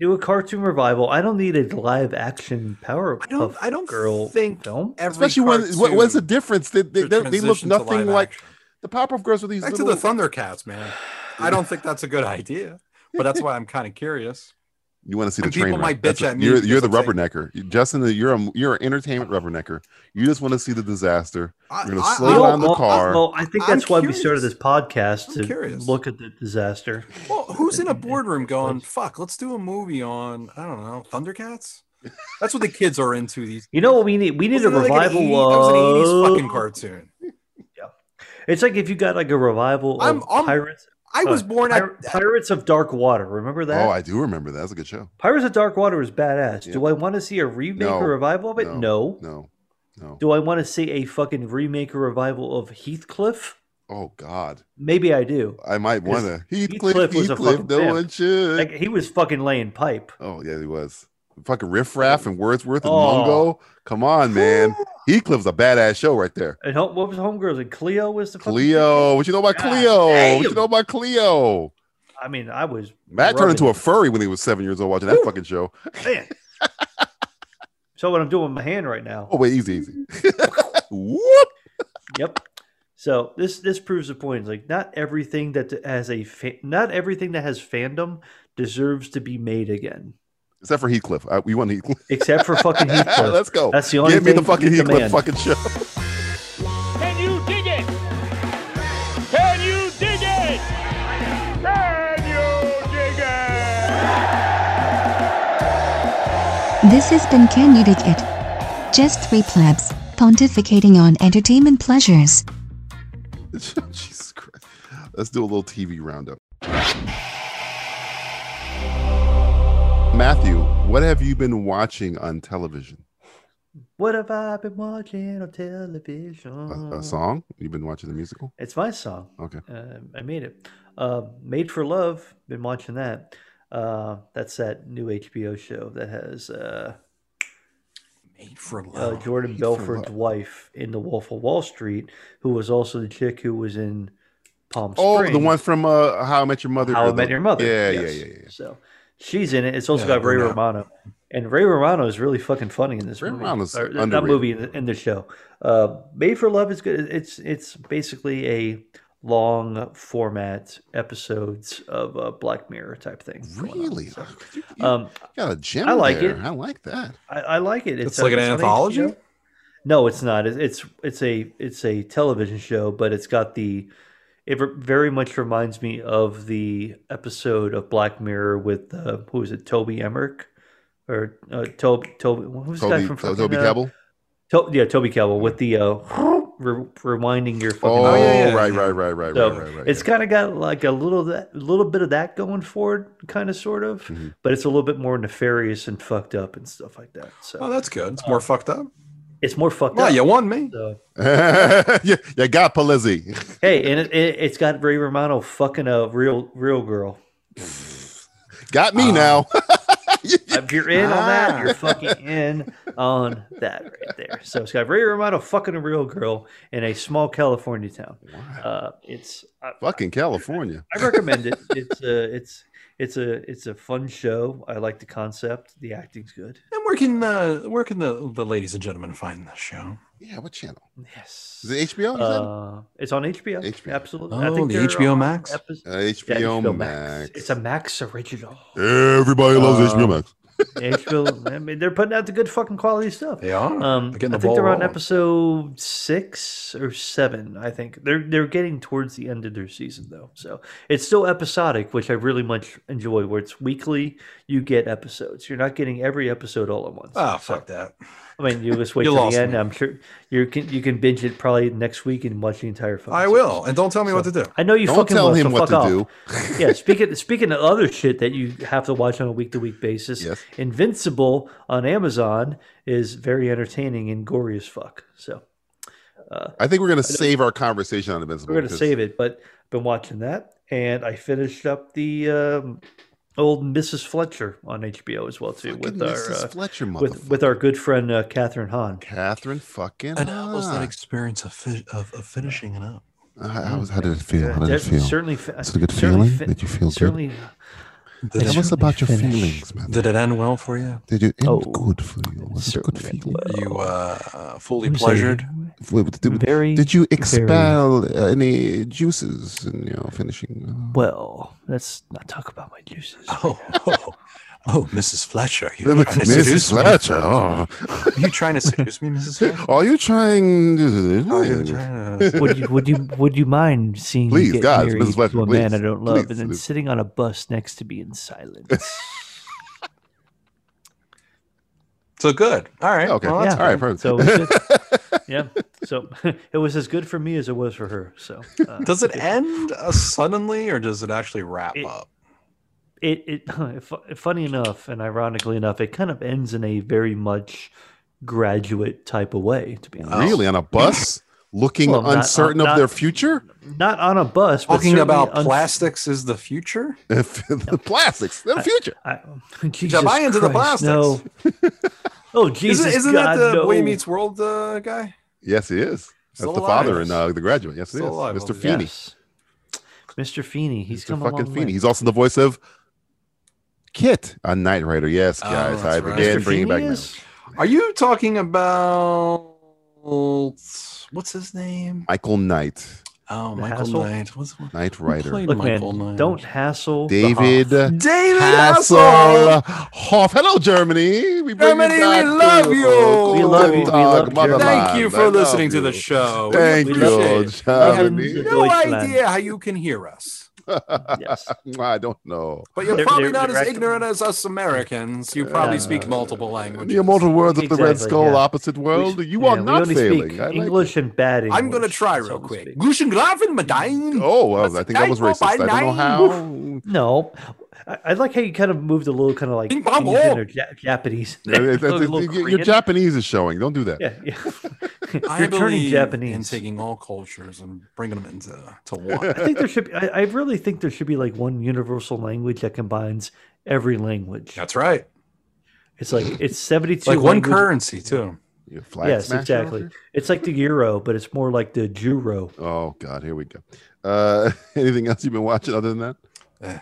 [SPEAKER 6] Do a cartoon revival. I don't need a live action Powerpuff
[SPEAKER 3] I don't. I don't
[SPEAKER 6] Girl
[SPEAKER 3] think
[SPEAKER 6] film.
[SPEAKER 3] every
[SPEAKER 5] Especially when what, what's the difference? They, they, they,
[SPEAKER 3] cartoon
[SPEAKER 5] they look
[SPEAKER 3] transition to
[SPEAKER 5] nothing
[SPEAKER 3] live
[SPEAKER 5] like
[SPEAKER 3] action.
[SPEAKER 5] the Powerpuff Girls with these
[SPEAKER 3] Back to
[SPEAKER 5] little
[SPEAKER 3] the Thundercats, man. I don't think that's a good idea, but that's why I'm kind of curious.
[SPEAKER 5] You want to see the
[SPEAKER 3] And
[SPEAKER 5] train
[SPEAKER 3] people
[SPEAKER 5] wreck.
[SPEAKER 3] might
[SPEAKER 5] That's
[SPEAKER 3] bitch
[SPEAKER 5] what-
[SPEAKER 3] at me
[SPEAKER 5] You're,
[SPEAKER 3] because
[SPEAKER 5] you're the
[SPEAKER 3] I'm saying-
[SPEAKER 5] rubbernecker, You- Justin. You're a you're an entertainment rubbernecker. You just want to see the disaster.
[SPEAKER 3] I-
[SPEAKER 5] You're gonna
[SPEAKER 3] I-
[SPEAKER 5] slow
[SPEAKER 3] I-
[SPEAKER 5] down the car.
[SPEAKER 6] Oh, Well, I think
[SPEAKER 3] I'm
[SPEAKER 6] that's why we started
[SPEAKER 3] curious.
[SPEAKER 6] this podcast
[SPEAKER 3] I'm
[SPEAKER 6] to
[SPEAKER 3] curious.
[SPEAKER 6] look at the disaster.
[SPEAKER 3] Well, who's in a boardroom going, "Fuck, let's do a movie on I don't know Thundercats." That's what the kids are into these.
[SPEAKER 6] You know what we need? We need a
[SPEAKER 3] Wasn't it like an
[SPEAKER 6] revival
[SPEAKER 3] 80 that was an 80s
[SPEAKER 6] of.
[SPEAKER 3] fucking cartoon.
[SPEAKER 6] It's like if you got like a revival
[SPEAKER 3] I'm-
[SPEAKER 6] of
[SPEAKER 3] I'm-
[SPEAKER 6] Pirates.
[SPEAKER 3] I was
[SPEAKER 6] uh,
[SPEAKER 3] born at.
[SPEAKER 6] Pir- Pirates of Dark Water. Remember that?
[SPEAKER 5] oh, I do remember that. That's a good show.
[SPEAKER 6] Pirates of Dark Water was badass. Do
[SPEAKER 5] Yeah.
[SPEAKER 6] I want to see a remake
[SPEAKER 5] No.
[SPEAKER 6] or revival of it? no.
[SPEAKER 5] no, no.
[SPEAKER 6] Do I want to see a fucking remake or revival of Heathcliff?
[SPEAKER 5] Oh God,
[SPEAKER 6] Maybe I do.
[SPEAKER 5] I might want to. Heathcliff,
[SPEAKER 6] Heathcliff was a
[SPEAKER 5] Heathcliff.
[SPEAKER 6] fucking
[SPEAKER 5] No
[SPEAKER 6] pimp.
[SPEAKER 5] one should.
[SPEAKER 6] Like he was fucking laying pipe.
[SPEAKER 5] oh yeah, he was. Fucking riffraff and Wordsworth and
[SPEAKER 6] Oh.
[SPEAKER 5] Mungo. Come on, man. Heathcliff's a badass show right there.
[SPEAKER 6] And ho- what was Homegirls? And Cleo was the fucking
[SPEAKER 5] Cleo, what you know about
[SPEAKER 6] God
[SPEAKER 5] Cleo?
[SPEAKER 6] damn.
[SPEAKER 5] What you know about Cleo?
[SPEAKER 6] I mean, I was
[SPEAKER 5] Matt turned into a
[SPEAKER 6] rubbing-
[SPEAKER 5] furry when he was seven years old watching that fucking show.
[SPEAKER 6] man. so what I'm doing with my hand right now.
[SPEAKER 5] Oh wait, easy, easy. Whoop.
[SPEAKER 6] Yep. So this this proves the point. Like not everything that has a fa- not everything that has fandom deserves to be made again,
[SPEAKER 5] Except for Heathcliff. I, we want Heathcliff.
[SPEAKER 6] except for fucking Heathcliff.
[SPEAKER 5] Let's go.
[SPEAKER 6] That's the only
[SPEAKER 5] Give me the
[SPEAKER 6] thing
[SPEAKER 5] fucking
[SPEAKER 6] he's the
[SPEAKER 5] Heathcliff
[SPEAKER 6] man.
[SPEAKER 5] fucking show.
[SPEAKER 7] Can you dig it? Can you dig it? Can you dig it?
[SPEAKER 4] This has been Can You Dig It? Just three plebs, pontificating on entertainment pleasures.
[SPEAKER 5] Jesus Christ. Let's do a little TV roundup. Matthew, what have you been watching on television?
[SPEAKER 6] What have I been watching on television?
[SPEAKER 5] A, a song? You've been watching the musical?
[SPEAKER 6] It's my song.
[SPEAKER 5] Okay.
[SPEAKER 6] Uh, I made it. Uh, Made for Love. Been watching that. Uh, that's that new HBO show that has uh,
[SPEAKER 3] Made for love.
[SPEAKER 5] Oh,
[SPEAKER 6] uh, Jordan
[SPEAKER 5] for
[SPEAKER 6] Belfort's
[SPEAKER 5] Love.
[SPEAKER 6] wife in The Wolf of Wall Street, who was also the chick who was in Palm Springs.
[SPEAKER 5] Oh, the one from uh, How I Met Your Mother.
[SPEAKER 6] How
[SPEAKER 5] or
[SPEAKER 6] I Met
[SPEAKER 5] the-
[SPEAKER 6] Your Mother.
[SPEAKER 5] Yeah,
[SPEAKER 6] yes.
[SPEAKER 5] yeah, yeah, yeah.
[SPEAKER 6] So she's in it. It's also
[SPEAKER 3] Yeah,
[SPEAKER 6] got Ray
[SPEAKER 3] Bruno.
[SPEAKER 6] Romano, and Ray Romano is really fucking funny in this
[SPEAKER 5] Ray
[SPEAKER 6] movie.
[SPEAKER 5] Romano's
[SPEAKER 6] Or, not
[SPEAKER 5] underrated.
[SPEAKER 6] movie in the, in the show. Uh, Made for Love is good. It's it's basically a long format episodes of uh, Black Mirror type thing. going on.
[SPEAKER 5] Really?
[SPEAKER 6] So,
[SPEAKER 5] You, you
[SPEAKER 6] um,
[SPEAKER 5] got a gem.
[SPEAKER 6] I like
[SPEAKER 5] there.
[SPEAKER 6] it.
[SPEAKER 5] I like that.
[SPEAKER 6] I, I like it.
[SPEAKER 3] It's like an
[SPEAKER 6] on
[SPEAKER 3] anthology?
[SPEAKER 6] HBO. No, it's not. It- It's it's a it's a television show, but it's got the. It re- very much reminds me of the episode of Black Mirror with uh, who is it? Toby Emmerich or uh, Toby Toby? Who's the guy
[SPEAKER 5] Toby,
[SPEAKER 6] from
[SPEAKER 5] Toby
[SPEAKER 6] fucking, uh,
[SPEAKER 5] Kebbell?
[SPEAKER 6] To- yeah, Toby Cable with the uh, re- rewinding your fucking.
[SPEAKER 5] Oh,
[SPEAKER 3] yeah, yeah,
[SPEAKER 5] right,
[SPEAKER 3] yeah.
[SPEAKER 5] right, right, right,
[SPEAKER 6] So
[SPEAKER 5] right, right, right.
[SPEAKER 6] it's
[SPEAKER 5] yeah.
[SPEAKER 6] kind of got like a little that little bit of that going forward, kind of sort of,
[SPEAKER 5] Mhm.
[SPEAKER 6] but it's a little bit more nefarious and fucked up and stuff like that. So
[SPEAKER 3] Oh, that's good. It's more fucked up.
[SPEAKER 6] it's more fucked
[SPEAKER 3] Well,
[SPEAKER 6] up.
[SPEAKER 3] you won me.
[SPEAKER 6] So,
[SPEAKER 5] yeah, you got Palizzi.
[SPEAKER 6] hey, and it, it, it's got Ray Romano fucking a real real girl.
[SPEAKER 5] Got me now.
[SPEAKER 6] If you're in on that,
[SPEAKER 3] Ah.
[SPEAKER 6] you're fucking in on that right there. So it's got Ray Romano fucking a real girl in a small California town. Uh, it's I,
[SPEAKER 5] Fucking California.
[SPEAKER 6] I recommend it. It's a it's it's a it's a fun show. I like the concept. The acting's good.
[SPEAKER 3] And where can uh, where can the, the ladies and gentlemen find this show?
[SPEAKER 5] Yeah, what channel?
[SPEAKER 6] Yes.
[SPEAKER 5] Is it HBO? you said?
[SPEAKER 6] Uh, it's on HBO.
[SPEAKER 5] HBO.
[SPEAKER 6] Absolutely.
[SPEAKER 3] Oh, the
[SPEAKER 6] they're
[SPEAKER 3] HBO
[SPEAKER 6] on
[SPEAKER 3] Max?
[SPEAKER 6] episode-
[SPEAKER 5] Uh, HBO,
[SPEAKER 6] Yeah,
[SPEAKER 5] Max.
[SPEAKER 6] It's a Max original.
[SPEAKER 5] Everybody loves
[SPEAKER 6] Um,
[SPEAKER 5] HBO Max.
[SPEAKER 6] Asheville, I mean, they're putting out the good fucking quality stuff.
[SPEAKER 3] They are.
[SPEAKER 6] Um,
[SPEAKER 3] They're getting
[SPEAKER 6] I
[SPEAKER 3] the
[SPEAKER 6] think they're
[SPEAKER 3] ball
[SPEAKER 6] on
[SPEAKER 3] rolling.
[SPEAKER 6] episode six or seven. I think they're they're getting towards the end of their season though, so it's still episodic, which I really much enjoy. Where it's weekly, you get episodes. You're not getting every episode all at once.
[SPEAKER 3] Oh, fuck that.
[SPEAKER 6] I mean, you just wait
[SPEAKER 3] You
[SPEAKER 6] till
[SPEAKER 3] lost
[SPEAKER 6] the end.
[SPEAKER 3] me.
[SPEAKER 6] I'm sure you can you can binge it probably next week and watch the entire. fucking
[SPEAKER 3] I
[SPEAKER 6] series.
[SPEAKER 3] will. And don't tell me what to do.
[SPEAKER 6] I know you
[SPEAKER 5] Don't
[SPEAKER 6] fucking
[SPEAKER 5] tell
[SPEAKER 6] will,
[SPEAKER 5] him
[SPEAKER 6] so
[SPEAKER 5] what
[SPEAKER 6] fuck
[SPEAKER 5] to
[SPEAKER 6] off.
[SPEAKER 5] do.
[SPEAKER 6] yeah, speaking speaking of other shit that you have to watch on a week to week basis,
[SPEAKER 5] Yes.
[SPEAKER 6] Invincible on Amazon is very entertaining and gory as fuck. So
[SPEAKER 5] I think we're gonna save our conversation on Invincible.
[SPEAKER 6] we're gonna
[SPEAKER 5] because
[SPEAKER 6] save it, but I've been watching that and I finished up the um, old Mrs. Fletcher on HBO as well too
[SPEAKER 5] fucking
[SPEAKER 6] with our
[SPEAKER 5] Mrs.
[SPEAKER 6] uh,
[SPEAKER 5] Fletcher,
[SPEAKER 6] with
[SPEAKER 5] motherfucker.
[SPEAKER 6] with our good friend uh, Catherine Hahn.
[SPEAKER 5] Catherine fucking.
[SPEAKER 3] And how was that
[SPEAKER 5] Hahn.
[SPEAKER 3] experience of, fi- of, of finishing it up?
[SPEAKER 5] How, how was- how did it feel? How did it
[SPEAKER 6] Def-
[SPEAKER 5] feel?
[SPEAKER 6] Certainly, fe-
[SPEAKER 5] Is it a good
[SPEAKER 6] certainly
[SPEAKER 5] feeling? Did you feel good?
[SPEAKER 6] Certainly,
[SPEAKER 3] Did
[SPEAKER 5] Tell
[SPEAKER 3] it,
[SPEAKER 5] us about your
[SPEAKER 6] finished.
[SPEAKER 5] feelings, man.
[SPEAKER 3] did it end well for you?
[SPEAKER 5] Did it end
[SPEAKER 6] Oh,
[SPEAKER 5] good for you? Was it a good
[SPEAKER 6] certainly
[SPEAKER 5] feeling?
[SPEAKER 3] You uh, uh, fully
[SPEAKER 6] Let me say-
[SPEAKER 3] pleasured?
[SPEAKER 5] Wait, but Did,
[SPEAKER 6] Very,
[SPEAKER 5] did you
[SPEAKER 6] very-
[SPEAKER 5] expel uh, any juices in your finishing? Uh,
[SPEAKER 6] Well, let's not talk about my juices.
[SPEAKER 3] Oh, oh, oh, Mrs. Fletcher. You're trying to
[SPEAKER 5] Mrs.
[SPEAKER 3] seduce me.
[SPEAKER 5] Fletcher. Oh.
[SPEAKER 3] Are you trying to seduce me, Mrs. Fletcher?
[SPEAKER 5] Are you trying?
[SPEAKER 3] Are you trying to-
[SPEAKER 6] Would you would you would you mind seeing
[SPEAKER 5] Please,
[SPEAKER 6] you get
[SPEAKER 5] guys,
[SPEAKER 6] married
[SPEAKER 5] Mrs. Fletcher,
[SPEAKER 6] to a man
[SPEAKER 5] please,
[SPEAKER 6] I don't love
[SPEAKER 5] please,
[SPEAKER 6] and then
[SPEAKER 5] please.
[SPEAKER 6] sitting on a bus next to me in silence?
[SPEAKER 3] So good. All right.
[SPEAKER 5] Okay.
[SPEAKER 3] Well, that's
[SPEAKER 5] All right. Perfect.
[SPEAKER 6] so it was good. yeah, so it was as good for me as it was for her. So uh,
[SPEAKER 3] Does it end uh, suddenly or does it actually wrap
[SPEAKER 6] It-
[SPEAKER 3] up?
[SPEAKER 6] it, it fu- funny enough and ironically enough, it kind of ends in a very much graduate type of way. To be honest,
[SPEAKER 5] really on a bus, looking
[SPEAKER 6] Well, not-
[SPEAKER 5] uncertain
[SPEAKER 6] not-
[SPEAKER 5] of their future.
[SPEAKER 6] not on a bus. but
[SPEAKER 3] Talking
[SPEAKER 6] certainly
[SPEAKER 3] about
[SPEAKER 6] on-
[SPEAKER 3] plastics is the future?
[SPEAKER 5] If the plastics, the future.
[SPEAKER 6] I, Jesus
[SPEAKER 3] buy into the
[SPEAKER 6] Christ, No. Oh Jesus!
[SPEAKER 3] Isn't, isn't
[SPEAKER 6] God,
[SPEAKER 3] that the
[SPEAKER 6] no.
[SPEAKER 3] Boy Meets World uh, guy?
[SPEAKER 5] Yes, he is.
[SPEAKER 3] Still
[SPEAKER 5] That's the
[SPEAKER 3] alive.
[SPEAKER 5] father in uh, the graduate. Yes, it is.
[SPEAKER 3] Still alive,
[SPEAKER 5] Mr.
[SPEAKER 3] obviously.
[SPEAKER 5] Feeney.
[SPEAKER 6] Yes. Mr. Feeney, he's
[SPEAKER 5] Mr.
[SPEAKER 6] come a
[SPEAKER 5] fucking
[SPEAKER 6] long
[SPEAKER 5] Feeney.
[SPEAKER 6] way.
[SPEAKER 5] He's also the voice of Kit on Knight Rider. Yes,
[SPEAKER 3] Oh,
[SPEAKER 5] guys.
[SPEAKER 3] that's
[SPEAKER 5] I
[SPEAKER 3] right.
[SPEAKER 5] began
[SPEAKER 6] Mr.
[SPEAKER 5] bringing
[SPEAKER 6] Feeney
[SPEAKER 5] back memories.
[SPEAKER 6] is?
[SPEAKER 3] Are you talking about what's his name?
[SPEAKER 5] Michael Knight,
[SPEAKER 3] Oh,
[SPEAKER 6] The
[SPEAKER 3] Michael
[SPEAKER 6] Hassel?
[SPEAKER 3] Knight. What's what?
[SPEAKER 5] Knight
[SPEAKER 3] who
[SPEAKER 5] Rider,
[SPEAKER 3] played
[SPEAKER 6] Look,
[SPEAKER 3] Michael
[SPEAKER 6] man,
[SPEAKER 3] Knight?
[SPEAKER 6] don't hassle. the Hoff.
[SPEAKER 5] David
[SPEAKER 3] David
[SPEAKER 5] Hassel
[SPEAKER 3] Hassel.
[SPEAKER 5] Hoff. Hello, Germany. We bring
[SPEAKER 3] Germany, we
[SPEAKER 5] back
[SPEAKER 3] love
[SPEAKER 5] the-
[SPEAKER 3] you.
[SPEAKER 6] We love you. We
[SPEAKER 5] Dog
[SPEAKER 6] love
[SPEAKER 5] motherland.
[SPEAKER 6] Germany.
[SPEAKER 3] Thank you
[SPEAKER 5] I
[SPEAKER 3] for
[SPEAKER 5] love
[SPEAKER 3] listening to the
[SPEAKER 5] you.
[SPEAKER 3] show.
[SPEAKER 5] Thank
[SPEAKER 3] we
[SPEAKER 5] you,
[SPEAKER 3] appreciate it.
[SPEAKER 5] Germany.
[SPEAKER 6] Germany.
[SPEAKER 3] No
[SPEAKER 6] Deutschland.
[SPEAKER 3] idea how you can hear us,
[SPEAKER 6] Yes.
[SPEAKER 5] I don't know.
[SPEAKER 3] but you're
[SPEAKER 6] They're-
[SPEAKER 3] probably
[SPEAKER 6] they're-
[SPEAKER 3] not
[SPEAKER 6] they're
[SPEAKER 3] as
[SPEAKER 6] acting-
[SPEAKER 3] ignorant as us Americans. You probably speak multiple
[SPEAKER 5] The
[SPEAKER 3] languages.
[SPEAKER 5] immortal words of the Red
[SPEAKER 6] Exactly,
[SPEAKER 5] Skull,
[SPEAKER 6] yeah.
[SPEAKER 5] opposite world. You
[SPEAKER 6] Yeah,
[SPEAKER 5] are
[SPEAKER 6] we
[SPEAKER 5] not
[SPEAKER 6] only
[SPEAKER 5] failing.
[SPEAKER 6] Speak
[SPEAKER 5] I like
[SPEAKER 6] English and bad English.
[SPEAKER 3] I'm gonna try
[SPEAKER 6] so
[SPEAKER 3] real
[SPEAKER 6] to
[SPEAKER 3] quick.
[SPEAKER 6] speak.
[SPEAKER 3] Guschen Grafen Medain.
[SPEAKER 5] it. Oh, well, I think that was racist. I don't know how.
[SPEAKER 6] No, I, I like how you kind of moved a little, kind of like
[SPEAKER 3] Bing bong
[SPEAKER 6] Asian
[SPEAKER 3] bong.
[SPEAKER 6] or Ja- Japanese.
[SPEAKER 5] It's- it's-
[SPEAKER 6] A
[SPEAKER 5] it's-
[SPEAKER 6] little
[SPEAKER 5] your- your
[SPEAKER 6] Korean.
[SPEAKER 5] Japanese is showing. Don't do that.
[SPEAKER 6] Yeah, yeah.
[SPEAKER 3] I
[SPEAKER 6] You're turning
[SPEAKER 3] believe in
[SPEAKER 6] Japanese.
[SPEAKER 3] taking all cultures and bringing them into to one.
[SPEAKER 6] I think there should be. I, I really think there should be like one universal language that combines every language.
[SPEAKER 3] That's right.
[SPEAKER 6] It's like it's seventy-two.
[SPEAKER 3] Like one
[SPEAKER 6] languages-
[SPEAKER 3] currency too.
[SPEAKER 5] Your flag
[SPEAKER 6] Yes,
[SPEAKER 5] smasher
[SPEAKER 6] exactly.
[SPEAKER 5] over
[SPEAKER 6] It's like the euro, but it's more like the Juro.
[SPEAKER 5] there? Oh God, here we go. Uh, anything else you've been watching other than that?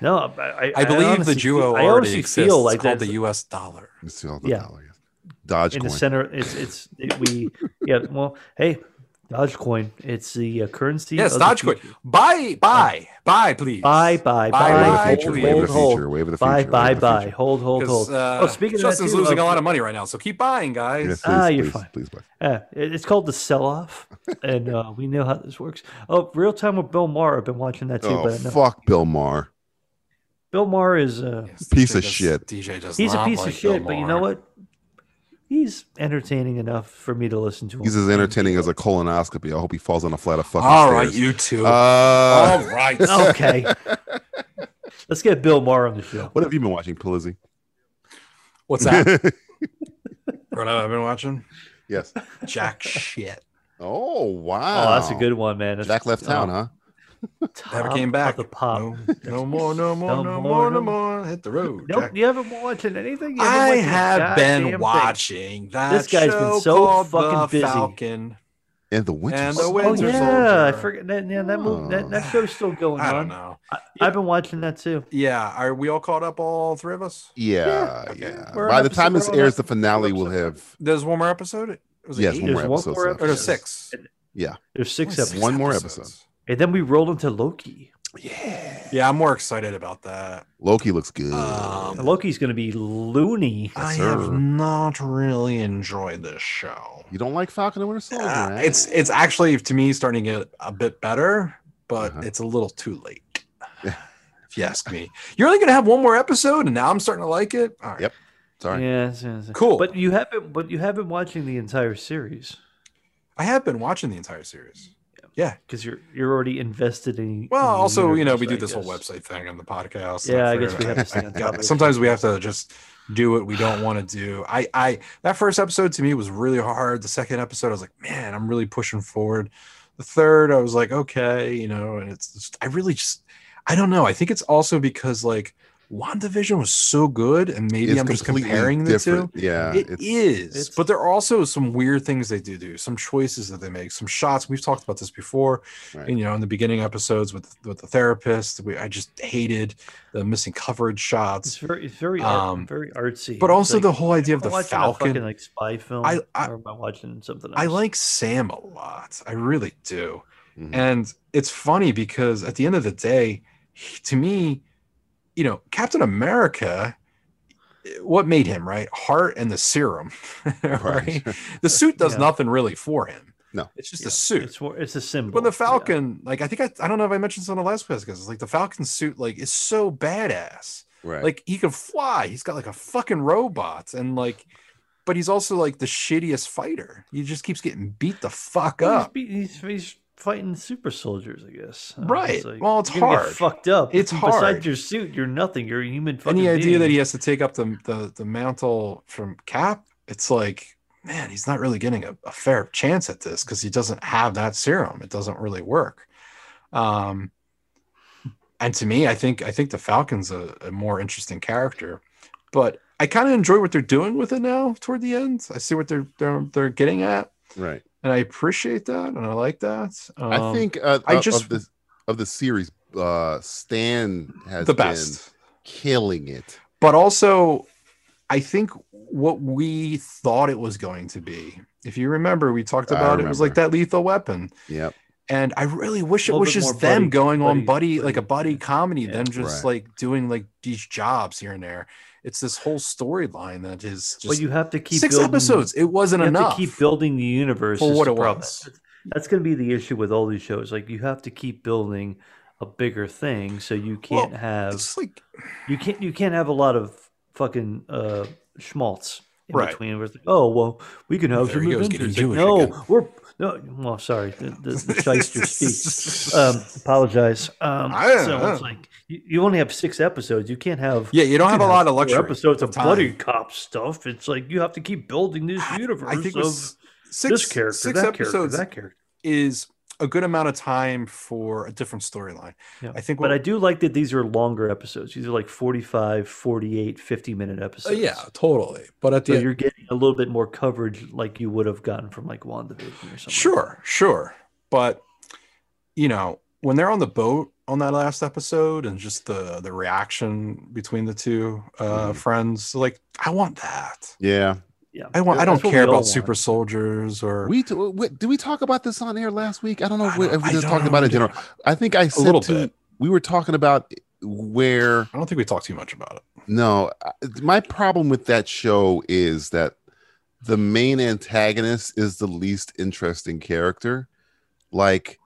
[SPEAKER 6] No, I, I,
[SPEAKER 3] I believe
[SPEAKER 6] honestly
[SPEAKER 3] the
[SPEAKER 6] feel-
[SPEAKER 3] Juo
[SPEAKER 6] I
[SPEAKER 3] already
[SPEAKER 6] honestly
[SPEAKER 3] exists.
[SPEAKER 6] feel like
[SPEAKER 3] it's called
[SPEAKER 6] that's
[SPEAKER 3] the U.S. dollar.
[SPEAKER 5] Let's see all the
[SPEAKER 6] Yeah.
[SPEAKER 5] dollar, yes. Dodge
[SPEAKER 6] in
[SPEAKER 5] coin.
[SPEAKER 6] the center. It's it's it, we yeah. Well, hey, Dogecoin. It's the uh, currency.
[SPEAKER 3] Yes,
[SPEAKER 6] of the
[SPEAKER 3] Dogecoin.
[SPEAKER 6] future.
[SPEAKER 3] Buy, buy, buy, please.
[SPEAKER 6] Buy, buy,
[SPEAKER 3] Buy,
[SPEAKER 5] wave of
[SPEAKER 6] buy,
[SPEAKER 5] the future,
[SPEAKER 6] hold,
[SPEAKER 5] wave of the
[SPEAKER 6] hold, hold.
[SPEAKER 5] future, wave of the future.
[SPEAKER 6] Buy,
[SPEAKER 5] wave
[SPEAKER 6] buy,
[SPEAKER 5] of the
[SPEAKER 6] buy,
[SPEAKER 5] future.
[SPEAKER 6] hold, hold, hold.
[SPEAKER 3] Because uh,
[SPEAKER 6] oh, speaking
[SPEAKER 3] Justin's
[SPEAKER 6] of that, too,
[SPEAKER 3] losing
[SPEAKER 6] uh,
[SPEAKER 3] a lot of money right now, so keep buying, guys.
[SPEAKER 5] Yes, please,
[SPEAKER 6] Ah, you're
[SPEAKER 5] please,
[SPEAKER 6] fine.
[SPEAKER 5] please buy.
[SPEAKER 6] Uh, it- it's called the sell off, and uh, we know how this works. Oh, real time with Bill Maher. I've been watching that too,
[SPEAKER 5] Oh,
[SPEAKER 6] but no.
[SPEAKER 5] fuck Bill Maher.
[SPEAKER 6] Bill Maher is uh,
[SPEAKER 3] Yes,
[SPEAKER 5] Piece
[SPEAKER 3] DJ
[SPEAKER 5] of
[SPEAKER 3] does-
[SPEAKER 5] shit.
[SPEAKER 3] DJ does
[SPEAKER 6] he's a
[SPEAKER 3] not
[SPEAKER 6] piece
[SPEAKER 3] like
[SPEAKER 6] of shit,
[SPEAKER 3] Bill
[SPEAKER 6] but you
[SPEAKER 3] Maher.
[SPEAKER 6] know what? He's entertaining enough for me to listen to.
[SPEAKER 5] He's
[SPEAKER 6] him.
[SPEAKER 5] as entertaining as a colonoscopy. I hope he falls on a flat of fucking
[SPEAKER 3] All right,
[SPEAKER 5] stairs.
[SPEAKER 3] you two.
[SPEAKER 5] Uh,
[SPEAKER 3] All right.
[SPEAKER 6] okay. Let's get Bill Maher on the show.
[SPEAKER 5] what have you been watching, Pelizzi?
[SPEAKER 3] What's that? what I've been watching?
[SPEAKER 5] Yes.
[SPEAKER 3] Jack shit.
[SPEAKER 5] Oh
[SPEAKER 6] Oh,
[SPEAKER 5] wow.
[SPEAKER 6] that's a good one, man. That's, oh.
[SPEAKER 5] Jack left town, huh?
[SPEAKER 6] huh?
[SPEAKER 3] Never came back.
[SPEAKER 6] The pop.
[SPEAKER 3] No, no more, no more, no, more,
[SPEAKER 6] No more,
[SPEAKER 3] no
[SPEAKER 6] no
[SPEAKER 3] more. Hit the road.
[SPEAKER 6] Nope,
[SPEAKER 3] Jack.
[SPEAKER 6] you haven't been watching anything. You haven't
[SPEAKER 3] I
[SPEAKER 6] watched a
[SPEAKER 3] have been
[SPEAKER 6] goddamn
[SPEAKER 3] watching that
[SPEAKER 6] This guy's been
[SPEAKER 3] show
[SPEAKER 6] so
[SPEAKER 3] called
[SPEAKER 6] fucking
[SPEAKER 3] the
[SPEAKER 6] busy.
[SPEAKER 3] Falcon.
[SPEAKER 5] And the winter.
[SPEAKER 3] And the
[SPEAKER 5] Soldier.
[SPEAKER 6] Thing. Oh
[SPEAKER 3] Winter
[SPEAKER 6] yeah, I
[SPEAKER 3] Soldier.
[SPEAKER 6] forget that. Yeah, that, movie, that
[SPEAKER 5] Oh.
[SPEAKER 6] that show's still going
[SPEAKER 3] I
[SPEAKER 6] on.
[SPEAKER 3] don't know.
[SPEAKER 6] I, I've been watching that too.
[SPEAKER 3] Yeah, are we all caught up? All three of us?
[SPEAKER 5] Yeah,
[SPEAKER 3] Okay.
[SPEAKER 5] yeah.
[SPEAKER 6] We're
[SPEAKER 5] By
[SPEAKER 6] on
[SPEAKER 5] the time
[SPEAKER 6] episode-
[SPEAKER 5] this
[SPEAKER 6] we're on
[SPEAKER 5] airs, the
[SPEAKER 6] episode-
[SPEAKER 5] finale will
[SPEAKER 6] episode.
[SPEAKER 5] have
[SPEAKER 3] There's one more episode. Was it
[SPEAKER 5] yes,
[SPEAKER 3] eight?
[SPEAKER 5] one more
[SPEAKER 6] There's one
[SPEAKER 5] episode.
[SPEAKER 6] more
[SPEAKER 5] left,
[SPEAKER 3] Or no,
[SPEAKER 5] yes.
[SPEAKER 3] six.
[SPEAKER 5] Yeah,
[SPEAKER 6] There's six
[SPEAKER 3] Only
[SPEAKER 6] episodes,
[SPEAKER 5] One more episode.
[SPEAKER 6] and then we rolled into Loki.
[SPEAKER 3] Yeah, I'm more excited about that.
[SPEAKER 5] Loki looks good.
[SPEAKER 3] Um,
[SPEAKER 6] Loki's going to be loony.
[SPEAKER 3] I
[SPEAKER 5] sir.
[SPEAKER 3] have not really enjoyed this show.
[SPEAKER 5] you don't like Falcon and Winter Soldier?
[SPEAKER 3] Uh,
[SPEAKER 5] eh?
[SPEAKER 3] it's it's actually to me starting to get a bit better, but
[SPEAKER 5] Uh-huh.
[SPEAKER 3] it's a little too late. if you ask me, you're only gonna have one more episode, and now I'm starting to like it. All right.
[SPEAKER 5] Yep. sorry.
[SPEAKER 6] Yeah, it's- it's-
[SPEAKER 3] Cool.
[SPEAKER 6] But you haven't. But you haven't watching the entire series
[SPEAKER 3] I have been watching the entire series.
[SPEAKER 6] because you're you're already invested in.
[SPEAKER 3] Well,
[SPEAKER 6] in the
[SPEAKER 3] also, you know, we do
[SPEAKER 6] universe,
[SPEAKER 3] this
[SPEAKER 6] I
[SPEAKER 3] whole
[SPEAKER 6] guess.
[SPEAKER 3] website thing on the podcast.
[SPEAKER 6] Yeah,
[SPEAKER 3] I
[SPEAKER 6] I guess
[SPEAKER 3] figured
[SPEAKER 6] we have
[SPEAKER 3] I-
[SPEAKER 6] to stay on
[SPEAKER 3] I
[SPEAKER 6] top
[SPEAKER 3] got-
[SPEAKER 6] of it.
[SPEAKER 3] Sometimes we have to just do what we don't want to do. I, I that first episode to me was really hard. The second episode, I was like, man, I'm really pushing forward. The third, I was like, okay, you know, and it's just, I really just, I don't know. I think it's also because like WandaVision was so good, and maybe
[SPEAKER 5] It's
[SPEAKER 3] I'm just
[SPEAKER 5] completely
[SPEAKER 3] comparing the two.
[SPEAKER 5] different. Yeah,
[SPEAKER 3] It
[SPEAKER 5] Uh, it's-
[SPEAKER 3] is,
[SPEAKER 6] it's-
[SPEAKER 3] but there are also some weird things they do do, some choices that they make, some shots. We've talked about this before,
[SPEAKER 5] Right.
[SPEAKER 3] and, you know, in the beginning episodes with with the therapist. We, I just hated the missing coverage
[SPEAKER 6] It's
[SPEAKER 3] shots,
[SPEAKER 6] very, it's very, art-
[SPEAKER 3] Um,
[SPEAKER 6] very artsy.
[SPEAKER 3] but
[SPEAKER 6] It's
[SPEAKER 3] also
[SPEAKER 6] like,
[SPEAKER 3] the whole idea of
[SPEAKER 6] am I
[SPEAKER 3] the
[SPEAKER 6] watching a
[SPEAKER 3] Falcon.
[SPEAKER 6] fucking, like spy film.
[SPEAKER 3] I- I-
[SPEAKER 6] or am I watching something? Else?
[SPEAKER 3] I like Sam a lot. I really do.
[SPEAKER 5] Mhm.
[SPEAKER 6] Mm.
[SPEAKER 3] And it's funny because at the end of the day, he- to me, you know, Captain America, what made him, right? Heart and the serum, right?
[SPEAKER 5] Right.
[SPEAKER 3] The suit does
[SPEAKER 6] Yeah.
[SPEAKER 3] nothing really for him.
[SPEAKER 5] No.
[SPEAKER 3] It's just
[SPEAKER 6] Yeah.
[SPEAKER 3] a suit.
[SPEAKER 6] It's more. It's a symbol.
[SPEAKER 3] When the
[SPEAKER 6] yeah.
[SPEAKER 3] Falcon, like I think I, I don't know if I mentioned this on the last podcast, it's like the Falcon suit, like is so badass.
[SPEAKER 5] right.
[SPEAKER 3] Like he can fly. He's got like a fucking robot, and like, but he's also like the shittiest fighter. He just keeps getting beat the fuck
[SPEAKER 6] Well,
[SPEAKER 3] up.
[SPEAKER 6] He's, be- he's, he's fighting super soldiers, I guess. I mean,
[SPEAKER 3] Right. Well, it's
[SPEAKER 6] you're gonna get
[SPEAKER 3] hard.
[SPEAKER 6] fucked up.
[SPEAKER 3] It's hard.
[SPEAKER 6] Besides your suit, you're nothing. You're a human.
[SPEAKER 3] And
[SPEAKER 6] Fucking
[SPEAKER 3] the idea
[SPEAKER 6] being.
[SPEAKER 3] that he has to take up the, the the mantle from Cap, it's like, man, he's not really getting a, a fair chance at this because he doesn't have that serum. It doesn't really work. Um, and to me, I think I think the Falcon's a, a more interesting character, but I kind of enjoy what they're doing with it now. Toward the end, I see what they're they're, they're getting at,
[SPEAKER 5] right.
[SPEAKER 3] and I appreciate that, and I like that. Um,
[SPEAKER 5] I think uh,
[SPEAKER 3] I
[SPEAKER 5] of-
[SPEAKER 3] just-
[SPEAKER 5] of the of the series, uh, Stan has
[SPEAKER 3] the best.
[SPEAKER 5] been killing it.
[SPEAKER 3] but also I think what we thought it was going to be. If you remember, we talked
[SPEAKER 5] I
[SPEAKER 3] about it, it was like that lethal weapon.
[SPEAKER 5] Yep.
[SPEAKER 3] And I really wish it
[SPEAKER 6] Little
[SPEAKER 3] was
[SPEAKER 6] bit
[SPEAKER 3] just
[SPEAKER 6] more
[SPEAKER 3] them
[SPEAKER 6] buddy-
[SPEAKER 3] going on buddy,
[SPEAKER 6] buddy-
[SPEAKER 3] like a
[SPEAKER 6] buddy,
[SPEAKER 3] buddy comedy,
[SPEAKER 6] yeah.
[SPEAKER 3] them just
[SPEAKER 5] Right.
[SPEAKER 3] like doing like these jobs here and there. It's this whole storyline that is just
[SPEAKER 6] But you have to keep
[SPEAKER 3] six
[SPEAKER 6] building,
[SPEAKER 3] episodes. It
[SPEAKER 6] You
[SPEAKER 3] wasn't
[SPEAKER 6] have
[SPEAKER 3] enough.
[SPEAKER 6] to keep building the universe
[SPEAKER 3] For
[SPEAKER 6] is
[SPEAKER 3] what
[SPEAKER 6] the
[SPEAKER 3] it
[SPEAKER 6] problem.
[SPEAKER 3] was.
[SPEAKER 6] That's- That's going to be the issue with all these shows. Like you have to keep building a bigger thing, so you can't
[SPEAKER 3] Well,
[SPEAKER 6] have
[SPEAKER 3] it's like
[SPEAKER 6] you can't you can't have a lot of fucking uh, schmaltz in
[SPEAKER 3] Right.
[SPEAKER 6] between. Where it's like, oh well, we can have
[SPEAKER 3] There
[SPEAKER 6] some
[SPEAKER 3] he goes, getting
[SPEAKER 6] Avengers.
[SPEAKER 3] Jewish
[SPEAKER 6] Like, no,
[SPEAKER 3] again.
[SPEAKER 6] we're no. Well, sorry, the, the, the shyster speaks. Um, apologize. Um,
[SPEAKER 3] I-
[SPEAKER 6] so it's like you, you only have six episodes. You can't have.
[SPEAKER 3] yeah, you don't have a
[SPEAKER 6] can't
[SPEAKER 3] lot of
[SPEAKER 6] four
[SPEAKER 3] luxury
[SPEAKER 6] episodes
[SPEAKER 3] of
[SPEAKER 6] of
[SPEAKER 3] time.
[SPEAKER 6] bloody cop stuff. It's like you have to keep building this universe
[SPEAKER 3] I think it
[SPEAKER 6] of
[SPEAKER 3] was six,
[SPEAKER 6] this character,
[SPEAKER 3] six
[SPEAKER 6] that
[SPEAKER 3] episodes
[SPEAKER 6] character, that character.
[SPEAKER 3] is a good amount of time for a different storyline.
[SPEAKER 6] Yeah.
[SPEAKER 3] I think what-
[SPEAKER 6] But
[SPEAKER 3] Uh,
[SPEAKER 6] I do like that these are longer episodes. These are like 45, 48, 50 minute
[SPEAKER 3] Uh,
[SPEAKER 5] Oh,
[SPEAKER 6] episodes.
[SPEAKER 3] yeah, totally. But at
[SPEAKER 6] So
[SPEAKER 3] the end,
[SPEAKER 6] you're getting a little bit more coverage like you would have gotten from like WandaVision or something.
[SPEAKER 3] Sure, sure. But you know, when they're on the boat on that last episode and just the the reaction between the two
[SPEAKER 6] Mm-hmm.
[SPEAKER 3] uh
[SPEAKER 5] Mhm.
[SPEAKER 3] friends, like I want that.
[SPEAKER 5] Yeah.
[SPEAKER 3] I want I
[SPEAKER 6] That's
[SPEAKER 3] don't
[SPEAKER 6] what
[SPEAKER 3] care
[SPEAKER 6] we
[SPEAKER 3] about
[SPEAKER 6] all
[SPEAKER 3] super
[SPEAKER 6] want.
[SPEAKER 3] soldiers or
[SPEAKER 5] We, t- we did we talk about this on air last week? I don't know
[SPEAKER 3] I
[SPEAKER 5] if we,
[SPEAKER 3] don't-
[SPEAKER 5] if we
[SPEAKER 3] I
[SPEAKER 5] just
[SPEAKER 3] don't
[SPEAKER 5] talked
[SPEAKER 3] know
[SPEAKER 5] about it
[SPEAKER 3] if
[SPEAKER 5] in
[SPEAKER 3] we
[SPEAKER 5] general. I think I said
[SPEAKER 3] little
[SPEAKER 5] to
[SPEAKER 3] bit.
[SPEAKER 5] we were talking about where
[SPEAKER 3] I don't think we talk too much about it.
[SPEAKER 5] no, I- my problem with that show is that the main antagonist is the least interesting character. Like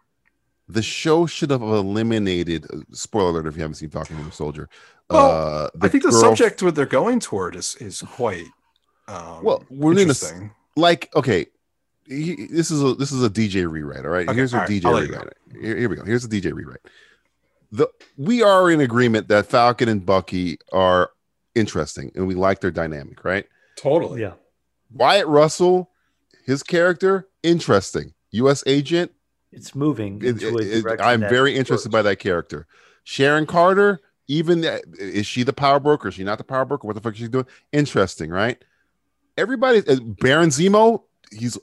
[SPEAKER 5] the show should have eliminated uh, spoiler alert if you haven't seen Falcon and Winter Soldier.
[SPEAKER 3] Well,
[SPEAKER 5] uh,
[SPEAKER 3] I think the
[SPEAKER 5] girl-
[SPEAKER 3] subject what they're going toward is is quite um,
[SPEAKER 5] Well, we're in a s-
[SPEAKER 3] interesting.
[SPEAKER 5] like okay he- this is a this is a dj rewrite all right
[SPEAKER 3] Okay,
[SPEAKER 5] here's a
[SPEAKER 3] all right,
[SPEAKER 5] dj
[SPEAKER 3] I'll let you
[SPEAKER 5] rewrite here, here we go here's a dj rewrite the we are in agreement that falcon and bucky are interesting and we like their dynamic right
[SPEAKER 3] Totally.
[SPEAKER 6] Yeah.
[SPEAKER 5] wyatt russell his character interesting us agent
[SPEAKER 6] It's moving.
[SPEAKER 5] It-
[SPEAKER 6] into a
[SPEAKER 5] it- it-
[SPEAKER 6] direction
[SPEAKER 5] i'm
[SPEAKER 6] that
[SPEAKER 5] very interested by
[SPEAKER 6] works.
[SPEAKER 5] that character sharon carter even that- is she the power broker is she not the power broker what the fuck is she doing interesting right everybody uh, baron zemo he's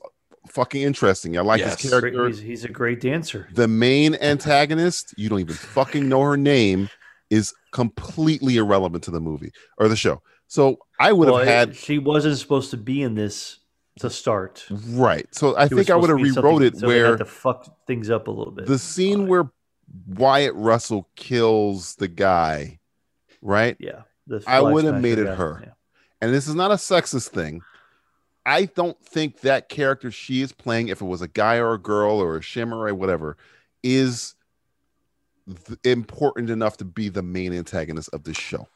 [SPEAKER 5] fucking interesting i like
[SPEAKER 3] Yes.
[SPEAKER 5] his
[SPEAKER 6] Great-
[SPEAKER 5] character
[SPEAKER 6] He's, he's a great dancer.
[SPEAKER 5] the main antagonist you don't even fucking know her name is completely irrelevant to the movie or the show so i would
[SPEAKER 6] Well,
[SPEAKER 5] have had
[SPEAKER 6] She wasn't supposed to be in this to start.
[SPEAKER 5] right so i
[SPEAKER 6] She was
[SPEAKER 5] think i
[SPEAKER 6] supposed
[SPEAKER 5] would
[SPEAKER 6] to
[SPEAKER 5] have
[SPEAKER 6] be
[SPEAKER 5] rewrote
[SPEAKER 6] something-
[SPEAKER 5] it
[SPEAKER 6] so they had
[SPEAKER 5] where
[SPEAKER 6] to fuck things up a little bit.
[SPEAKER 5] the scene
[SPEAKER 6] Fine.
[SPEAKER 5] where Wyatt Russell kills the guy, right?
[SPEAKER 6] Yeah. the
[SPEAKER 5] I
[SPEAKER 6] flag
[SPEAKER 5] would've
[SPEAKER 6] smasher
[SPEAKER 5] made it
[SPEAKER 6] guy,
[SPEAKER 5] her.
[SPEAKER 6] yeah.
[SPEAKER 5] and this is not a sexist thing. I don't think that character she is playing, if it was a guy or a girl or a shimmer or whatever, is th- important enough to be the main antagonist of this show.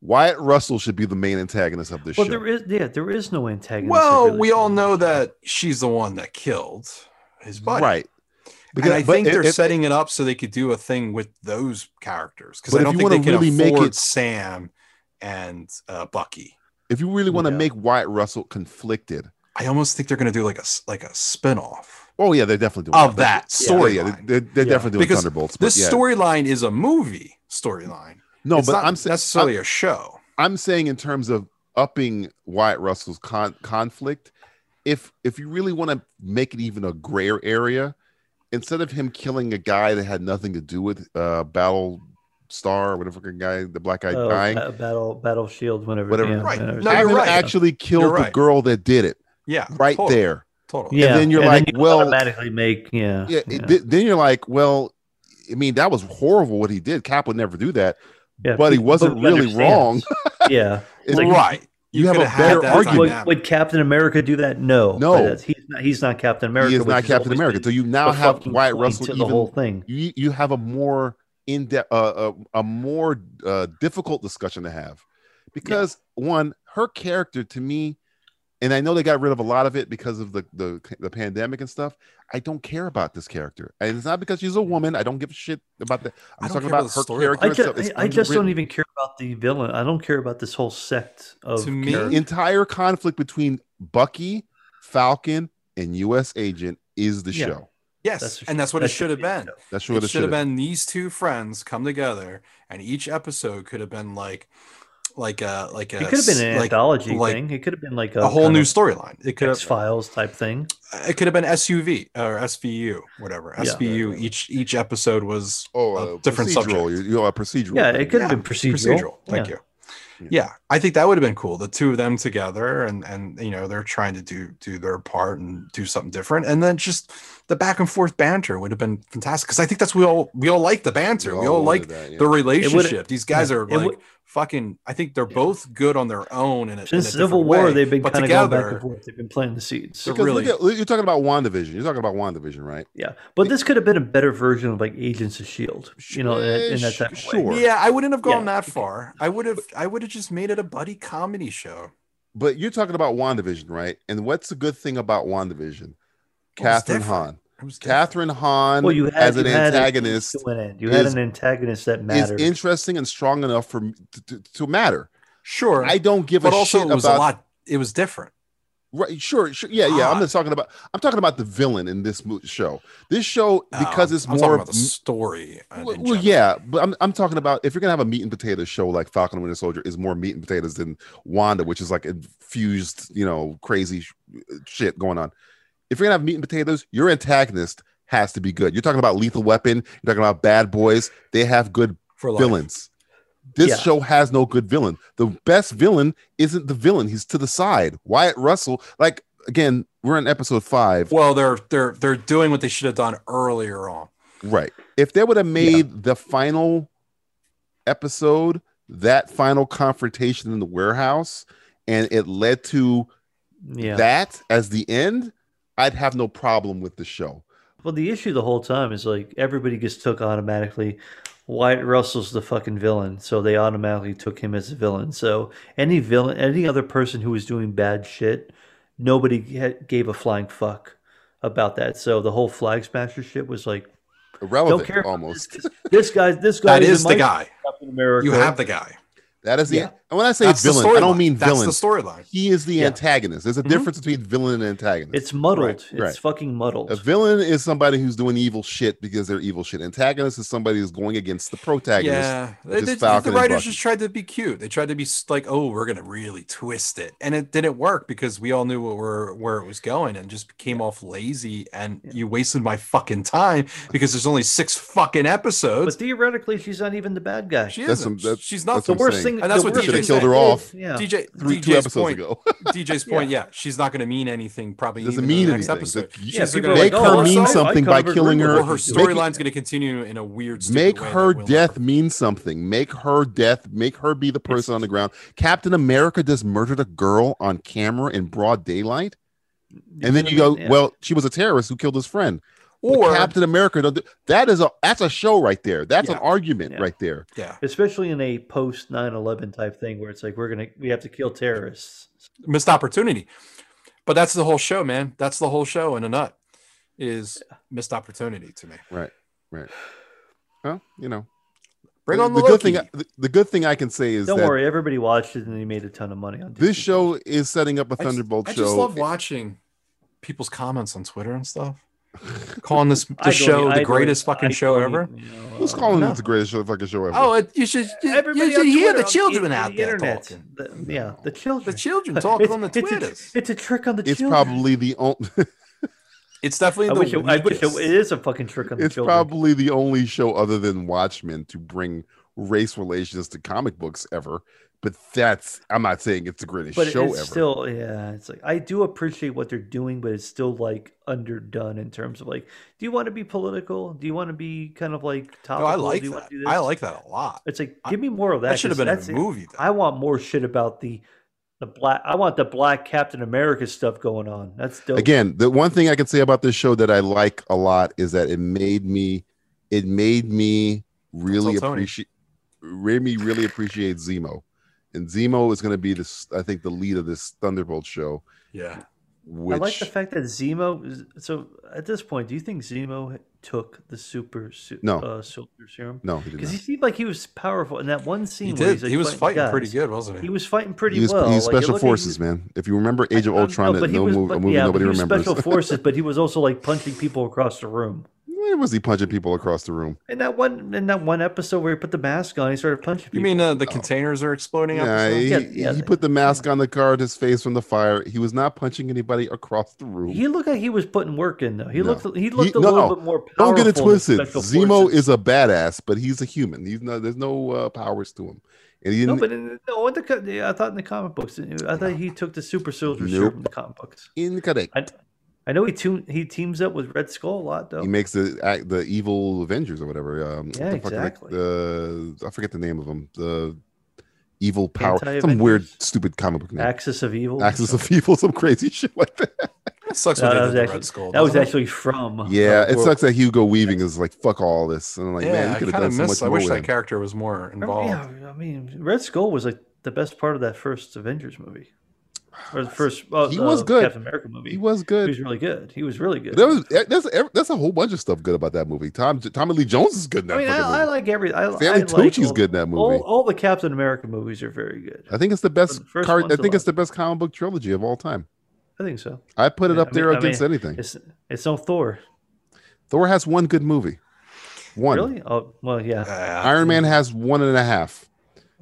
[SPEAKER 5] Wyatt Russell should be the main antagonist of this
[SPEAKER 6] Well,
[SPEAKER 5] show.
[SPEAKER 6] there is yeah, there is no antagonist.
[SPEAKER 3] Well,
[SPEAKER 6] really.
[SPEAKER 3] we all know that she's the one that killed his buddy.
[SPEAKER 5] right.
[SPEAKER 3] Because I
[SPEAKER 5] but
[SPEAKER 3] think they're
[SPEAKER 5] if- if-
[SPEAKER 3] setting it up so they could do a thing with those characters. Because
[SPEAKER 5] But
[SPEAKER 3] I
[SPEAKER 5] if
[SPEAKER 3] don't
[SPEAKER 5] you
[SPEAKER 3] think they
[SPEAKER 5] wanna
[SPEAKER 3] can
[SPEAKER 5] really make
[SPEAKER 3] afford
[SPEAKER 5] it-
[SPEAKER 3] Sam and uh, Bucky.
[SPEAKER 5] if you really want to
[SPEAKER 6] Yeah.
[SPEAKER 5] make Wyatt Russell conflicted,
[SPEAKER 3] I almost think they're going to do like a s- like a spinoff
[SPEAKER 5] oh yeah, they're definitely doing Oh,
[SPEAKER 3] of that story.
[SPEAKER 5] Yeah, they're, they're
[SPEAKER 6] Yeah.
[SPEAKER 5] definitely doing
[SPEAKER 3] Because
[SPEAKER 5] Thunderbolts. But
[SPEAKER 3] This
[SPEAKER 5] yeah.
[SPEAKER 3] storyline is a movie storyline.
[SPEAKER 5] no,
[SPEAKER 3] It's
[SPEAKER 5] but
[SPEAKER 3] not
[SPEAKER 5] I'm sa- I'm-
[SPEAKER 3] necessarily a show.
[SPEAKER 5] I'm saying in terms of upping Wyatt Russell's con- conflict, if if you really want to make it even a grayer area, instead of him killing a guy that had nothing to do with uh Battle Star or whatever fucking guy, the black guy
[SPEAKER 6] Oh,
[SPEAKER 5] dying,
[SPEAKER 6] ba- battle battle shield, whatever.
[SPEAKER 5] Whatever.
[SPEAKER 6] yeah,
[SPEAKER 3] Right.
[SPEAKER 6] whatever.
[SPEAKER 3] No,
[SPEAKER 5] have
[SPEAKER 3] you're
[SPEAKER 5] him
[SPEAKER 3] right.
[SPEAKER 5] actually kill
[SPEAKER 3] You're
[SPEAKER 5] the
[SPEAKER 3] right.
[SPEAKER 5] girl that did it
[SPEAKER 3] Yeah,
[SPEAKER 5] right
[SPEAKER 3] totally,
[SPEAKER 5] there.
[SPEAKER 3] Totally.
[SPEAKER 6] yeah.
[SPEAKER 5] then you're like,
[SPEAKER 6] you
[SPEAKER 5] well-
[SPEAKER 6] automatically make yeah.
[SPEAKER 5] Yeah, it- th- then you're like, well, I mean, that was horrible what he did. Cap would never do that,
[SPEAKER 6] yeah.
[SPEAKER 5] but he wasn't
[SPEAKER 6] he
[SPEAKER 5] really
[SPEAKER 6] understands.
[SPEAKER 5] wrong.
[SPEAKER 6] yeah.
[SPEAKER 5] It's
[SPEAKER 6] Like,
[SPEAKER 3] right.
[SPEAKER 5] you have
[SPEAKER 3] coulda
[SPEAKER 5] a
[SPEAKER 3] had
[SPEAKER 5] better
[SPEAKER 3] that
[SPEAKER 5] argument.
[SPEAKER 6] Would-
[SPEAKER 3] time
[SPEAKER 6] Would,
[SPEAKER 3] now.
[SPEAKER 6] would Captain America do that? No.
[SPEAKER 5] No.
[SPEAKER 6] But that's- he's not. He's not Captain America.
[SPEAKER 5] he is
[SPEAKER 6] which
[SPEAKER 5] not Captain
[SPEAKER 6] always
[SPEAKER 5] America.
[SPEAKER 6] the-
[SPEAKER 5] So you now
[SPEAKER 6] the
[SPEAKER 5] have
[SPEAKER 6] fucking
[SPEAKER 5] Wyatt
[SPEAKER 6] point
[SPEAKER 5] Russell
[SPEAKER 6] to
[SPEAKER 5] even
[SPEAKER 6] the whole thing.
[SPEAKER 5] you you have a more in depth uh, a, a more uh, difficult discussion to have because one her character to me and i know they got rid of a lot of it because of the, the the pandemic and stuff i don't care about this character and it's not because she's a woman i don't give a shit about that i'm
[SPEAKER 3] I don't
[SPEAKER 5] talking
[SPEAKER 3] care
[SPEAKER 5] about,
[SPEAKER 3] about
[SPEAKER 5] her
[SPEAKER 3] the storyline.
[SPEAKER 5] character
[SPEAKER 6] I
[SPEAKER 5] itself.
[SPEAKER 6] just,
[SPEAKER 5] It's
[SPEAKER 6] I, I just don't
[SPEAKER 5] unwritten.
[SPEAKER 6] even care about the villain. I don't care about this whole sect of
[SPEAKER 3] To me-
[SPEAKER 5] the
[SPEAKER 6] characters.
[SPEAKER 5] entire conflict between bucky falcon and us agent is the
[SPEAKER 6] Yeah.
[SPEAKER 5] show
[SPEAKER 3] Yes,
[SPEAKER 6] That's-
[SPEAKER 3] and that's what
[SPEAKER 6] that
[SPEAKER 3] it should have
[SPEAKER 6] be
[SPEAKER 3] been.
[SPEAKER 6] a show.
[SPEAKER 5] that's what
[SPEAKER 3] it should have
[SPEAKER 5] been
[SPEAKER 3] been these two friends come together, and each episode could have been like, like a like a
[SPEAKER 6] It could have been an
[SPEAKER 3] s- like,
[SPEAKER 6] anthology
[SPEAKER 3] like
[SPEAKER 6] thing. It could have been like a,
[SPEAKER 3] a whole
[SPEAKER 6] kind
[SPEAKER 3] new
[SPEAKER 6] of
[SPEAKER 3] storyline. It could
[SPEAKER 6] X
[SPEAKER 3] have
[SPEAKER 6] Files type thing.
[SPEAKER 3] it could have been SUV or SVU, whatever
[SPEAKER 6] Yeah.
[SPEAKER 3] SVU. Each each episode was
[SPEAKER 5] oh
[SPEAKER 3] a
[SPEAKER 5] uh,
[SPEAKER 3] different
[SPEAKER 5] procedural.
[SPEAKER 3] subject.
[SPEAKER 5] you, you know, a procedural
[SPEAKER 6] Yeah,
[SPEAKER 5] thing.
[SPEAKER 6] it could have
[SPEAKER 3] Yeah,
[SPEAKER 6] been procedural.
[SPEAKER 3] procedural. Thank
[SPEAKER 6] Yeah.
[SPEAKER 3] you. Yeah, I think that would have been cool. The two of them together, and and you know they're trying to do do their part and do something different, and then just the back and forth banter would have been fantastic. Because I think that's we all we all like the banter. We all,
[SPEAKER 5] wanted
[SPEAKER 3] like
[SPEAKER 5] that, yeah.
[SPEAKER 3] the relationship. These guys
[SPEAKER 6] yeah,
[SPEAKER 3] are
[SPEAKER 6] it
[SPEAKER 3] like
[SPEAKER 6] would-
[SPEAKER 3] fucking. I think they're both good on their own. And
[SPEAKER 6] Since Civil War, they've been
[SPEAKER 3] but
[SPEAKER 6] kind of going back
[SPEAKER 3] together-
[SPEAKER 6] and forth. They've been playing the seeds.
[SPEAKER 3] They're
[SPEAKER 5] Because
[SPEAKER 3] really-
[SPEAKER 5] look at, you're talking about WandaVision. You're talking about WandaVision, right?
[SPEAKER 6] Yeah, but this could have been a better version of like Agents of Shield. E You know, in, that- in that
[SPEAKER 5] Sh-
[SPEAKER 6] type of way.
[SPEAKER 5] sure.
[SPEAKER 3] Yeah, I wouldn't have gone
[SPEAKER 6] Yeah.
[SPEAKER 3] that far. I would have. I would have just made it a buddy comedy show.
[SPEAKER 5] But you're talking about WandaVision, right? And what's the good thing about WandaVision? Catherine
[SPEAKER 3] different.
[SPEAKER 5] Hahn.
[SPEAKER 3] It was different.
[SPEAKER 5] Catherine Hahn
[SPEAKER 6] Well, you had
[SPEAKER 5] as an
[SPEAKER 6] you had a means
[SPEAKER 5] antagonist
[SPEAKER 6] to an end. You had
[SPEAKER 5] is-
[SPEAKER 6] an antagonist that
[SPEAKER 5] is
[SPEAKER 6] mattered.
[SPEAKER 5] interesting and strong enough for m- to, to, to matter.
[SPEAKER 3] Sure,
[SPEAKER 5] I don't give
[SPEAKER 3] but
[SPEAKER 5] a
[SPEAKER 3] also
[SPEAKER 5] shit
[SPEAKER 3] it was
[SPEAKER 5] about
[SPEAKER 3] a lot. Ah. It was different.
[SPEAKER 5] Right, sure, sure, yeah, yeah. I'm not talking about. I'm talking about the villain in this mo- show. This show because
[SPEAKER 3] Um,
[SPEAKER 5] it's
[SPEAKER 3] I'm
[SPEAKER 5] more
[SPEAKER 3] talking about the story. uh, in
[SPEAKER 5] Well, well,
[SPEAKER 3] general.
[SPEAKER 5] yeah, but I'm, I'm talking about if you're gonna have a meat and potato show like Falcon and Winter Soldier is more meat and potatoes than Wanda, which is like infused, you know, crazy sh- uh, shit going on. If you're gonna have meat and potatoes, your antagonist has to be good. You're talking about Lethal Weapon. You're talking about Bad Boys. They have good
[SPEAKER 3] for life.
[SPEAKER 5] villains. This
[SPEAKER 6] Yeah.
[SPEAKER 5] show has no good villain. The best villain isn't the villain. He's to the side. Wyatt Russell. Like again, we're in episode five.
[SPEAKER 3] Well, they're they're they're doing what they should have done earlier on.
[SPEAKER 5] Right. If they would have made the final episode that final confrontation in the warehouse and it led to
[SPEAKER 6] yeah.
[SPEAKER 5] that as the end, I'd have no problem with the show.
[SPEAKER 6] Well, the issue the whole time is like everybody gets took automatically. Wyatt Russell's the fucking villain, so they automatically took him as a villain. So any villain, any other person who was doing bad shit, nobody ha- gave a flying fuck about that. So the whole flag smasher shit was like,
[SPEAKER 5] Irrelevant
[SPEAKER 6] don't care. about this-
[SPEAKER 5] almost.
[SPEAKER 6] This, this guy, this guy
[SPEAKER 3] That is the
[SPEAKER 6] my
[SPEAKER 3] guy.
[SPEAKER 6] Captain America.
[SPEAKER 3] You have the guy.
[SPEAKER 5] That is the
[SPEAKER 6] Yeah.
[SPEAKER 5] and when I say
[SPEAKER 3] That's
[SPEAKER 5] villain,
[SPEAKER 3] the storyline.
[SPEAKER 5] I don't mean
[SPEAKER 3] That's
[SPEAKER 5] villain.
[SPEAKER 3] the storyline.
[SPEAKER 5] he is the
[SPEAKER 6] Yeah.
[SPEAKER 5] antagonist. There's a
[SPEAKER 3] Mhm.
[SPEAKER 5] difference between villain and antagonist.
[SPEAKER 6] It's muddled.
[SPEAKER 5] Right,
[SPEAKER 6] it's
[SPEAKER 5] right.
[SPEAKER 6] fucking muddled.
[SPEAKER 5] a villain is somebody who's doing evil shit because they're evil shit. Antagonist is somebody who's going against the protagonist.
[SPEAKER 3] Yeah, They-
[SPEAKER 5] just
[SPEAKER 3] they-
[SPEAKER 5] Falcon
[SPEAKER 3] the
[SPEAKER 5] and
[SPEAKER 3] writers
[SPEAKER 5] Bucky.
[SPEAKER 3] just tried to be cute. They tried to be s- like, "Oh, we're gonna really twist it," and it didn't work because we all knew what where where it was going, and just came off lazy. And you wasted my fucking time because there's only six fucking
[SPEAKER 6] but
[SPEAKER 3] episodes.
[SPEAKER 6] theoretically, she's not even the bad guy.
[SPEAKER 3] she
[SPEAKER 5] That's
[SPEAKER 3] isn't.
[SPEAKER 5] some- that's-
[SPEAKER 3] She's
[SPEAKER 5] that's
[SPEAKER 3] not
[SPEAKER 5] some
[SPEAKER 3] the
[SPEAKER 6] the worst
[SPEAKER 5] saying.
[SPEAKER 6] thing,
[SPEAKER 3] And that's
[SPEAKER 6] the
[SPEAKER 3] what
[SPEAKER 6] worst
[SPEAKER 5] Should've
[SPEAKER 3] TJ
[SPEAKER 5] they killed her off
[SPEAKER 6] Yeah.
[SPEAKER 3] DJ,
[SPEAKER 5] three,
[SPEAKER 3] DJ's
[SPEAKER 5] two episodes
[SPEAKER 3] point,
[SPEAKER 5] ago.
[SPEAKER 3] DJ's point, yeah. she's not going to mean anything. Probably
[SPEAKER 5] Doesn't
[SPEAKER 3] even
[SPEAKER 5] mean
[SPEAKER 3] in the next
[SPEAKER 5] anything.
[SPEAKER 3] episode.
[SPEAKER 5] Just-
[SPEAKER 6] Yeah,
[SPEAKER 3] She's
[SPEAKER 6] people
[SPEAKER 3] gonna
[SPEAKER 6] are
[SPEAKER 5] Make
[SPEAKER 6] like,
[SPEAKER 5] her
[SPEAKER 6] oh,
[SPEAKER 5] mean
[SPEAKER 6] also, I
[SPEAKER 5] something by
[SPEAKER 6] covered
[SPEAKER 5] killing
[SPEAKER 6] Riddle.
[SPEAKER 5] her.
[SPEAKER 3] Or
[SPEAKER 5] Make
[SPEAKER 3] her
[SPEAKER 5] it-
[SPEAKER 3] storyline's going to continue in a weird. stupid
[SPEAKER 5] Make
[SPEAKER 3] way that
[SPEAKER 5] her
[SPEAKER 3] we'll
[SPEAKER 5] death
[SPEAKER 3] never-
[SPEAKER 5] mean something. Make her death. Make her be the person on the ground. Captain America just murdered a girl on camera in broad daylight, and then you go,
[SPEAKER 6] Yeah.
[SPEAKER 5] "Well, she was a terrorist who killed his friend." But
[SPEAKER 3] Or
[SPEAKER 5] Captain America. don't do- That is a that's a show right there. That's an
[SPEAKER 3] Yeah.
[SPEAKER 5] argument
[SPEAKER 6] Yeah.
[SPEAKER 5] right there.
[SPEAKER 3] yeah,
[SPEAKER 6] especially in a post 9-11 type thing where it's like we're gonna we have to kill terrorists
[SPEAKER 3] missed opportunity. But that's the whole show, man. That's the whole show in a nut is missed opportunity to me.
[SPEAKER 5] Well, you know,
[SPEAKER 3] Bring
[SPEAKER 5] the,
[SPEAKER 3] on the,
[SPEAKER 5] the good thing.
[SPEAKER 3] Loki.
[SPEAKER 5] The, the good thing I can say is
[SPEAKER 6] don't
[SPEAKER 5] that
[SPEAKER 6] worry everybody watched it and they made a ton of money on
[SPEAKER 5] this
[SPEAKER 6] Disney
[SPEAKER 5] show is setting up
[SPEAKER 3] I
[SPEAKER 5] a
[SPEAKER 3] just-
[SPEAKER 5] Thunderbolt
[SPEAKER 3] I
[SPEAKER 5] show.
[SPEAKER 3] just, love watching people's comments on Twitter and stuff, calling this
[SPEAKER 6] Plus. I
[SPEAKER 3] the
[SPEAKER 6] don't
[SPEAKER 3] show
[SPEAKER 6] e- I
[SPEAKER 3] the
[SPEAKER 6] don't
[SPEAKER 3] greatest
[SPEAKER 6] e-
[SPEAKER 3] fucking
[SPEAKER 6] I
[SPEAKER 3] show
[SPEAKER 6] don't
[SPEAKER 3] ever.
[SPEAKER 6] even, you know,
[SPEAKER 5] Who's
[SPEAKER 6] uh,
[SPEAKER 5] calling
[SPEAKER 3] no.
[SPEAKER 5] it the greatest show, fucking show ever?
[SPEAKER 3] Oh, it, you should you,
[SPEAKER 6] everybody
[SPEAKER 3] should
[SPEAKER 6] on
[SPEAKER 3] hear the
[SPEAKER 6] Twitter,
[SPEAKER 3] children
[SPEAKER 6] in-
[SPEAKER 3] out
[SPEAKER 6] the
[SPEAKER 3] there
[SPEAKER 6] internet,
[SPEAKER 3] talking.
[SPEAKER 6] the- yeah the children
[SPEAKER 3] The children talking
[SPEAKER 6] It's-
[SPEAKER 3] on the
[SPEAKER 6] it's a-
[SPEAKER 3] Twitters.
[SPEAKER 6] it's a, trick on the
[SPEAKER 5] it's
[SPEAKER 6] children
[SPEAKER 5] probably the only.
[SPEAKER 3] It's
[SPEAKER 6] I
[SPEAKER 3] definitely
[SPEAKER 6] wish,
[SPEAKER 3] the
[SPEAKER 6] it, I wish it,
[SPEAKER 3] weakest.
[SPEAKER 6] it is a fucking trick on the
[SPEAKER 5] it's
[SPEAKER 6] children.
[SPEAKER 5] probably the only show other than Watchmen to bring race relations to comic books ever. But that's I'm not saying it's the greatest
[SPEAKER 6] but
[SPEAKER 5] show
[SPEAKER 6] it's
[SPEAKER 5] ever.
[SPEAKER 6] still yeah it's like i do appreciate what they're doing but it's still like underdone in terms of like do you want to be political do you want to be kind of like
[SPEAKER 3] No,
[SPEAKER 6] topical
[SPEAKER 3] Oh, I like
[SPEAKER 6] do you
[SPEAKER 3] that.
[SPEAKER 6] want to do this?
[SPEAKER 3] I like that a lot.
[SPEAKER 6] it's like
[SPEAKER 3] I-
[SPEAKER 6] give me more of that
[SPEAKER 3] That should have
[SPEAKER 6] 'cause
[SPEAKER 3] been
[SPEAKER 6] that's
[SPEAKER 3] a
[SPEAKER 6] it.
[SPEAKER 3] movie. Then.
[SPEAKER 6] i want more shit about the the black i want the black captain america stuff going on that's dope
[SPEAKER 5] Again, the one thing I can say about this show that I like a lot is that it made me, it made me
[SPEAKER 3] Don't
[SPEAKER 5] really
[SPEAKER 3] tell Tony.
[SPEAKER 5] appreciate, made me really appreciate Zemo, and Zemo is going to be this. I think the lead of this Thunderbolt show.
[SPEAKER 3] yeah.
[SPEAKER 5] Which
[SPEAKER 6] I like the fact that Zemo. Is, so at this point, do you think Zemo took the super su-
[SPEAKER 5] No.
[SPEAKER 6] uh, super serum?
[SPEAKER 5] no, he did
[SPEAKER 6] Because
[SPEAKER 5] not.
[SPEAKER 6] he seemed like he was powerful in that one scene.
[SPEAKER 3] He
[SPEAKER 6] where
[SPEAKER 3] did.
[SPEAKER 6] he's, like,
[SPEAKER 3] he was fighting
[SPEAKER 6] guys.
[SPEAKER 3] pretty good, wasn't he?
[SPEAKER 6] He was fighting pretty
[SPEAKER 5] He was,
[SPEAKER 6] well.
[SPEAKER 5] he's
[SPEAKER 6] like, it
[SPEAKER 5] special
[SPEAKER 6] looked- he
[SPEAKER 5] forces,
[SPEAKER 6] was-
[SPEAKER 5] man. If you remember
[SPEAKER 6] I-
[SPEAKER 5] Age of
[SPEAKER 6] I-
[SPEAKER 5] Ultron,
[SPEAKER 6] Um, no,
[SPEAKER 5] that
[SPEAKER 6] but he
[SPEAKER 5] no
[SPEAKER 6] was-
[SPEAKER 5] movie, a
[SPEAKER 6] but-
[SPEAKER 5] movie
[SPEAKER 6] yeah, but
[SPEAKER 5] nobody
[SPEAKER 6] he was
[SPEAKER 5] remembers.
[SPEAKER 6] Special forces, but he was also like punching people across the room.
[SPEAKER 5] Where was he punching people across the room?
[SPEAKER 6] In that one, in that one episode where he put the mask on, he started punching.
[SPEAKER 3] You
[SPEAKER 6] people.
[SPEAKER 3] mean uh, the containers are exploding?
[SPEAKER 5] Yeah,
[SPEAKER 3] episode?
[SPEAKER 5] he,
[SPEAKER 6] Yeah, yeah,
[SPEAKER 5] he
[SPEAKER 6] they-
[SPEAKER 5] put the mask on the guard, his face from the fire. He was not punching anybody across the room.
[SPEAKER 6] He looked like he was putting work in though. He
[SPEAKER 5] No.
[SPEAKER 6] looked he looked a
[SPEAKER 5] no,
[SPEAKER 6] little bit more powerful.
[SPEAKER 5] Don't get it
[SPEAKER 6] than
[SPEAKER 5] twisted.
[SPEAKER 6] Special
[SPEAKER 5] Zemo
[SPEAKER 6] Forces.
[SPEAKER 5] is a badass, but he's a human. He's no, there's no uh, powers to him. And he
[SPEAKER 6] no,
[SPEAKER 5] didn't,
[SPEAKER 6] but in, no. In the, co- yeah, I thought in the comic books, I thought he took the super soldier
[SPEAKER 5] Nope.
[SPEAKER 6] serum in the comic books.
[SPEAKER 5] incorrect.
[SPEAKER 6] I, I know he tune, he teams up with Red Skull a lot though.
[SPEAKER 5] He makes the act, the evil Avengers or whatever. Um, what
[SPEAKER 6] Yeah,
[SPEAKER 5] the fuck are they-
[SPEAKER 6] exactly.
[SPEAKER 5] the- I forget the name of them. The evil power, some
[SPEAKER 6] Anti-Avengers?
[SPEAKER 5] weird, stupid comic book name.
[SPEAKER 6] Axis of Evil. or
[SPEAKER 5] Axis
[SPEAKER 6] something.
[SPEAKER 5] of Evil, some crazy shit like that.
[SPEAKER 3] It sucks
[SPEAKER 6] No,
[SPEAKER 3] when they did
[SPEAKER 6] that was
[SPEAKER 3] the
[SPEAKER 6] actually
[SPEAKER 3] Red Skull.
[SPEAKER 6] that was
[SPEAKER 3] doesn't it?
[SPEAKER 6] actually from.
[SPEAKER 5] Yeah,
[SPEAKER 3] Uh,
[SPEAKER 5] it
[SPEAKER 3] well-
[SPEAKER 5] sucks that Hugo Weaving is like fuck all this, and I'm like, man,
[SPEAKER 3] yeah,
[SPEAKER 5] you could
[SPEAKER 3] I kind
[SPEAKER 5] have done
[SPEAKER 3] of
[SPEAKER 5] so
[SPEAKER 3] missed.
[SPEAKER 5] much
[SPEAKER 3] I
[SPEAKER 5] more
[SPEAKER 3] wish
[SPEAKER 5] with
[SPEAKER 3] that
[SPEAKER 5] him.
[SPEAKER 3] character was more involved.
[SPEAKER 6] Oh, Yeah, I mean, Red Skull was like the best part of that first Avengers movie, or the first. Well,
[SPEAKER 5] He
[SPEAKER 6] the
[SPEAKER 5] was good.
[SPEAKER 6] Captain America movie.
[SPEAKER 5] He was
[SPEAKER 6] He
[SPEAKER 5] good.
[SPEAKER 6] was really good. He was really good.
[SPEAKER 5] There was eh, that's that's a whole bunch of stuff good about that movie. Tom Tommy Lee Jones is good in that
[SPEAKER 6] I mean, I,
[SPEAKER 5] fucking
[SPEAKER 6] I
[SPEAKER 5] movie.
[SPEAKER 6] like every. I, I
[SPEAKER 5] Stanley
[SPEAKER 6] like
[SPEAKER 5] Tucci's
[SPEAKER 6] all-
[SPEAKER 5] good in that movie. Uh,
[SPEAKER 6] All, all the Captain America movies are very good.
[SPEAKER 5] I think it's the best
[SPEAKER 6] the first
[SPEAKER 5] card.
[SPEAKER 6] ones
[SPEAKER 5] I
[SPEAKER 6] a
[SPEAKER 5] think
[SPEAKER 6] lot.
[SPEAKER 5] it's the best comic book trilogy of all time.
[SPEAKER 6] I think so.
[SPEAKER 5] I put it
[SPEAKER 6] Yeah,
[SPEAKER 5] up
[SPEAKER 6] I mean-
[SPEAKER 5] there
[SPEAKER 6] I
[SPEAKER 5] against
[SPEAKER 6] mean,
[SPEAKER 5] anything.
[SPEAKER 6] It's it's no Thor.
[SPEAKER 5] Thor has one good movie. One.
[SPEAKER 6] Really? Oh well, yeah.
[SPEAKER 3] Yeah.
[SPEAKER 5] Iron Man has one and a half.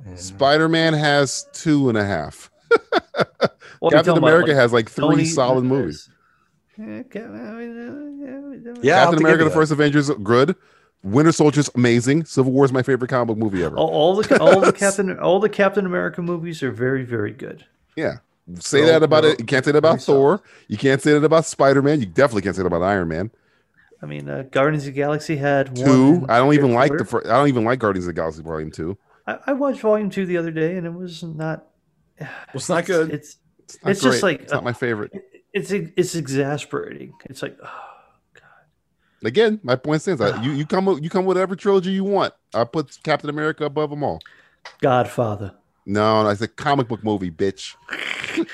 [SPEAKER 6] Mm.
[SPEAKER 5] Spider Man has two and a half.
[SPEAKER 6] Well, you're
[SPEAKER 5] Captain
[SPEAKER 6] talking about,
[SPEAKER 5] America
[SPEAKER 6] like,
[SPEAKER 5] has like three
[SPEAKER 6] Tony-
[SPEAKER 5] solid movies.
[SPEAKER 6] Yeah, Cap- I mean, uh, yeah,
[SPEAKER 3] Yeah, I'll have
[SPEAKER 5] Captain
[SPEAKER 3] to give
[SPEAKER 5] America:
[SPEAKER 3] you that.
[SPEAKER 5] The First Avengers, good. Winter Soldier's amazing. Civil War is my favorite comic book movie ever.
[SPEAKER 6] All, all the all the Captain all the Captain America movies are very very good.
[SPEAKER 5] Yeah. Say
[SPEAKER 6] They're
[SPEAKER 5] that
[SPEAKER 6] all-
[SPEAKER 5] about
[SPEAKER 6] they're
[SPEAKER 5] it. You can't say that about
[SPEAKER 6] very solid.
[SPEAKER 5] Thor. You can't say that about Spider Man. You definitely can't say that about Iron Man.
[SPEAKER 6] I mean, uh, Guardians of the Galaxy had
[SPEAKER 5] Two.
[SPEAKER 6] One
[SPEAKER 5] I don't even like the.
[SPEAKER 6] quarter.
[SPEAKER 5] Fir- I don't even like Guardians of the Galaxy Volume Two.
[SPEAKER 6] I, I watched Volume Two the other day, and it was not.
[SPEAKER 3] was not good.
[SPEAKER 6] It's
[SPEAKER 5] It's, not
[SPEAKER 6] It's just
[SPEAKER 5] great.
[SPEAKER 6] like,
[SPEAKER 5] it's not
[SPEAKER 6] uh,
[SPEAKER 5] my favorite.
[SPEAKER 6] it's it's exasperating. It's like oh,
[SPEAKER 5] Again, my point stands. I, you you come with- you come whatever trilogy you want. I put Captain America above them all.
[SPEAKER 6] Godfather.
[SPEAKER 5] No, I said comic book movie, bitch.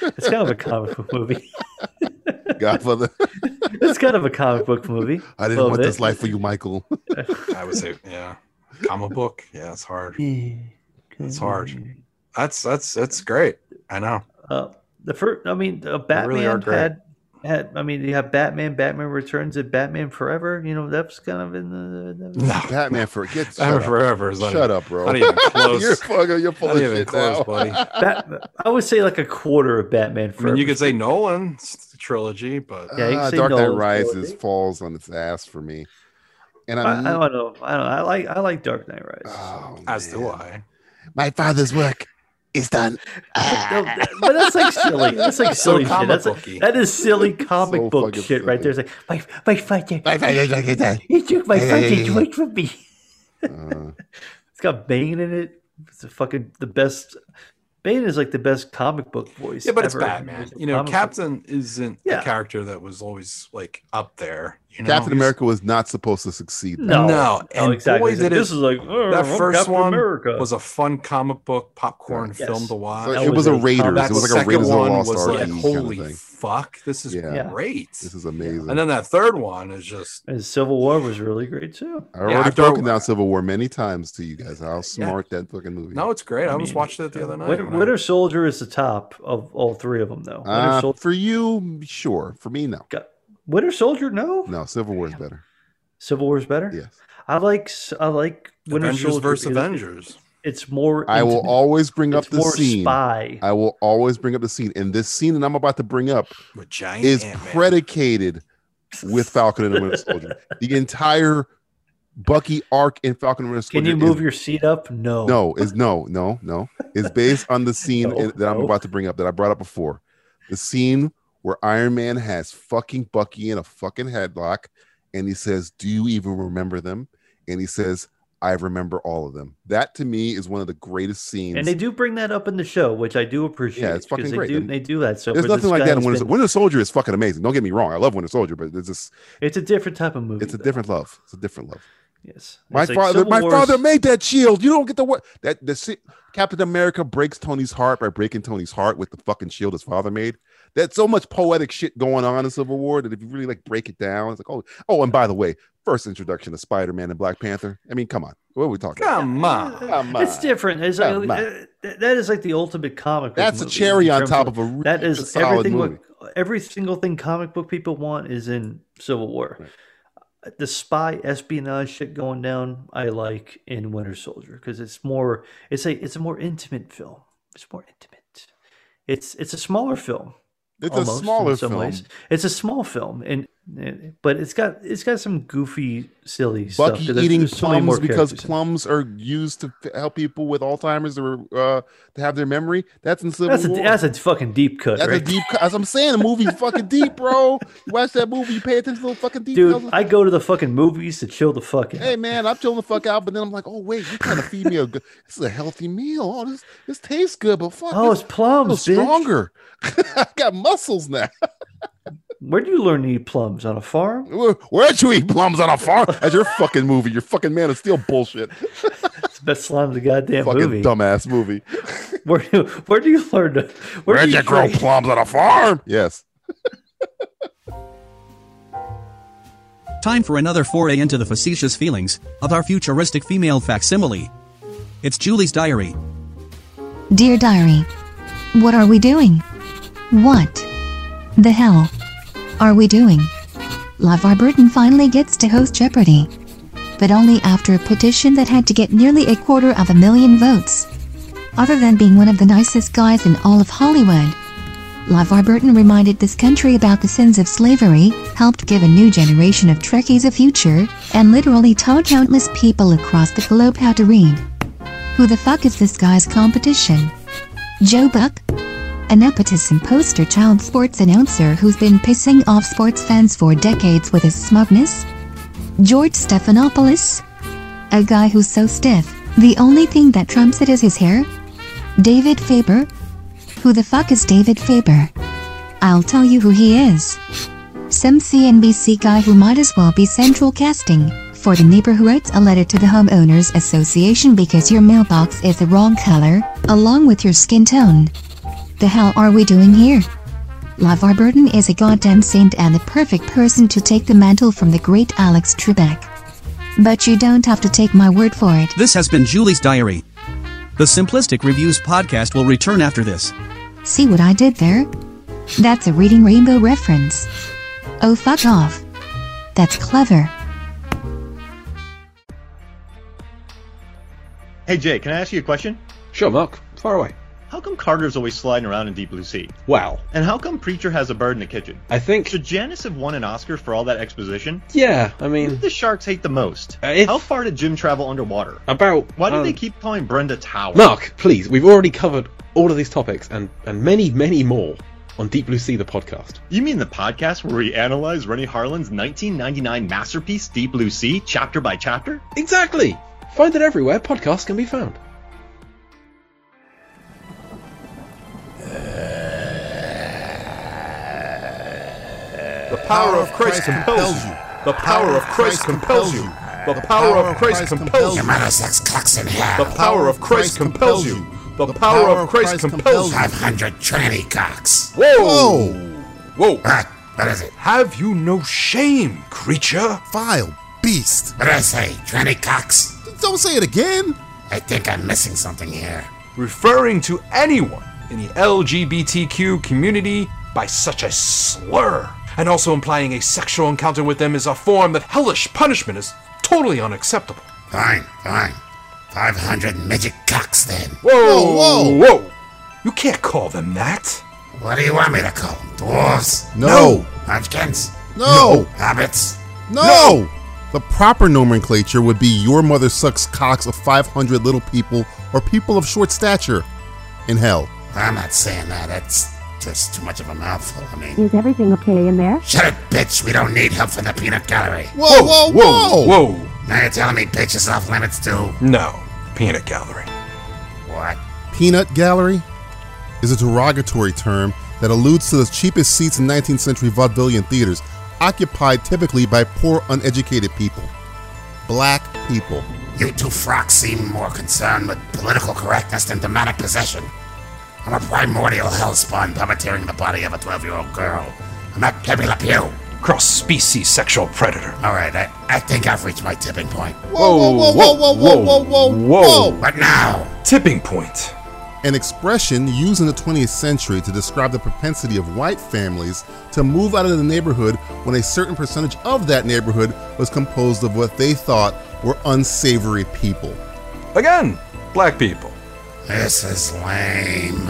[SPEAKER 6] It's kind of a comic book movie.
[SPEAKER 5] Godfather.
[SPEAKER 6] It's kind of a comic book movie.
[SPEAKER 5] I didn't
[SPEAKER 6] Little
[SPEAKER 5] want
[SPEAKER 6] bit.
[SPEAKER 5] this life for you, Michael.
[SPEAKER 3] I would say, yeah, comic book. Yeah, it's hard. It's hard. That's that's that's great. I know.
[SPEAKER 6] Uh, the first, I mean, uh,
[SPEAKER 3] really are
[SPEAKER 6] Batman
[SPEAKER 3] great.
[SPEAKER 6] had had. I mean, you have Batman, Batman Returns, and Batman Forever. You know, that's kind of in the. that was-
[SPEAKER 3] No,
[SPEAKER 5] Batman for get shut
[SPEAKER 3] Batman
[SPEAKER 5] up.
[SPEAKER 3] Forever is not
[SPEAKER 5] Shut
[SPEAKER 3] even-
[SPEAKER 5] up, bro.
[SPEAKER 3] Not even close.
[SPEAKER 5] you're fucking. You're full
[SPEAKER 3] Not
[SPEAKER 5] of
[SPEAKER 3] even
[SPEAKER 5] shit
[SPEAKER 3] close,
[SPEAKER 5] now.
[SPEAKER 3] buddy. I
[SPEAKER 6] Bat, I would say like a quarter of Batman Forever.
[SPEAKER 3] mean, you could say Nolan's trilogy, but
[SPEAKER 6] Yeah, you can
[SPEAKER 5] Ah,
[SPEAKER 6] say
[SPEAKER 5] Dark Knight
[SPEAKER 6] Nolan's
[SPEAKER 5] Rises
[SPEAKER 6] trilogy.
[SPEAKER 5] falls on its ass for me, and
[SPEAKER 6] I, I
[SPEAKER 5] I'm
[SPEAKER 6] don't know. I don't. I like. I like Dark Knight Rises.
[SPEAKER 5] Oh,
[SPEAKER 3] as do
[SPEAKER 5] man.
[SPEAKER 3] I.
[SPEAKER 5] My father's work It's done.
[SPEAKER 6] but that's like silly. That's like silly shit.
[SPEAKER 3] comic
[SPEAKER 6] That's
[SPEAKER 3] booky.
[SPEAKER 6] like, that is silly comic
[SPEAKER 5] So
[SPEAKER 6] book
[SPEAKER 5] fucking
[SPEAKER 6] shit right there. It's like my my fucking
[SPEAKER 5] uh,
[SPEAKER 6] he took my
[SPEAKER 5] Yeah, yeah, yeah,
[SPEAKER 6] fucking
[SPEAKER 5] yeah.
[SPEAKER 6] joint from me. It's got Bane in it. It's a fucking the best. Bane is like the best comic book voice.
[SPEAKER 3] Yeah, but it's
[SPEAKER 6] ever.
[SPEAKER 3] Batman.
[SPEAKER 6] It's a
[SPEAKER 3] You know,
[SPEAKER 6] comic book.
[SPEAKER 3] Captain isn't
[SPEAKER 6] Yeah.
[SPEAKER 3] a character that was always like up there. You know?
[SPEAKER 5] Captain America was not supposed to succeed.
[SPEAKER 6] No,
[SPEAKER 3] No, and
[SPEAKER 6] exactly.
[SPEAKER 3] boy,
[SPEAKER 6] It's like,
[SPEAKER 3] did it-
[SPEAKER 6] this is like oh,
[SPEAKER 3] That first one
[SPEAKER 6] America.
[SPEAKER 3] was a fun comic book popcorn
[SPEAKER 6] Yes.
[SPEAKER 3] film to watch.
[SPEAKER 5] So
[SPEAKER 6] that
[SPEAKER 5] it was,
[SPEAKER 6] was
[SPEAKER 5] a
[SPEAKER 6] a-
[SPEAKER 5] Raiders.
[SPEAKER 3] that
[SPEAKER 5] It was like a
[SPEAKER 3] second
[SPEAKER 5] Raiders of the
[SPEAKER 3] one
[SPEAKER 5] Lost
[SPEAKER 3] was
[SPEAKER 5] Ark
[SPEAKER 3] like,
[SPEAKER 5] kind
[SPEAKER 3] holy
[SPEAKER 5] of thing.
[SPEAKER 3] fuck, this is
[SPEAKER 5] Yeah.
[SPEAKER 6] Yeah.
[SPEAKER 3] great.
[SPEAKER 5] This is amazing.
[SPEAKER 3] and then that third one is just
[SPEAKER 6] and Civil War was really great too.
[SPEAKER 5] I already
[SPEAKER 3] I don't-
[SPEAKER 5] broken down Civil War many times to you guys. How smart that fucking movie.
[SPEAKER 3] no, it's great. I, was
[SPEAKER 6] mean,
[SPEAKER 3] watching it the other night.
[SPEAKER 6] Winter,
[SPEAKER 3] when I-
[SPEAKER 6] Winter Soldier is the top of all three of them, though. Winter,
[SPEAKER 5] Uh,
[SPEAKER 6] Sol-
[SPEAKER 5] for you, sure. For me, no.
[SPEAKER 6] Go- Winter Soldier, no?
[SPEAKER 5] No, Civil War is better.
[SPEAKER 6] Civil War is better.
[SPEAKER 5] Yes,
[SPEAKER 6] I like s- I like Winter
[SPEAKER 3] Avengers
[SPEAKER 6] Soldier
[SPEAKER 3] versus
[SPEAKER 6] because
[SPEAKER 3] Avengers.
[SPEAKER 6] It's more.
[SPEAKER 5] I will
[SPEAKER 6] intimate.
[SPEAKER 5] always bring up
[SPEAKER 6] It's
[SPEAKER 5] the
[SPEAKER 6] more
[SPEAKER 5] scene.
[SPEAKER 6] spy.
[SPEAKER 5] I will always bring up the scene, and this scene that I'm about to bring up
[SPEAKER 3] With giant
[SPEAKER 5] is
[SPEAKER 3] Ant-Man.
[SPEAKER 5] predicated with Falcon and the Winter Soldier. The entire Bucky arc in Falcon and the Winter Soldier.
[SPEAKER 6] Can you move
[SPEAKER 5] is,
[SPEAKER 6] your seat up? No.
[SPEAKER 5] No, is no, no, no. Is based on the scene
[SPEAKER 6] No,
[SPEAKER 5] that I'm
[SPEAKER 6] no.
[SPEAKER 5] about to bring up that I brought up before. The scene where Iron Man has fucking Bucky in a fucking headlock, and he says, "Do you even remember them?" And he says, "I remember all of them." That to me is one of the greatest scenes.
[SPEAKER 6] And they do bring that up in the show, which I do appreciate.
[SPEAKER 5] Yeah, it's fucking
[SPEAKER 6] 'cause they
[SPEAKER 5] great.
[SPEAKER 6] Do,
[SPEAKER 5] And
[SPEAKER 6] they do that. So
[SPEAKER 5] There's
[SPEAKER 6] but
[SPEAKER 5] nothing
[SPEAKER 6] this
[SPEAKER 5] like
[SPEAKER 6] guy
[SPEAKER 5] that in
[SPEAKER 6] has
[SPEAKER 5] Winter,
[SPEAKER 6] been-
[SPEAKER 5] Winter Soldier is fucking amazing. Don't get me wrong, I love Winter Soldier, but it's just
[SPEAKER 6] It's a different type of movie.
[SPEAKER 5] it's a
[SPEAKER 6] though.
[SPEAKER 5] different love. It's a different love.
[SPEAKER 6] Yes.
[SPEAKER 5] My
[SPEAKER 6] It's like
[SPEAKER 5] father,
[SPEAKER 6] Civil
[SPEAKER 5] my
[SPEAKER 6] War's-
[SPEAKER 5] father made that shield. You don't get the what that the si- Captain America breaks Tony's heart by breaking Tony's heart with the fucking shield his father made. That's so much poetic shit going on in Civil War that if you really like break it down, it's like oh oh. And by the way, first introduction of Spider Man and Black Panther. I mean, come on, what are we talking? about?
[SPEAKER 3] Come on.
[SPEAKER 5] Come on.
[SPEAKER 6] It's different. It's
[SPEAKER 5] Come
[SPEAKER 6] like-
[SPEAKER 5] on.
[SPEAKER 6] uh, th- that is like the ultimate comic. book
[SPEAKER 5] That's a
[SPEAKER 6] movie
[SPEAKER 5] cherry
[SPEAKER 6] in
[SPEAKER 5] on
[SPEAKER 6] terms
[SPEAKER 5] top of a really
[SPEAKER 6] that is
[SPEAKER 5] solid
[SPEAKER 6] everything.
[SPEAKER 5] movie.
[SPEAKER 6] What, every single thing comic book people want is in Civil War. The spy espionage shit going down, I like in Winter Soldier because it's more. It's a it's a more intimate film. It's more intimate. It's it's a smaller film.
[SPEAKER 5] It's
[SPEAKER 6] almost,
[SPEAKER 5] a smaller
[SPEAKER 6] in some
[SPEAKER 5] film.
[SPEAKER 6] ways. It's a small film, and, and- but it's got it's got some goofy, silly stuff.
[SPEAKER 5] Bucky
[SPEAKER 6] 'cause there's-
[SPEAKER 5] eating
[SPEAKER 6] there's so many
[SPEAKER 5] plums
[SPEAKER 6] more
[SPEAKER 5] because
[SPEAKER 6] characters in it.
[SPEAKER 5] plums are used to f- help people with Alzheimer's to, uh, to have their memory. That's in Civil
[SPEAKER 6] That's a,
[SPEAKER 5] War.
[SPEAKER 6] that's a fucking deep cut,
[SPEAKER 5] That's
[SPEAKER 6] right?
[SPEAKER 5] a deep. cut. As I'm saying, the movie's fucking deep, bro. You watch that movie, you pay attention to the fucking details.
[SPEAKER 6] Dude, I go to the fucking movies to chill the fuck out.
[SPEAKER 5] hey man, I'm chilling the fuck out, but then I'm like, oh wait, you're trying to feed me a good. This is a healthy meal. Oh, this this tastes good, but fuck,
[SPEAKER 6] oh,
[SPEAKER 5] this
[SPEAKER 6] it's plums,
[SPEAKER 5] feels
[SPEAKER 6] bitch.
[SPEAKER 5] stronger. I got muscles now.
[SPEAKER 6] Where do you learn to eat plums on a farm?
[SPEAKER 5] Where- Where'd you eat plums on a farm? That's your fucking movie. Your fucking Man of Steel bullshit.
[SPEAKER 6] It's the best line of the goddamn
[SPEAKER 5] fucking
[SPEAKER 6] movie.
[SPEAKER 5] dumbass movie.
[SPEAKER 6] Where do where do you learn to? Where
[SPEAKER 5] Where'd
[SPEAKER 6] do
[SPEAKER 5] you grow
[SPEAKER 6] train?
[SPEAKER 5] plums on a farm? Yes.
[SPEAKER 8] Time for another foray into the facetious feelings of our futuristic female facsimile. It's Julie's diary.
[SPEAKER 4] Dear Diary, what are we doing? What the hell are we doing? LeVar Burton finally gets to host Jeopardy! But only after a petition that had to get nearly a quarter of a million votes. Other than being one of the nicest guys in all of Hollywood, LeVar Burton reminded this country about the sins of slavery, helped give a new generation of Trekkies a future, and literally taught countless people across the globe how to read. Who the fuck is this guy's competition? Joe Buck? A nepotism poster child sports announcer who's been pissing off sports fans for decades with his smugness? George Stephanopoulos? A guy who's so stiff, the only thing that trumps it is his hair? David Faber? Who the fuck is David Faber? I'll tell you who he is. Some CNBC guy who might as well be central casting for the neighbor who writes a letter to the homeowners association because your mailbox is the wrong color, along with your skin tone. The hell are we doing here? LeVar Burton is a goddamn saint and the perfect person to take the mantle from the great Alex Trebek. But you don't have to take my word for it.
[SPEAKER 8] This has been Julie's diary. The Simplistic Reviews podcast will return after this.
[SPEAKER 4] See what I did there? That's a Reading Rainbow reference. Oh, fuck off. That's clever.
[SPEAKER 9] Hey Jay, can I ask you a question?
[SPEAKER 1] Sure, Mark. Far away.
[SPEAKER 9] How come Carter's always sliding around in Deep Blue Sea?
[SPEAKER 10] Wow.
[SPEAKER 9] And how come Preacher has a bird in the kitchen?
[SPEAKER 10] I think.
[SPEAKER 9] Should Janice have won an Oscar for all that exposition?
[SPEAKER 10] Yeah, I
[SPEAKER 9] Who
[SPEAKER 10] mean,
[SPEAKER 9] did the sharks hate the most?
[SPEAKER 10] Uh, if-
[SPEAKER 9] How far did Jim travel underwater?
[SPEAKER 10] about.
[SPEAKER 9] Why do
[SPEAKER 10] um,
[SPEAKER 9] they keep calling Brenda Tower?
[SPEAKER 10] Mark, please, we've already covered all of these topics and, and many, many more on Deep Blue Sea, the podcast.
[SPEAKER 9] You mean the podcast where we analyze Rennie Harlan's 1999 masterpiece, Deep Blue Sea, chapter by chapter?
[SPEAKER 10] Exactly! Find it everywhere podcasts can be found.
[SPEAKER 3] The power of Christ compels you. The power of Christ compels you. The power of Christ compels you.
[SPEAKER 11] Motorsex clucks in hell.
[SPEAKER 3] The power of Christ compels you. The power of Christ compels you.
[SPEAKER 11] 500 Trinity cocks.
[SPEAKER 3] Whoa! Whoa!
[SPEAKER 11] What? What is it?
[SPEAKER 3] Have you no shame, creature?
[SPEAKER 11] Vile beast. What did I say? Trinity cocks? Don't say it again. I think I'm missing something here.
[SPEAKER 3] Referring to anyone in the LGBTQ community by such a slur, and also implying a sexual encounter with them is a form of hellish punishment is totally unacceptable.
[SPEAKER 11] Fine, fine. 500 midget cocks then.
[SPEAKER 3] Whoa! Whoa! Whoa! You can't call them that.
[SPEAKER 11] What do you want me to call them? Dwarves?
[SPEAKER 5] No.
[SPEAKER 11] Munchkins?
[SPEAKER 5] No.
[SPEAKER 11] Hobbits?
[SPEAKER 5] No! The proper nomenclature would be your mother sucks cocks of 500 little people or people of short stature in hell.
[SPEAKER 11] I'm not saying that. That's just too much of a mouthful. I mean,
[SPEAKER 12] Is everything okay in there?
[SPEAKER 11] shut it, bitch. We don't need help from the peanut gallery.
[SPEAKER 5] Whoa, whoa, whoa!
[SPEAKER 3] Whoa!
[SPEAKER 11] Now you're telling me bitch is off limits too?
[SPEAKER 3] No. Peanut gallery.
[SPEAKER 11] What?
[SPEAKER 5] Peanut gallery is a derogatory term that alludes to the cheapest seats in 19th century vaudevillian theaters, occupied typically by poor, uneducated people. Black people.
[SPEAKER 11] You two frocks seem more concerned with political correctness than demonic possession. I'm a primordial hellspawn puppeteering the body of a 12 year old girl. I'm not Pepe Le Pew.
[SPEAKER 3] Cross species sexual predator.
[SPEAKER 11] Alright, I, I think I've reached my tipping point.
[SPEAKER 5] Whoa, whoa, whoa, whoa, whoa, whoa, whoa, whoa!
[SPEAKER 11] But now,
[SPEAKER 3] Tipping point.
[SPEAKER 5] an expression used in the 20th century to describe the propensity of white families to move out of the neighborhood when a certain percentage of that neighborhood was composed of what they thought were unsavory people.
[SPEAKER 3] Again, black people.
[SPEAKER 11] this is lame.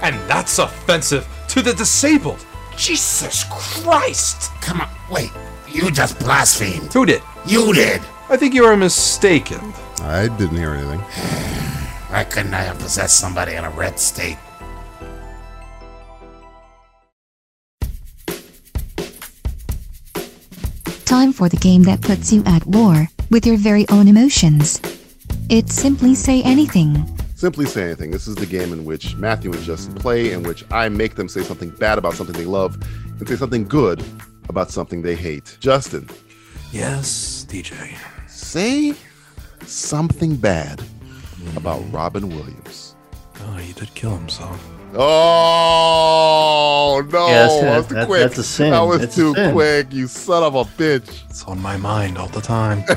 [SPEAKER 3] And that's offensive to the disabled. Jesus Christ!
[SPEAKER 11] Come on, wait. You just blasphemed.
[SPEAKER 3] Who did?
[SPEAKER 11] You did.
[SPEAKER 3] I think you are mistaken.
[SPEAKER 5] I didn't hear anything.
[SPEAKER 11] Why couldn't I have possessed somebody in a red state?
[SPEAKER 4] Time for the game that puts you at war with your very own emotions. It's simply say anything.
[SPEAKER 5] Simply Say Anything. This is the game in which Matthew and Justin play, in which I make them say something bad about something they love and say something good about something they hate. Justin,
[SPEAKER 3] Yes, DJ.
[SPEAKER 5] say something bad about Robin Williams.
[SPEAKER 3] Oh, he did kill himself.
[SPEAKER 5] Oh no!
[SPEAKER 6] Yeah, that's-
[SPEAKER 5] that was too
[SPEAKER 6] that-
[SPEAKER 5] quick.
[SPEAKER 6] that's a sin.
[SPEAKER 5] That was
[SPEAKER 6] That's a
[SPEAKER 5] too
[SPEAKER 6] sin.
[SPEAKER 5] quick. You son of a bitch.
[SPEAKER 3] It's on my mind all the time.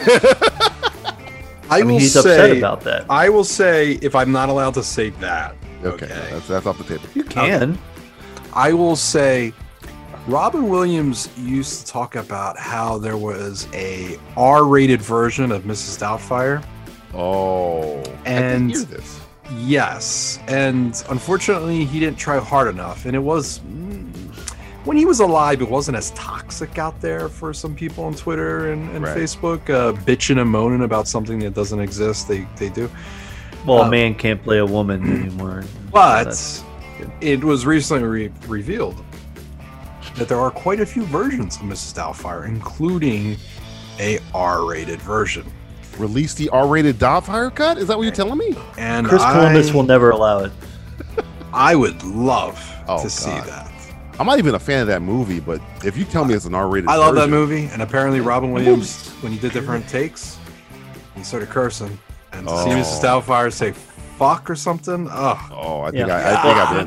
[SPEAKER 3] I,
[SPEAKER 6] I mean,
[SPEAKER 3] will
[SPEAKER 6] he's
[SPEAKER 3] say,
[SPEAKER 6] upset about that.
[SPEAKER 3] I will say, if I'm not allowed to say that,
[SPEAKER 5] Okay, that's that's off the table.
[SPEAKER 6] You can.
[SPEAKER 3] I will say, Robin Williams used to talk about how there was a R-rated version of Mrs. Doubtfire.
[SPEAKER 5] Oh, I
[SPEAKER 3] And-
[SPEAKER 5] did hear this.
[SPEAKER 3] Yes, and unfortunately, he didn't try hard enough, and it was mm, when he was alive, it wasn't as toxic out there for some people on Twitter and, and
[SPEAKER 5] Right.
[SPEAKER 3] Facebook, uh, bitching and moaning about something that doesn't exist. They they do,
[SPEAKER 6] Well,
[SPEAKER 3] Uh,
[SPEAKER 6] a man can't play a woman anymore. That's-
[SPEAKER 3] but it was recently re- revealed that there are quite a few versions of Mrs. Doubtfire, including a R-rated version.
[SPEAKER 5] Release the R-rated Doubtfire cut. Is that what you're telling me?
[SPEAKER 3] And
[SPEAKER 6] Chris Columbus
[SPEAKER 3] I,
[SPEAKER 6] will never allow it.
[SPEAKER 3] I would love
[SPEAKER 5] Oh,
[SPEAKER 3] to see
[SPEAKER 5] God.
[SPEAKER 3] that.
[SPEAKER 5] I'm not even a fan of that movie, but if you tell me it's an R-rated,
[SPEAKER 3] I love that
[SPEAKER 5] version-
[SPEAKER 3] movie, and apparently Robin Williams, when he did different takes, he started cursing. And to see
[SPEAKER 5] Oh.
[SPEAKER 3] Mrs. Doubtfire say "fuck" or something, oh,
[SPEAKER 5] Oh, I think
[SPEAKER 6] Yeah.
[SPEAKER 5] I, I think I've been.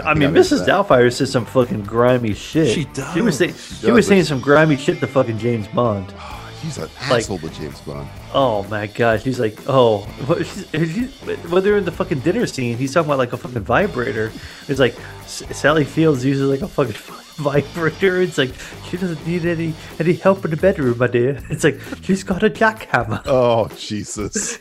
[SPEAKER 6] I mean,
[SPEAKER 5] think I missed
[SPEAKER 6] Mrs. Doubtfire said some fucking grimy shit.
[SPEAKER 3] She
[SPEAKER 6] She was,
[SPEAKER 3] does.
[SPEAKER 6] say, she was saying some grimy shit to fucking James Bond.
[SPEAKER 5] He's an
[SPEAKER 6] Like-
[SPEAKER 5] asshole to James Bond.
[SPEAKER 6] Oh my gosh, he's like, oh, what- she's- she's- when they're in the fucking dinner scene, he's talking about like a fucking vibrator. It's like S- Sally Fields uses like a fucking vibrator. It's like she doesn't need any any help in the bedroom, my dear. It's like she's got a jackhammer.
[SPEAKER 5] Oh Jesus!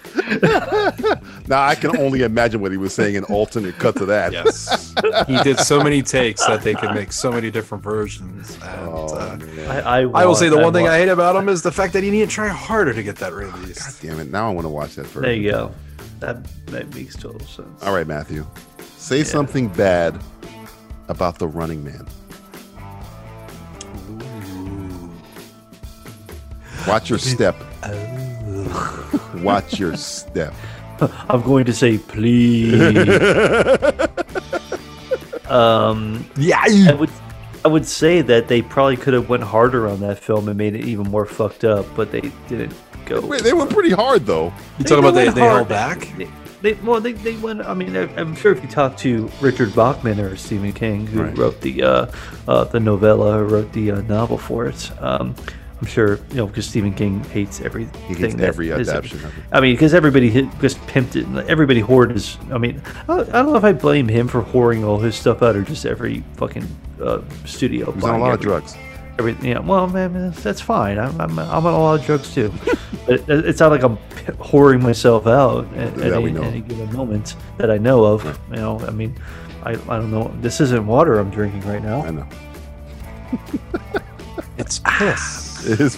[SPEAKER 5] now I can only imagine what he was saying in alternate cut to that.
[SPEAKER 3] Yes. he did so many takes that they could make so many different versions. And, uh,
[SPEAKER 6] I, I,
[SPEAKER 3] will say the
[SPEAKER 6] want-
[SPEAKER 3] one thing
[SPEAKER 6] want-
[SPEAKER 3] I hate about him is the fact that he didn't try harder to get that release.
[SPEAKER 5] Damn it! Now I want to watch that first.
[SPEAKER 6] There you go. That that makes total sense.
[SPEAKER 5] All right, Matthew, say something bad about the Running Man. Watch your step.
[SPEAKER 6] Oh.
[SPEAKER 5] Watch your step.
[SPEAKER 6] I'm going to say please. um,
[SPEAKER 3] yeah,
[SPEAKER 6] I would. I would say that they probably could have went harder on that film and made it even more fucked up, but they didn't go.
[SPEAKER 5] Wait, they went pretty hard though.
[SPEAKER 3] You talking about they,
[SPEAKER 6] went
[SPEAKER 3] they
[SPEAKER 6] hard.
[SPEAKER 3] held back?
[SPEAKER 6] They, they, well, they, they went. I mean, I- I'm sure if you talk to Richard Bachman or Stephen King, who
[SPEAKER 5] Right.
[SPEAKER 6] wrote the uh, uh, the novella, who wrote the uh, novel for it, um, I'm sure you know because Stephen King hates everything. that
[SPEAKER 5] every
[SPEAKER 6] is-
[SPEAKER 5] adaptation of it.
[SPEAKER 6] I mean, because everybody hit, just pimped it. And like, everybody hoard is. I mean, I, I don't know if I blame him for whoring all his stuff out or just every fucking uh, studio.
[SPEAKER 5] He was on a
[SPEAKER 6] buying
[SPEAKER 5] lot of
[SPEAKER 6] every-
[SPEAKER 5] drugs.
[SPEAKER 6] Everything, yeah. Well, man, that's fine. I'm, I'm, I'm on a lot of drugs too. but it, it's not like I'm whoring myself out at,
[SPEAKER 5] That
[SPEAKER 6] at
[SPEAKER 5] we
[SPEAKER 6] any,
[SPEAKER 5] know of.
[SPEAKER 6] any given moment that I know of. You know, I mean, I, I don't know. This isn't water I'm drinking right
[SPEAKER 5] I
[SPEAKER 6] now.
[SPEAKER 5] know.
[SPEAKER 3] It's piss.
[SPEAKER 5] It's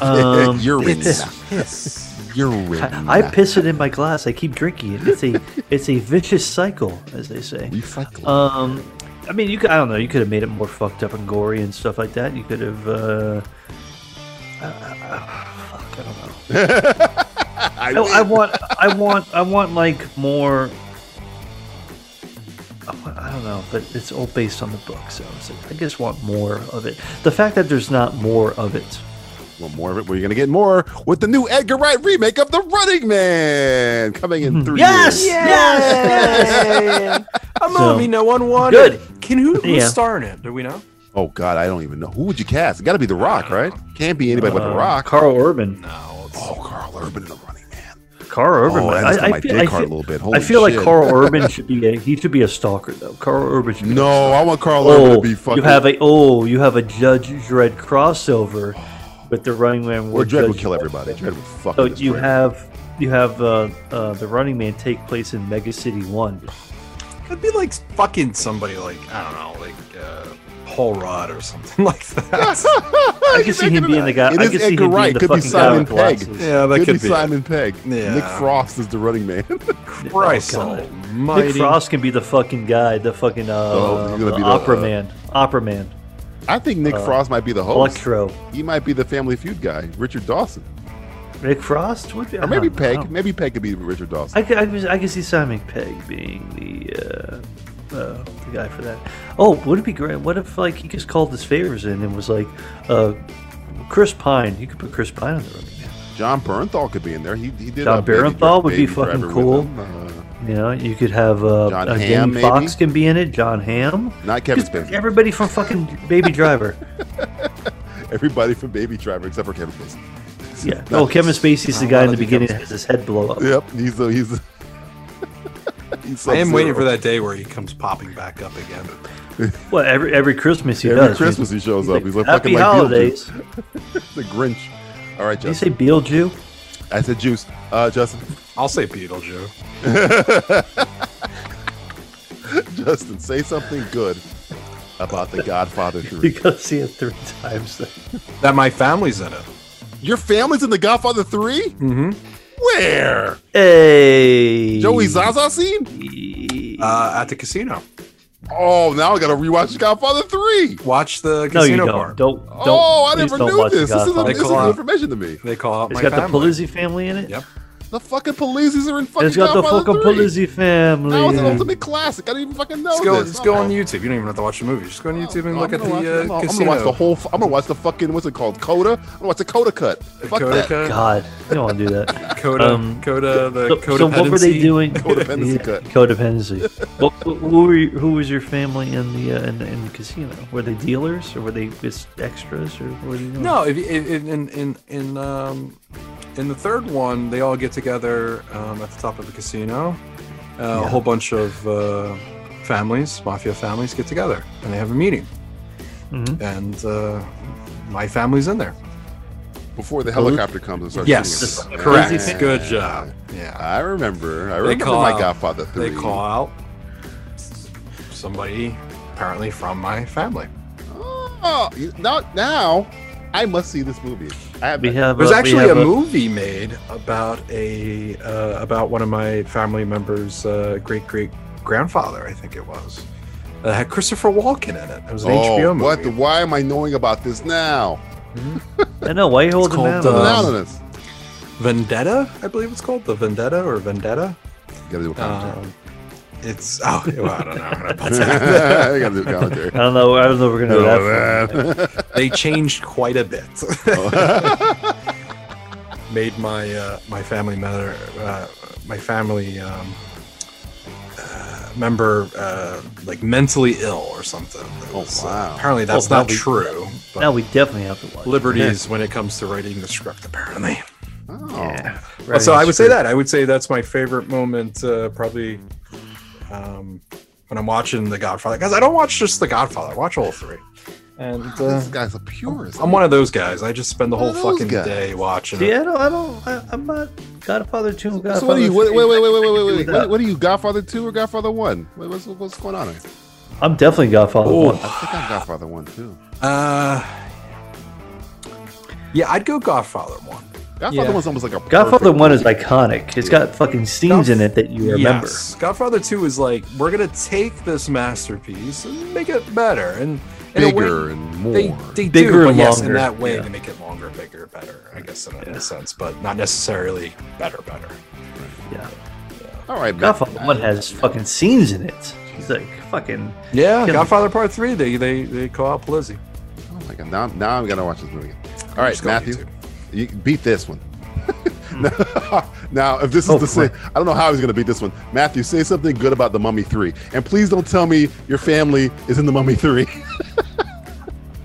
[SPEAKER 6] Um,
[SPEAKER 5] urine.
[SPEAKER 6] it's-
[SPEAKER 3] Piss.
[SPEAKER 5] Urine.
[SPEAKER 6] I, I piss it in my glass. I keep drinking it. It's a it's a vicious cycle, as they say.
[SPEAKER 5] Recycle.
[SPEAKER 6] Um, I mean, you could, I don't know. You could have made it more fucked up and gory and stuff like that. You could have. Uh,
[SPEAKER 5] I
[SPEAKER 6] I, I want, I want, I want like more. I want- I don't know, but it's all based on the book, so it's like, I just want more of it. The fact that there's not more of it,
[SPEAKER 5] want more of it. We're gonna get more with the new Edgar Wright remake of The Running Man coming in three
[SPEAKER 6] Mm-hmm. Yes!
[SPEAKER 5] years.
[SPEAKER 6] Um,
[SPEAKER 3] Yes! a
[SPEAKER 6] So-
[SPEAKER 3] movie no one wanted.
[SPEAKER 6] Good.
[SPEAKER 3] Can who who's
[SPEAKER 6] Yeah.
[SPEAKER 3] starring it? Do we know?
[SPEAKER 5] Oh God, I don't even know who would you cast. It got to be The Rock, right? Can't be anybody but The
[SPEAKER 6] Um,
[SPEAKER 5] Rock.
[SPEAKER 6] Carl Urban,
[SPEAKER 5] oh, Carl Urban in The Running Man.
[SPEAKER 6] Carl Urban.
[SPEAKER 5] Oh, that
[SPEAKER 6] I,
[SPEAKER 5] just got
[SPEAKER 6] I
[SPEAKER 5] my
[SPEAKER 6] feel,
[SPEAKER 5] dick
[SPEAKER 6] I
[SPEAKER 5] hard a
[SPEAKER 6] feel-
[SPEAKER 5] little bit.
[SPEAKER 6] I
[SPEAKER 5] Holy
[SPEAKER 6] feel like
[SPEAKER 5] shit.
[SPEAKER 6] Carl Urban should be a he should be a stalker though. Carl Urban should be a
[SPEAKER 5] No, I want Carl Urban
[SPEAKER 6] Oh,
[SPEAKER 5] to be fucking.
[SPEAKER 6] you have a oh, you have a Judge Dredd crossover with the Running Man.
[SPEAKER 5] Well,
[SPEAKER 6] with
[SPEAKER 5] Dredd would
[SPEAKER 6] Judge
[SPEAKER 5] kill everybody. Dredd would fucking.
[SPEAKER 6] So you
[SPEAKER 5] destroy
[SPEAKER 6] have you have uh, uh, the Running Man take place in Mega City One.
[SPEAKER 3] It'd be like fucking somebody like I don't know, like uh, Paul Rudd or something like that.
[SPEAKER 6] I can see him being the guy.
[SPEAKER 5] It
[SPEAKER 6] I
[SPEAKER 5] is
[SPEAKER 6] can see
[SPEAKER 5] Edgar
[SPEAKER 6] him
[SPEAKER 5] Wright.
[SPEAKER 6] being the
[SPEAKER 5] Could be
[SPEAKER 6] fucking guy
[SPEAKER 5] Simon
[SPEAKER 6] with
[SPEAKER 5] Pegg.
[SPEAKER 6] glasses.
[SPEAKER 3] yeah, that
[SPEAKER 5] could,
[SPEAKER 3] could,
[SPEAKER 5] be, Simon Pegg.
[SPEAKER 3] Yeah.
[SPEAKER 5] Nick Frost is the running man.
[SPEAKER 3] it. Christ
[SPEAKER 6] Oh, God.
[SPEAKER 3] almighty.
[SPEAKER 6] Nick Frost can be the fucking guy, the fucking uh,
[SPEAKER 5] Oh, he's gonna
[SPEAKER 6] the
[SPEAKER 5] be the,
[SPEAKER 6] opera
[SPEAKER 5] uh,
[SPEAKER 6] man, opera man,
[SPEAKER 5] I think
[SPEAKER 6] Uh,
[SPEAKER 5] Nick Frost might be the host.
[SPEAKER 6] Electro.
[SPEAKER 5] He might be the Family Feud guy, Richard Dawson,
[SPEAKER 6] Nick Frost would be,
[SPEAKER 5] or maybe Peg.
[SPEAKER 6] I,
[SPEAKER 5] Maybe Peg could be Richard Dawson.
[SPEAKER 6] I, could- I, could- I can see Simon Pegg being the uh, uh, the guy for that. Oh, would it be great? What if like he just called his favors in and was like, uh, Chris Pine? You could put Chris Pine on the running man.
[SPEAKER 5] John Bernthal could be in there. He, he did.
[SPEAKER 6] John
[SPEAKER 5] uh, Baby Dri-
[SPEAKER 6] Bernthal would be
[SPEAKER 5] Baby
[SPEAKER 6] fucking
[SPEAKER 5] Driver with
[SPEAKER 6] cool.
[SPEAKER 5] him. Uh,
[SPEAKER 6] You know, you could have uh,
[SPEAKER 5] John
[SPEAKER 6] uh,
[SPEAKER 5] Hamm,
[SPEAKER 6] Jamie Fox
[SPEAKER 5] maybe?
[SPEAKER 6] can be in it. John Hamm.
[SPEAKER 5] Not Kevin
[SPEAKER 6] Just pick
[SPEAKER 5] Spacey.
[SPEAKER 6] Everybody from fucking Baby Driver.
[SPEAKER 5] Uh, everybody from Baby Driver except for Kevin Spacey.
[SPEAKER 6] yeah. Oh, Kevin Spacey's the guy in the beginning that has his head blow up.
[SPEAKER 5] Yep, he's the he's. The, he's
[SPEAKER 3] I am waiting
[SPEAKER 5] Sub-Zero.
[SPEAKER 3] for that day where he comes popping back up again.
[SPEAKER 6] Well, every every Christmas he
[SPEAKER 5] Every
[SPEAKER 6] does.
[SPEAKER 5] Christmas he shows up. He's like fucking
[SPEAKER 6] Happy
[SPEAKER 5] like
[SPEAKER 6] holidays.
[SPEAKER 5] Beetlejuice. the Grinch. All right,
[SPEAKER 6] Did you
[SPEAKER 5] Justin.
[SPEAKER 6] say Beetlejuice?
[SPEAKER 5] I said juice. Uh, Justin.
[SPEAKER 3] I'll say Beetlejuice.
[SPEAKER 5] Justin, say something good about the Godfather
[SPEAKER 6] You
[SPEAKER 5] 3.
[SPEAKER 6] gotta see it three times.
[SPEAKER 3] That my family's in it.
[SPEAKER 5] Your family's in the Godfather 3? Mm-hmm. Where?
[SPEAKER 6] Hey,
[SPEAKER 5] Joey Zaza scene?
[SPEAKER 3] Uh, at the casino.
[SPEAKER 5] Oh, now I gotta rewatch the Godfather 3.
[SPEAKER 3] Watch the
[SPEAKER 6] No, you
[SPEAKER 3] casino
[SPEAKER 6] don't.
[SPEAKER 3] part.
[SPEAKER 6] Don't. don't
[SPEAKER 5] oh, I
[SPEAKER 6] please
[SPEAKER 5] never
[SPEAKER 6] don't
[SPEAKER 5] knew
[SPEAKER 6] watch The
[SPEAKER 5] this. This is, a,
[SPEAKER 6] Godfather.
[SPEAKER 5] this is
[SPEAKER 3] call
[SPEAKER 5] new
[SPEAKER 3] out-
[SPEAKER 5] information to me.
[SPEAKER 3] They call out
[SPEAKER 6] It's
[SPEAKER 3] my
[SPEAKER 6] got the
[SPEAKER 3] family.
[SPEAKER 6] Polizzi family in it.
[SPEAKER 3] Yep.
[SPEAKER 5] The fucking Polices are in fucking
[SPEAKER 6] It's got the
[SPEAKER 5] Godfather
[SPEAKER 6] fucking
[SPEAKER 5] 3.
[SPEAKER 6] Polizzi family.
[SPEAKER 5] Now it's an
[SPEAKER 6] in it.
[SPEAKER 5] ultimate classic. I didn't even fucking know
[SPEAKER 3] Just go,
[SPEAKER 5] this.
[SPEAKER 3] just go on
[SPEAKER 5] Oh.
[SPEAKER 3] YouTube. You don't even have to watch the movie. Just go on YouTube and
[SPEAKER 5] No,
[SPEAKER 3] look
[SPEAKER 5] Oh, I'm
[SPEAKER 3] at
[SPEAKER 5] gonna watch-
[SPEAKER 3] the
[SPEAKER 5] I'm
[SPEAKER 3] uh,
[SPEAKER 5] gonna- I'm
[SPEAKER 3] casino.
[SPEAKER 5] gonna watch the whole. f- I'm gonna watch the fucking what's it called? Coda. I'm gonna watch the Coda cut. Fuck
[SPEAKER 3] Coda
[SPEAKER 5] that.
[SPEAKER 3] cut.
[SPEAKER 6] God, you don't want to do that.
[SPEAKER 3] Coda,
[SPEAKER 6] Um,
[SPEAKER 3] Coda, the
[SPEAKER 6] So,
[SPEAKER 3] Coda
[SPEAKER 6] so what were they doing?
[SPEAKER 5] Codependency cut.
[SPEAKER 6] Codependency. what, who were you, who was your family in the uh, in, in the casino? Were they dealers or were they just extras or what were they doing?
[SPEAKER 3] No, if, if, in in in um, in the third one, they all get together um, at the top of the casino. Uh, A whole bunch of uh, families, mafia families, get together and they have a meeting.
[SPEAKER 6] Mm-hmm.
[SPEAKER 3] And uh, my family's in there.
[SPEAKER 5] Before the helicopter comes and starts
[SPEAKER 3] Yes,
[SPEAKER 5] shooting at us.
[SPEAKER 3] correct.
[SPEAKER 5] Yeah.
[SPEAKER 3] Good job.
[SPEAKER 5] Yeah, I remember. I
[SPEAKER 3] They
[SPEAKER 5] remember
[SPEAKER 3] call
[SPEAKER 5] my
[SPEAKER 3] out-
[SPEAKER 5] Godfather three.
[SPEAKER 3] They call out somebody apparently from my family.
[SPEAKER 5] Oh, you- not now. I must see this movie. I have.
[SPEAKER 6] We have
[SPEAKER 3] There's
[SPEAKER 6] a, we
[SPEAKER 3] actually a,
[SPEAKER 6] have
[SPEAKER 3] movie made about a uh, about one of my family members' uh, great great grandfather, I think it was. That had Christopher Walken in it. It was an
[SPEAKER 5] oh,
[SPEAKER 3] HBO movie.
[SPEAKER 5] what? The, why am I knowing about this now?
[SPEAKER 6] I know why you hold
[SPEAKER 3] called,
[SPEAKER 6] it
[SPEAKER 3] uh,
[SPEAKER 6] down.
[SPEAKER 5] Now this.
[SPEAKER 3] Vendetta, I believe it's called the Vendetta or Vendetta.
[SPEAKER 5] Gotta
[SPEAKER 6] uh,
[SPEAKER 5] do a commentary.
[SPEAKER 3] Um, it's oh, well, I don't know. I'm gonna put that.
[SPEAKER 5] I gotta do a commentary.
[SPEAKER 6] I don't know. I don't know. If we're gonna do that. for
[SPEAKER 5] Oh, man.
[SPEAKER 3] they changed quite a bit. Made my uh, my family member uh, my family um, uh, member uh, like mentally ill or something. It was, uh,
[SPEAKER 5] Oh, wow.
[SPEAKER 3] apparently that's
[SPEAKER 6] Oh, now
[SPEAKER 3] not
[SPEAKER 6] we-
[SPEAKER 3] true. But
[SPEAKER 6] Now we definitely have to watch. it.
[SPEAKER 3] liberties when it comes to writing the script, apparently.
[SPEAKER 5] Oh.
[SPEAKER 6] Yeah.
[SPEAKER 3] so I would say
[SPEAKER 6] Right.
[SPEAKER 3] that I would say that's my favorite moment, uh, probably um, when I'm watching The Godfather. Because I don't watch just The Godfather; I watch all three. And uh,
[SPEAKER 5] Oh, This guy's a purist.
[SPEAKER 3] I'm one of those guys. I just spend the
[SPEAKER 5] One
[SPEAKER 3] whole
[SPEAKER 5] of those
[SPEAKER 3] fucking
[SPEAKER 5] guys.
[SPEAKER 3] day watching.
[SPEAKER 6] See,
[SPEAKER 3] it.
[SPEAKER 6] I don't. I don't. I, I'm not Godfather two. and Godfather
[SPEAKER 5] So what are you? Wait,
[SPEAKER 6] three.
[SPEAKER 5] wait, wait, wait, wait, wait, wait, wait.
[SPEAKER 6] that.
[SPEAKER 5] What, what are you? Godfather two or Godfather one? Wait, what's what's going on? Here?
[SPEAKER 6] I'm definitely Godfather
[SPEAKER 3] Oh.
[SPEAKER 6] one.
[SPEAKER 5] I think I'm Godfather one too.
[SPEAKER 3] Uh, yeah, I'd go Godfather one.
[SPEAKER 5] Godfather
[SPEAKER 3] Yeah.
[SPEAKER 5] one's almost like a
[SPEAKER 6] Godfather
[SPEAKER 5] perfect
[SPEAKER 6] one is
[SPEAKER 5] movie.
[SPEAKER 6] iconic. It's got fucking scenes in it that you remember.
[SPEAKER 3] Yes. Godfather two is like we're gonna take this masterpiece and make it better and in a way-
[SPEAKER 5] bigger and more.
[SPEAKER 3] They, they
[SPEAKER 6] Bigger
[SPEAKER 3] do, but
[SPEAKER 6] and
[SPEAKER 3] yes, in
[SPEAKER 6] longer,
[SPEAKER 3] that way
[SPEAKER 6] yeah.
[SPEAKER 3] to make it longer, bigger, better. I guess in a, in a sense, but not necessarily better, better.
[SPEAKER 6] Yeah.
[SPEAKER 5] All right, Matt.
[SPEAKER 6] Godfather one has fucking scenes in it. It's like fucking.
[SPEAKER 3] Yeah,
[SPEAKER 6] Kill
[SPEAKER 3] Godfather Part Three. They they they call out Pelizzi.
[SPEAKER 5] Oh my god! Now, now I'm gonna watch this movie. Again. All right,
[SPEAKER 3] just gonna
[SPEAKER 5] Matthew,
[SPEAKER 3] need
[SPEAKER 5] you beat this one. now, if this is
[SPEAKER 6] Oh,
[SPEAKER 5] the same, I don't know how he's gonna beat this one. Matthew, say something good about the Mummy Three, and please don't tell me your family is in the Mummy Three.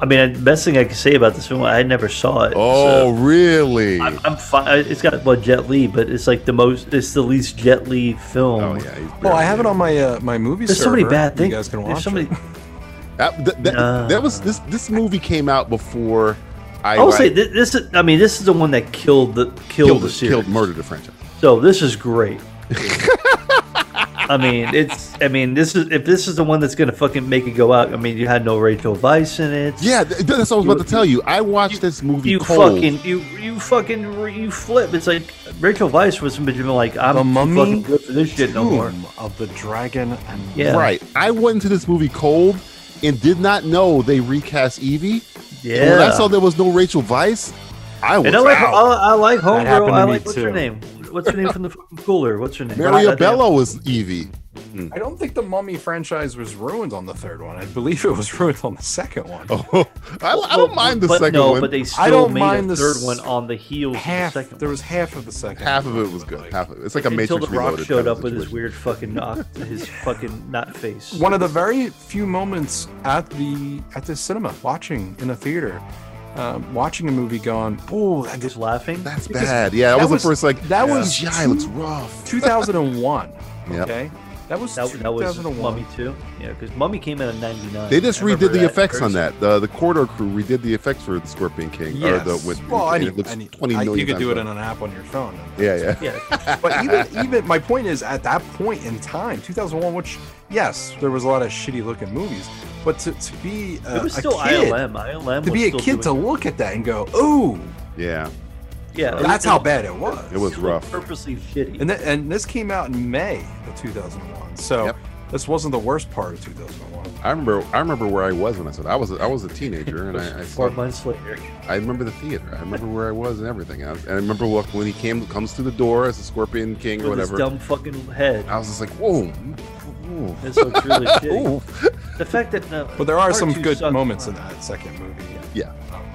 [SPEAKER 6] I mean, the best thing I can say about this film, I never saw it. so-
[SPEAKER 5] oh, really?
[SPEAKER 6] I'm, I'm fine. It's got well Jet Li, but it's like the most. It's the least Jet Li film.
[SPEAKER 5] oh yeah. he's
[SPEAKER 3] Well, I
[SPEAKER 5] barely
[SPEAKER 3] have it
[SPEAKER 5] in.
[SPEAKER 3] on my uh, my movie.
[SPEAKER 6] There's so
[SPEAKER 3] server.
[SPEAKER 6] many bad things.
[SPEAKER 3] You guys can
[SPEAKER 6] There's
[SPEAKER 3] watch.
[SPEAKER 6] so many-
[SPEAKER 3] it.
[SPEAKER 5] That, that, that,
[SPEAKER 6] Nah.
[SPEAKER 5] that was this. This movie came out before I.
[SPEAKER 6] I will
[SPEAKER 5] like,
[SPEAKER 6] say thi- this. Is, I mean, this is the one that killed the killed,
[SPEAKER 5] killed,
[SPEAKER 6] the
[SPEAKER 5] it,
[SPEAKER 6] series.
[SPEAKER 5] killed, murdered the franchise.
[SPEAKER 6] So this is great. I mean, it's. I mean, this is if this is the one that's gonna fucking make it go out. I mean, you had no Rachel Vice in it.
[SPEAKER 5] Yeah, th- that's what I was about to tell you. I watched this movie.
[SPEAKER 6] You
[SPEAKER 5] cold.
[SPEAKER 6] fucking you you fucking re- you flip. It's like Rachel Vice was like I'm
[SPEAKER 3] The
[SPEAKER 6] too
[SPEAKER 3] Mummy
[SPEAKER 6] fucking good for this shit no more.
[SPEAKER 3] Tomb of the Dragon and
[SPEAKER 6] Yeah,
[SPEAKER 5] Right. I went into this movie cold and did not know they recast Evie.
[SPEAKER 6] Yeah.
[SPEAKER 5] And when I saw there was no Rachel Vice, I was
[SPEAKER 6] And I like I,
[SPEAKER 5] out.
[SPEAKER 6] I like homegirl.
[SPEAKER 3] happened to
[SPEAKER 6] I
[SPEAKER 3] me
[SPEAKER 6] like what's her
[SPEAKER 3] too.
[SPEAKER 6] name? What's her name from the fucking cooler? What's her name?
[SPEAKER 5] Maria
[SPEAKER 6] Goddamn.
[SPEAKER 5] Bello was Evie.
[SPEAKER 3] I don't think the Mummy franchise was ruined on the third one. I believe it was ruined on the second one.
[SPEAKER 5] Oh, I, I don't mind the
[SPEAKER 6] but
[SPEAKER 5] second
[SPEAKER 6] no,
[SPEAKER 5] one.
[SPEAKER 6] but they still
[SPEAKER 3] don't
[SPEAKER 6] made
[SPEAKER 3] mind
[SPEAKER 6] a
[SPEAKER 3] the
[SPEAKER 6] third
[SPEAKER 3] s-
[SPEAKER 6] one on the heels
[SPEAKER 3] half.
[SPEAKER 6] of the second
[SPEAKER 3] There
[SPEAKER 6] one.
[SPEAKER 3] was half of the second.
[SPEAKER 5] half
[SPEAKER 3] one,
[SPEAKER 5] of it was
[SPEAKER 3] but,
[SPEAKER 5] good.
[SPEAKER 3] like,
[SPEAKER 5] half of it. It's like a
[SPEAKER 6] until
[SPEAKER 5] Matrix
[SPEAKER 6] The Rock
[SPEAKER 5] Reloaded.
[SPEAKER 6] showed
[SPEAKER 5] kind of
[SPEAKER 6] up with his
[SPEAKER 5] situation.
[SPEAKER 6] weird fucking knock, his fucking knot face.
[SPEAKER 3] one of the very few moments at the at the cinema watching in a theater um, watching a movie going oh that
[SPEAKER 6] Just
[SPEAKER 3] is
[SPEAKER 6] laughing.
[SPEAKER 5] That's bad. Yeah, that,
[SPEAKER 3] that
[SPEAKER 5] was,
[SPEAKER 3] was-
[SPEAKER 5] the first like
[SPEAKER 3] that was
[SPEAKER 5] CGI
[SPEAKER 3] two-
[SPEAKER 5] looks rough.
[SPEAKER 3] 2001
[SPEAKER 5] Yep.
[SPEAKER 3] okay that was
[SPEAKER 6] That, that was
[SPEAKER 3] 2001
[SPEAKER 6] Mummy too. Yeah, because Mummy came in at '99.
[SPEAKER 5] They just
[SPEAKER 6] I remember
[SPEAKER 5] redid the
[SPEAKER 6] that
[SPEAKER 5] effects on that.
[SPEAKER 6] first.
[SPEAKER 5] The the corridor crew redid the effects for the Scorpion King.
[SPEAKER 3] yes.
[SPEAKER 5] Or the, with,
[SPEAKER 3] well
[SPEAKER 5] and
[SPEAKER 3] any,
[SPEAKER 5] it looks
[SPEAKER 3] any,
[SPEAKER 5] 20
[SPEAKER 3] I,
[SPEAKER 5] million
[SPEAKER 3] you could
[SPEAKER 5] times
[SPEAKER 3] do it
[SPEAKER 5] better.
[SPEAKER 3] on an app on your phone
[SPEAKER 5] Yeah, yeah.
[SPEAKER 6] Yeah,
[SPEAKER 3] but even even my point is at that point in time 2001 which yes there was a lot of shitty looking movies but to, to be uh,
[SPEAKER 6] it was
[SPEAKER 3] a
[SPEAKER 6] still
[SPEAKER 3] kid,
[SPEAKER 6] ILM. ILM
[SPEAKER 3] to
[SPEAKER 6] was
[SPEAKER 3] be a
[SPEAKER 6] still
[SPEAKER 3] kid to
[SPEAKER 6] doing-
[SPEAKER 3] look at that and go oh
[SPEAKER 5] Yeah,
[SPEAKER 6] yeah, it
[SPEAKER 3] that's
[SPEAKER 6] was
[SPEAKER 3] how bad it was
[SPEAKER 5] it was rough.
[SPEAKER 6] Purposely shitty.
[SPEAKER 3] And, th- and this came out in May of 2001. So
[SPEAKER 5] Yep.
[SPEAKER 3] this wasn't the worst part of 2001.
[SPEAKER 5] I remember. I remember where I was when I said I was. A, I was a teenager, and I, I
[SPEAKER 6] Four
[SPEAKER 5] slept
[SPEAKER 6] months later.
[SPEAKER 5] I remember the theater. I remember where I was and everything. I, and I remember look, when he came comes through the door as the Scorpion King or
[SPEAKER 6] With his
[SPEAKER 5] whatever. Uh,
[SPEAKER 6] dumb fucking head.
[SPEAKER 5] I was just like, whoa, whoa,
[SPEAKER 6] Ooh. This looks really shitty. The fact that uh,
[SPEAKER 3] But there are
[SPEAKER 6] part
[SPEAKER 3] some
[SPEAKER 6] two
[SPEAKER 3] good
[SPEAKER 6] sucked.
[SPEAKER 3] moments in that second movie.
[SPEAKER 5] Yeah.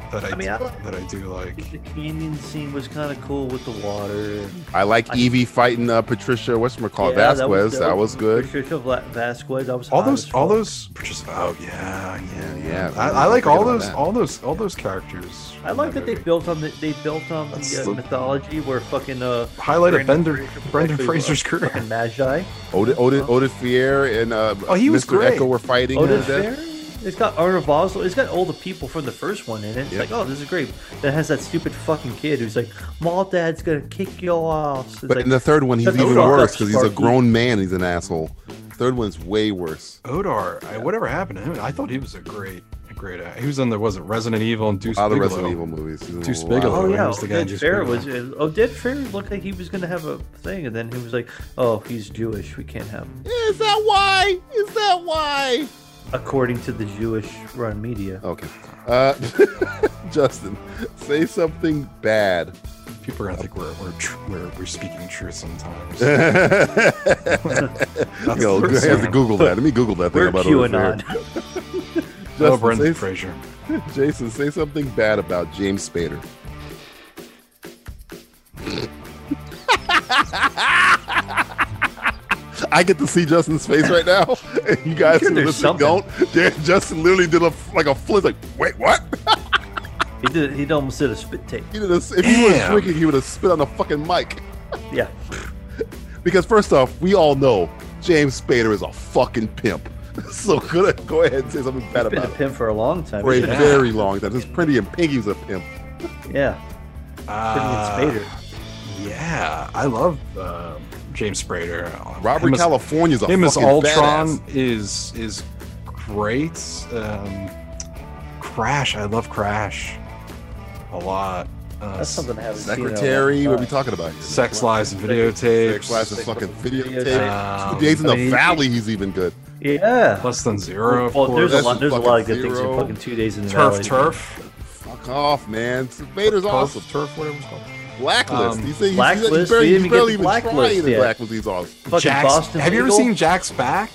[SPEAKER 3] That I,
[SPEAKER 6] I mean, I-
[SPEAKER 3] that I do like.
[SPEAKER 6] The canyon scene was kind of cool with the water.
[SPEAKER 5] I like Evie fighting uh, Patricia, what's called
[SPEAKER 6] Yeah,
[SPEAKER 5] Vasquez. That was,
[SPEAKER 6] dope.
[SPEAKER 5] good.
[SPEAKER 6] Patricia Vla- Vasquez. I was
[SPEAKER 3] All
[SPEAKER 6] hot
[SPEAKER 3] those,
[SPEAKER 6] as
[SPEAKER 3] all
[SPEAKER 6] fuck.
[SPEAKER 3] those. Patricia- Oh yeah, yeah,
[SPEAKER 5] yeah.
[SPEAKER 3] I, I like all those, all those, all those characters.
[SPEAKER 6] I like that they built on the they built on
[SPEAKER 3] That's
[SPEAKER 6] the, uh,
[SPEAKER 3] the-
[SPEAKER 6] mythology where fucking uh
[SPEAKER 3] Highlight of
[SPEAKER 6] Brandon
[SPEAKER 3] Bender- Brendan
[SPEAKER 6] actually
[SPEAKER 3] Fraser's
[SPEAKER 6] was
[SPEAKER 3] career.
[SPEAKER 6] fucking Magi.
[SPEAKER 5] Odin, Odin, Odin Fier and uh,
[SPEAKER 6] Oh, he
[SPEAKER 5] Mr.
[SPEAKER 6] was great.
[SPEAKER 5] Echo were fighting.
[SPEAKER 6] Odin
[SPEAKER 5] and that-
[SPEAKER 6] Fair. Oh, It's got Arna Boswell. It's got all the people from the first one in it. It's
[SPEAKER 5] Yep.
[SPEAKER 6] like, oh, this is great. That has that stupid fucking kid who's like, "Mall Dad's gonna kick your ass." It's
[SPEAKER 5] But
[SPEAKER 6] like,
[SPEAKER 5] in the third one, he's
[SPEAKER 6] shut the
[SPEAKER 5] even
[SPEAKER 6] fuck up,
[SPEAKER 5] worse because he's a
[SPEAKER 6] Sparky.
[SPEAKER 5] grown man. He's an asshole. Third one's way worse.
[SPEAKER 3] Odar, I, whatever happened to him? I thought he was a great, a great. He was in there. Was it Resident Evil and Deuce?
[SPEAKER 5] lot of
[SPEAKER 3] Bigelow.
[SPEAKER 5] Ah, Resident Evil movies. He's in a
[SPEAKER 3] Deuce
[SPEAKER 5] lot.
[SPEAKER 3] Bigelow.
[SPEAKER 6] Oh
[SPEAKER 3] he
[SPEAKER 6] yeah,
[SPEAKER 3] was the guy in
[SPEAKER 6] Odette
[SPEAKER 3] Deuce
[SPEAKER 6] Fair
[SPEAKER 3] Bigelow.
[SPEAKER 6] was. uh, Odette Fair looked like he was gonna have a thing, and then he was like, "Oh, he's Jewish. We can't have." him."
[SPEAKER 5] Is that why? Is that why?
[SPEAKER 6] According to the Jewish run media.
[SPEAKER 5] Okay. Uh, Justin, say something bad.
[SPEAKER 3] People are gonna think we're we're tr- we're, we're speaking truth sometimes.
[SPEAKER 5] Yo,
[SPEAKER 3] That's the
[SPEAKER 5] I
[SPEAKER 3] first
[SPEAKER 5] have to
[SPEAKER 3] one.
[SPEAKER 5] Google that. Let me Google that thing
[SPEAKER 6] We're
[SPEAKER 5] about
[SPEAKER 6] QAnon.
[SPEAKER 5] Odin Fair.
[SPEAKER 3] Oh,
[SPEAKER 5] Justin,
[SPEAKER 3] Brendan
[SPEAKER 5] say-
[SPEAKER 3] Fraser.
[SPEAKER 5] Jason, say something bad about James Spader. I get to see Justin's face right now. And you guys
[SPEAKER 6] Sure
[SPEAKER 5] who
[SPEAKER 6] there's
[SPEAKER 5] listen
[SPEAKER 6] something.
[SPEAKER 5] don't. Yeah, Justin literally did a like a flip, like, wait, what?
[SPEAKER 6] He did. He almost did a spit take.
[SPEAKER 5] He did a, if he was
[SPEAKER 3] Damn.
[SPEAKER 5] drinking, he would have spit on the fucking mic.
[SPEAKER 6] Yeah.
[SPEAKER 5] Because first off, we all know James Spader is a fucking pimp. So go go ahead and say something bad
[SPEAKER 6] Been a
[SPEAKER 5] about him
[SPEAKER 6] pimp for a long time.
[SPEAKER 5] for a
[SPEAKER 6] Yeah.
[SPEAKER 5] very long time. Since Pretty and Pinky's a pimp.
[SPEAKER 6] Yeah.
[SPEAKER 3] Ah,
[SPEAKER 6] Pretty and Spader.
[SPEAKER 3] Yeah, I love um James Sprader.
[SPEAKER 5] Robert
[SPEAKER 3] Him as-
[SPEAKER 5] California's a
[SPEAKER 3] him as
[SPEAKER 5] fucking
[SPEAKER 3] Ultron
[SPEAKER 5] badass.
[SPEAKER 3] is is great. Um, Crash, I love Crash a lot. Uh,
[SPEAKER 6] That's something I haven't
[SPEAKER 5] Secretary,
[SPEAKER 6] seen. in a
[SPEAKER 5] what are
[SPEAKER 6] long
[SPEAKER 5] we
[SPEAKER 6] time.
[SPEAKER 5] talking about? here?
[SPEAKER 3] Sex Lives and Videotapes. Um,
[SPEAKER 5] Sex Lives and fucking videotape.
[SPEAKER 6] Videotape.
[SPEAKER 5] Two Days in the
[SPEAKER 6] I mean,
[SPEAKER 5] Valley, he's even good.
[SPEAKER 6] Yeah.
[SPEAKER 3] Less than zero. Of
[SPEAKER 6] Well, there's a
[SPEAKER 3] course.
[SPEAKER 6] lot. There's a
[SPEAKER 5] Fucking
[SPEAKER 6] lot of good things in
[SPEAKER 5] zero.
[SPEAKER 6] fucking two days in the
[SPEAKER 3] Turf,
[SPEAKER 6] Valley.
[SPEAKER 3] turf,
[SPEAKER 5] Fuck off, man. Spader's awesome.
[SPEAKER 3] turf, turf, whatever it's called.
[SPEAKER 5] Blacklist.
[SPEAKER 3] Um,
[SPEAKER 5] He said he's,
[SPEAKER 6] Blacklist,
[SPEAKER 5] he's barely,
[SPEAKER 6] we didn't
[SPEAKER 5] he's
[SPEAKER 6] even get
[SPEAKER 5] barely
[SPEAKER 6] to
[SPEAKER 5] even
[SPEAKER 6] Blacklist
[SPEAKER 5] trying in
[SPEAKER 6] yet.
[SPEAKER 5] Blacklist. He's awesome.
[SPEAKER 6] Fucking
[SPEAKER 3] Jack's-
[SPEAKER 6] Boston.
[SPEAKER 3] have you ever
[SPEAKER 6] Legal.
[SPEAKER 3] seen Jack's back?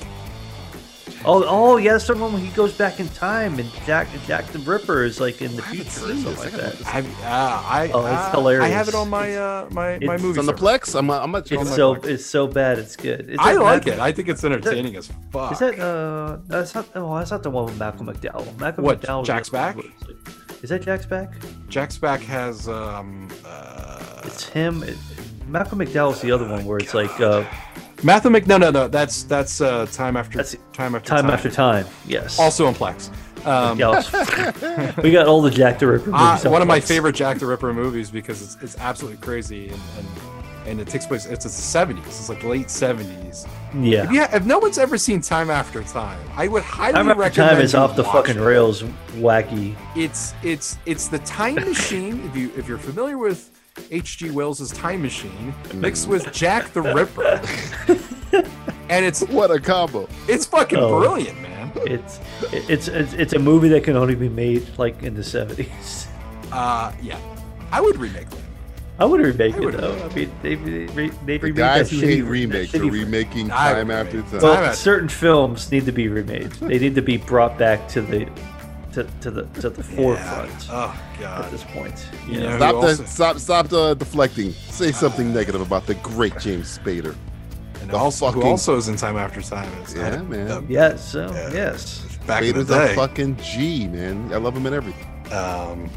[SPEAKER 6] Oh, oh yeah, that's the one when he goes back in time and Jack Jack the Ripper is like in the
[SPEAKER 5] I haven't
[SPEAKER 6] future or
[SPEAKER 5] seen this. I
[SPEAKER 6] something like
[SPEAKER 5] gotta
[SPEAKER 6] that.
[SPEAKER 5] look
[SPEAKER 3] Have, uh, I,
[SPEAKER 6] Oh, it's
[SPEAKER 3] uh, I
[SPEAKER 6] hilarious.
[SPEAKER 3] have it on my uh, my my
[SPEAKER 6] It's
[SPEAKER 3] movie.
[SPEAKER 5] It's on the
[SPEAKER 3] service.
[SPEAKER 5] Plex. I'm, I'm not
[SPEAKER 6] It's
[SPEAKER 5] on my
[SPEAKER 6] so
[SPEAKER 5] Plex.
[SPEAKER 6] it's so bad, it's good. It's
[SPEAKER 3] I
[SPEAKER 6] that
[SPEAKER 3] like
[SPEAKER 6] Mac-
[SPEAKER 3] it. I think it's entertaining as fuck.
[SPEAKER 6] Is that uh? That's not. Oh, that's not the one with Malcolm McDowell. Malcolm
[SPEAKER 3] What,
[SPEAKER 6] McDowell. was
[SPEAKER 3] Jack's
[SPEAKER 6] the one
[SPEAKER 3] Back?
[SPEAKER 6] who- Is that Jack's back?
[SPEAKER 3] Jack's back has um, uh,
[SPEAKER 6] It's him. It, Malcolm McDowell's the other one where it's like uh,
[SPEAKER 3] Matthew Mc. No, no, no. That's that's uh, time after
[SPEAKER 6] That's-
[SPEAKER 3] time after
[SPEAKER 6] time after time. Yes.
[SPEAKER 3] Also on Plex. Um,
[SPEAKER 6] Yeah, it's- we got all the Jack the Ripper.
[SPEAKER 3] I-
[SPEAKER 6] movies on
[SPEAKER 3] Uh, one of my
[SPEAKER 6] Plex.
[SPEAKER 3] favorite Jack the Ripper movies because it's, it's absolutely crazy and, and and it takes place. It's, it's the seventies. It's like late seventies.
[SPEAKER 6] Yeah.
[SPEAKER 3] Yeah. If no one's ever seen Time After Time, I would highly
[SPEAKER 6] Time after
[SPEAKER 3] recommend.
[SPEAKER 6] time is
[SPEAKER 3] you
[SPEAKER 6] off the
[SPEAKER 3] watch
[SPEAKER 6] fucking
[SPEAKER 3] it.
[SPEAKER 6] rails, wacky.
[SPEAKER 3] It's it's it's the time machine. If you if you're familiar with H.G. Wells' Time Machine,
[SPEAKER 6] Mm.
[SPEAKER 3] mixed with Jack the Ripper, and it's
[SPEAKER 5] What a combo.
[SPEAKER 3] it's fucking
[SPEAKER 6] Oh.
[SPEAKER 3] brilliant, man.
[SPEAKER 6] It's it's it's it's a movie that can only be made like in the seventies.
[SPEAKER 3] Uh, yeah, I would remake that.
[SPEAKER 6] I would remake
[SPEAKER 3] I
[SPEAKER 6] it
[SPEAKER 3] would-
[SPEAKER 6] though. I mean, they they, they remade
[SPEAKER 5] The
[SPEAKER 6] that
[SPEAKER 5] guys who
[SPEAKER 6] shitty-
[SPEAKER 5] hate
[SPEAKER 6] that
[SPEAKER 5] remakes are
[SPEAKER 6] shitty-
[SPEAKER 5] remaking
[SPEAKER 3] I
[SPEAKER 5] time after
[SPEAKER 3] remake.
[SPEAKER 5] time.
[SPEAKER 3] Well,
[SPEAKER 6] Well,
[SPEAKER 3] at-
[SPEAKER 6] certain films need to be remade. They need to be brought back to the to, to the to the forefront
[SPEAKER 3] Oh
[SPEAKER 6] at
[SPEAKER 3] god.
[SPEAKER 6] this point.
[SPEAKER 3] You
[SPEAKER 6] Yeah.
[SPEAKER 3] know who
[SPEAKER 5] Stop the,
[SPEAKER 3] also-
[SPEAKER 5] stop stop the deflecting. Say something negative about the great James Spader.
[SPEAKER 3] And
[SPEAKER 5] The
[SPEAKER 3] also,
[SPEAKER 5] fucking-
[SPEAKER 3] who also is in Time After Time. Is
[SPEAKER 5] Yeah,
[SPEAKER 3] uh,
[SPEAKER 5] man.
[SPEAKER 3] the-
[SPEAKER 6] Yes. So
[SPEAKER 3] Yeah.
[SPEAKER 6] yes.
[SPEAKER 3] back in the
[SPEAKER 5] Spader's a
[SPEAKER 3] day.
[SPEAKER 5] fucking G, man. I love him in everything.
[SPEAKER 3] um,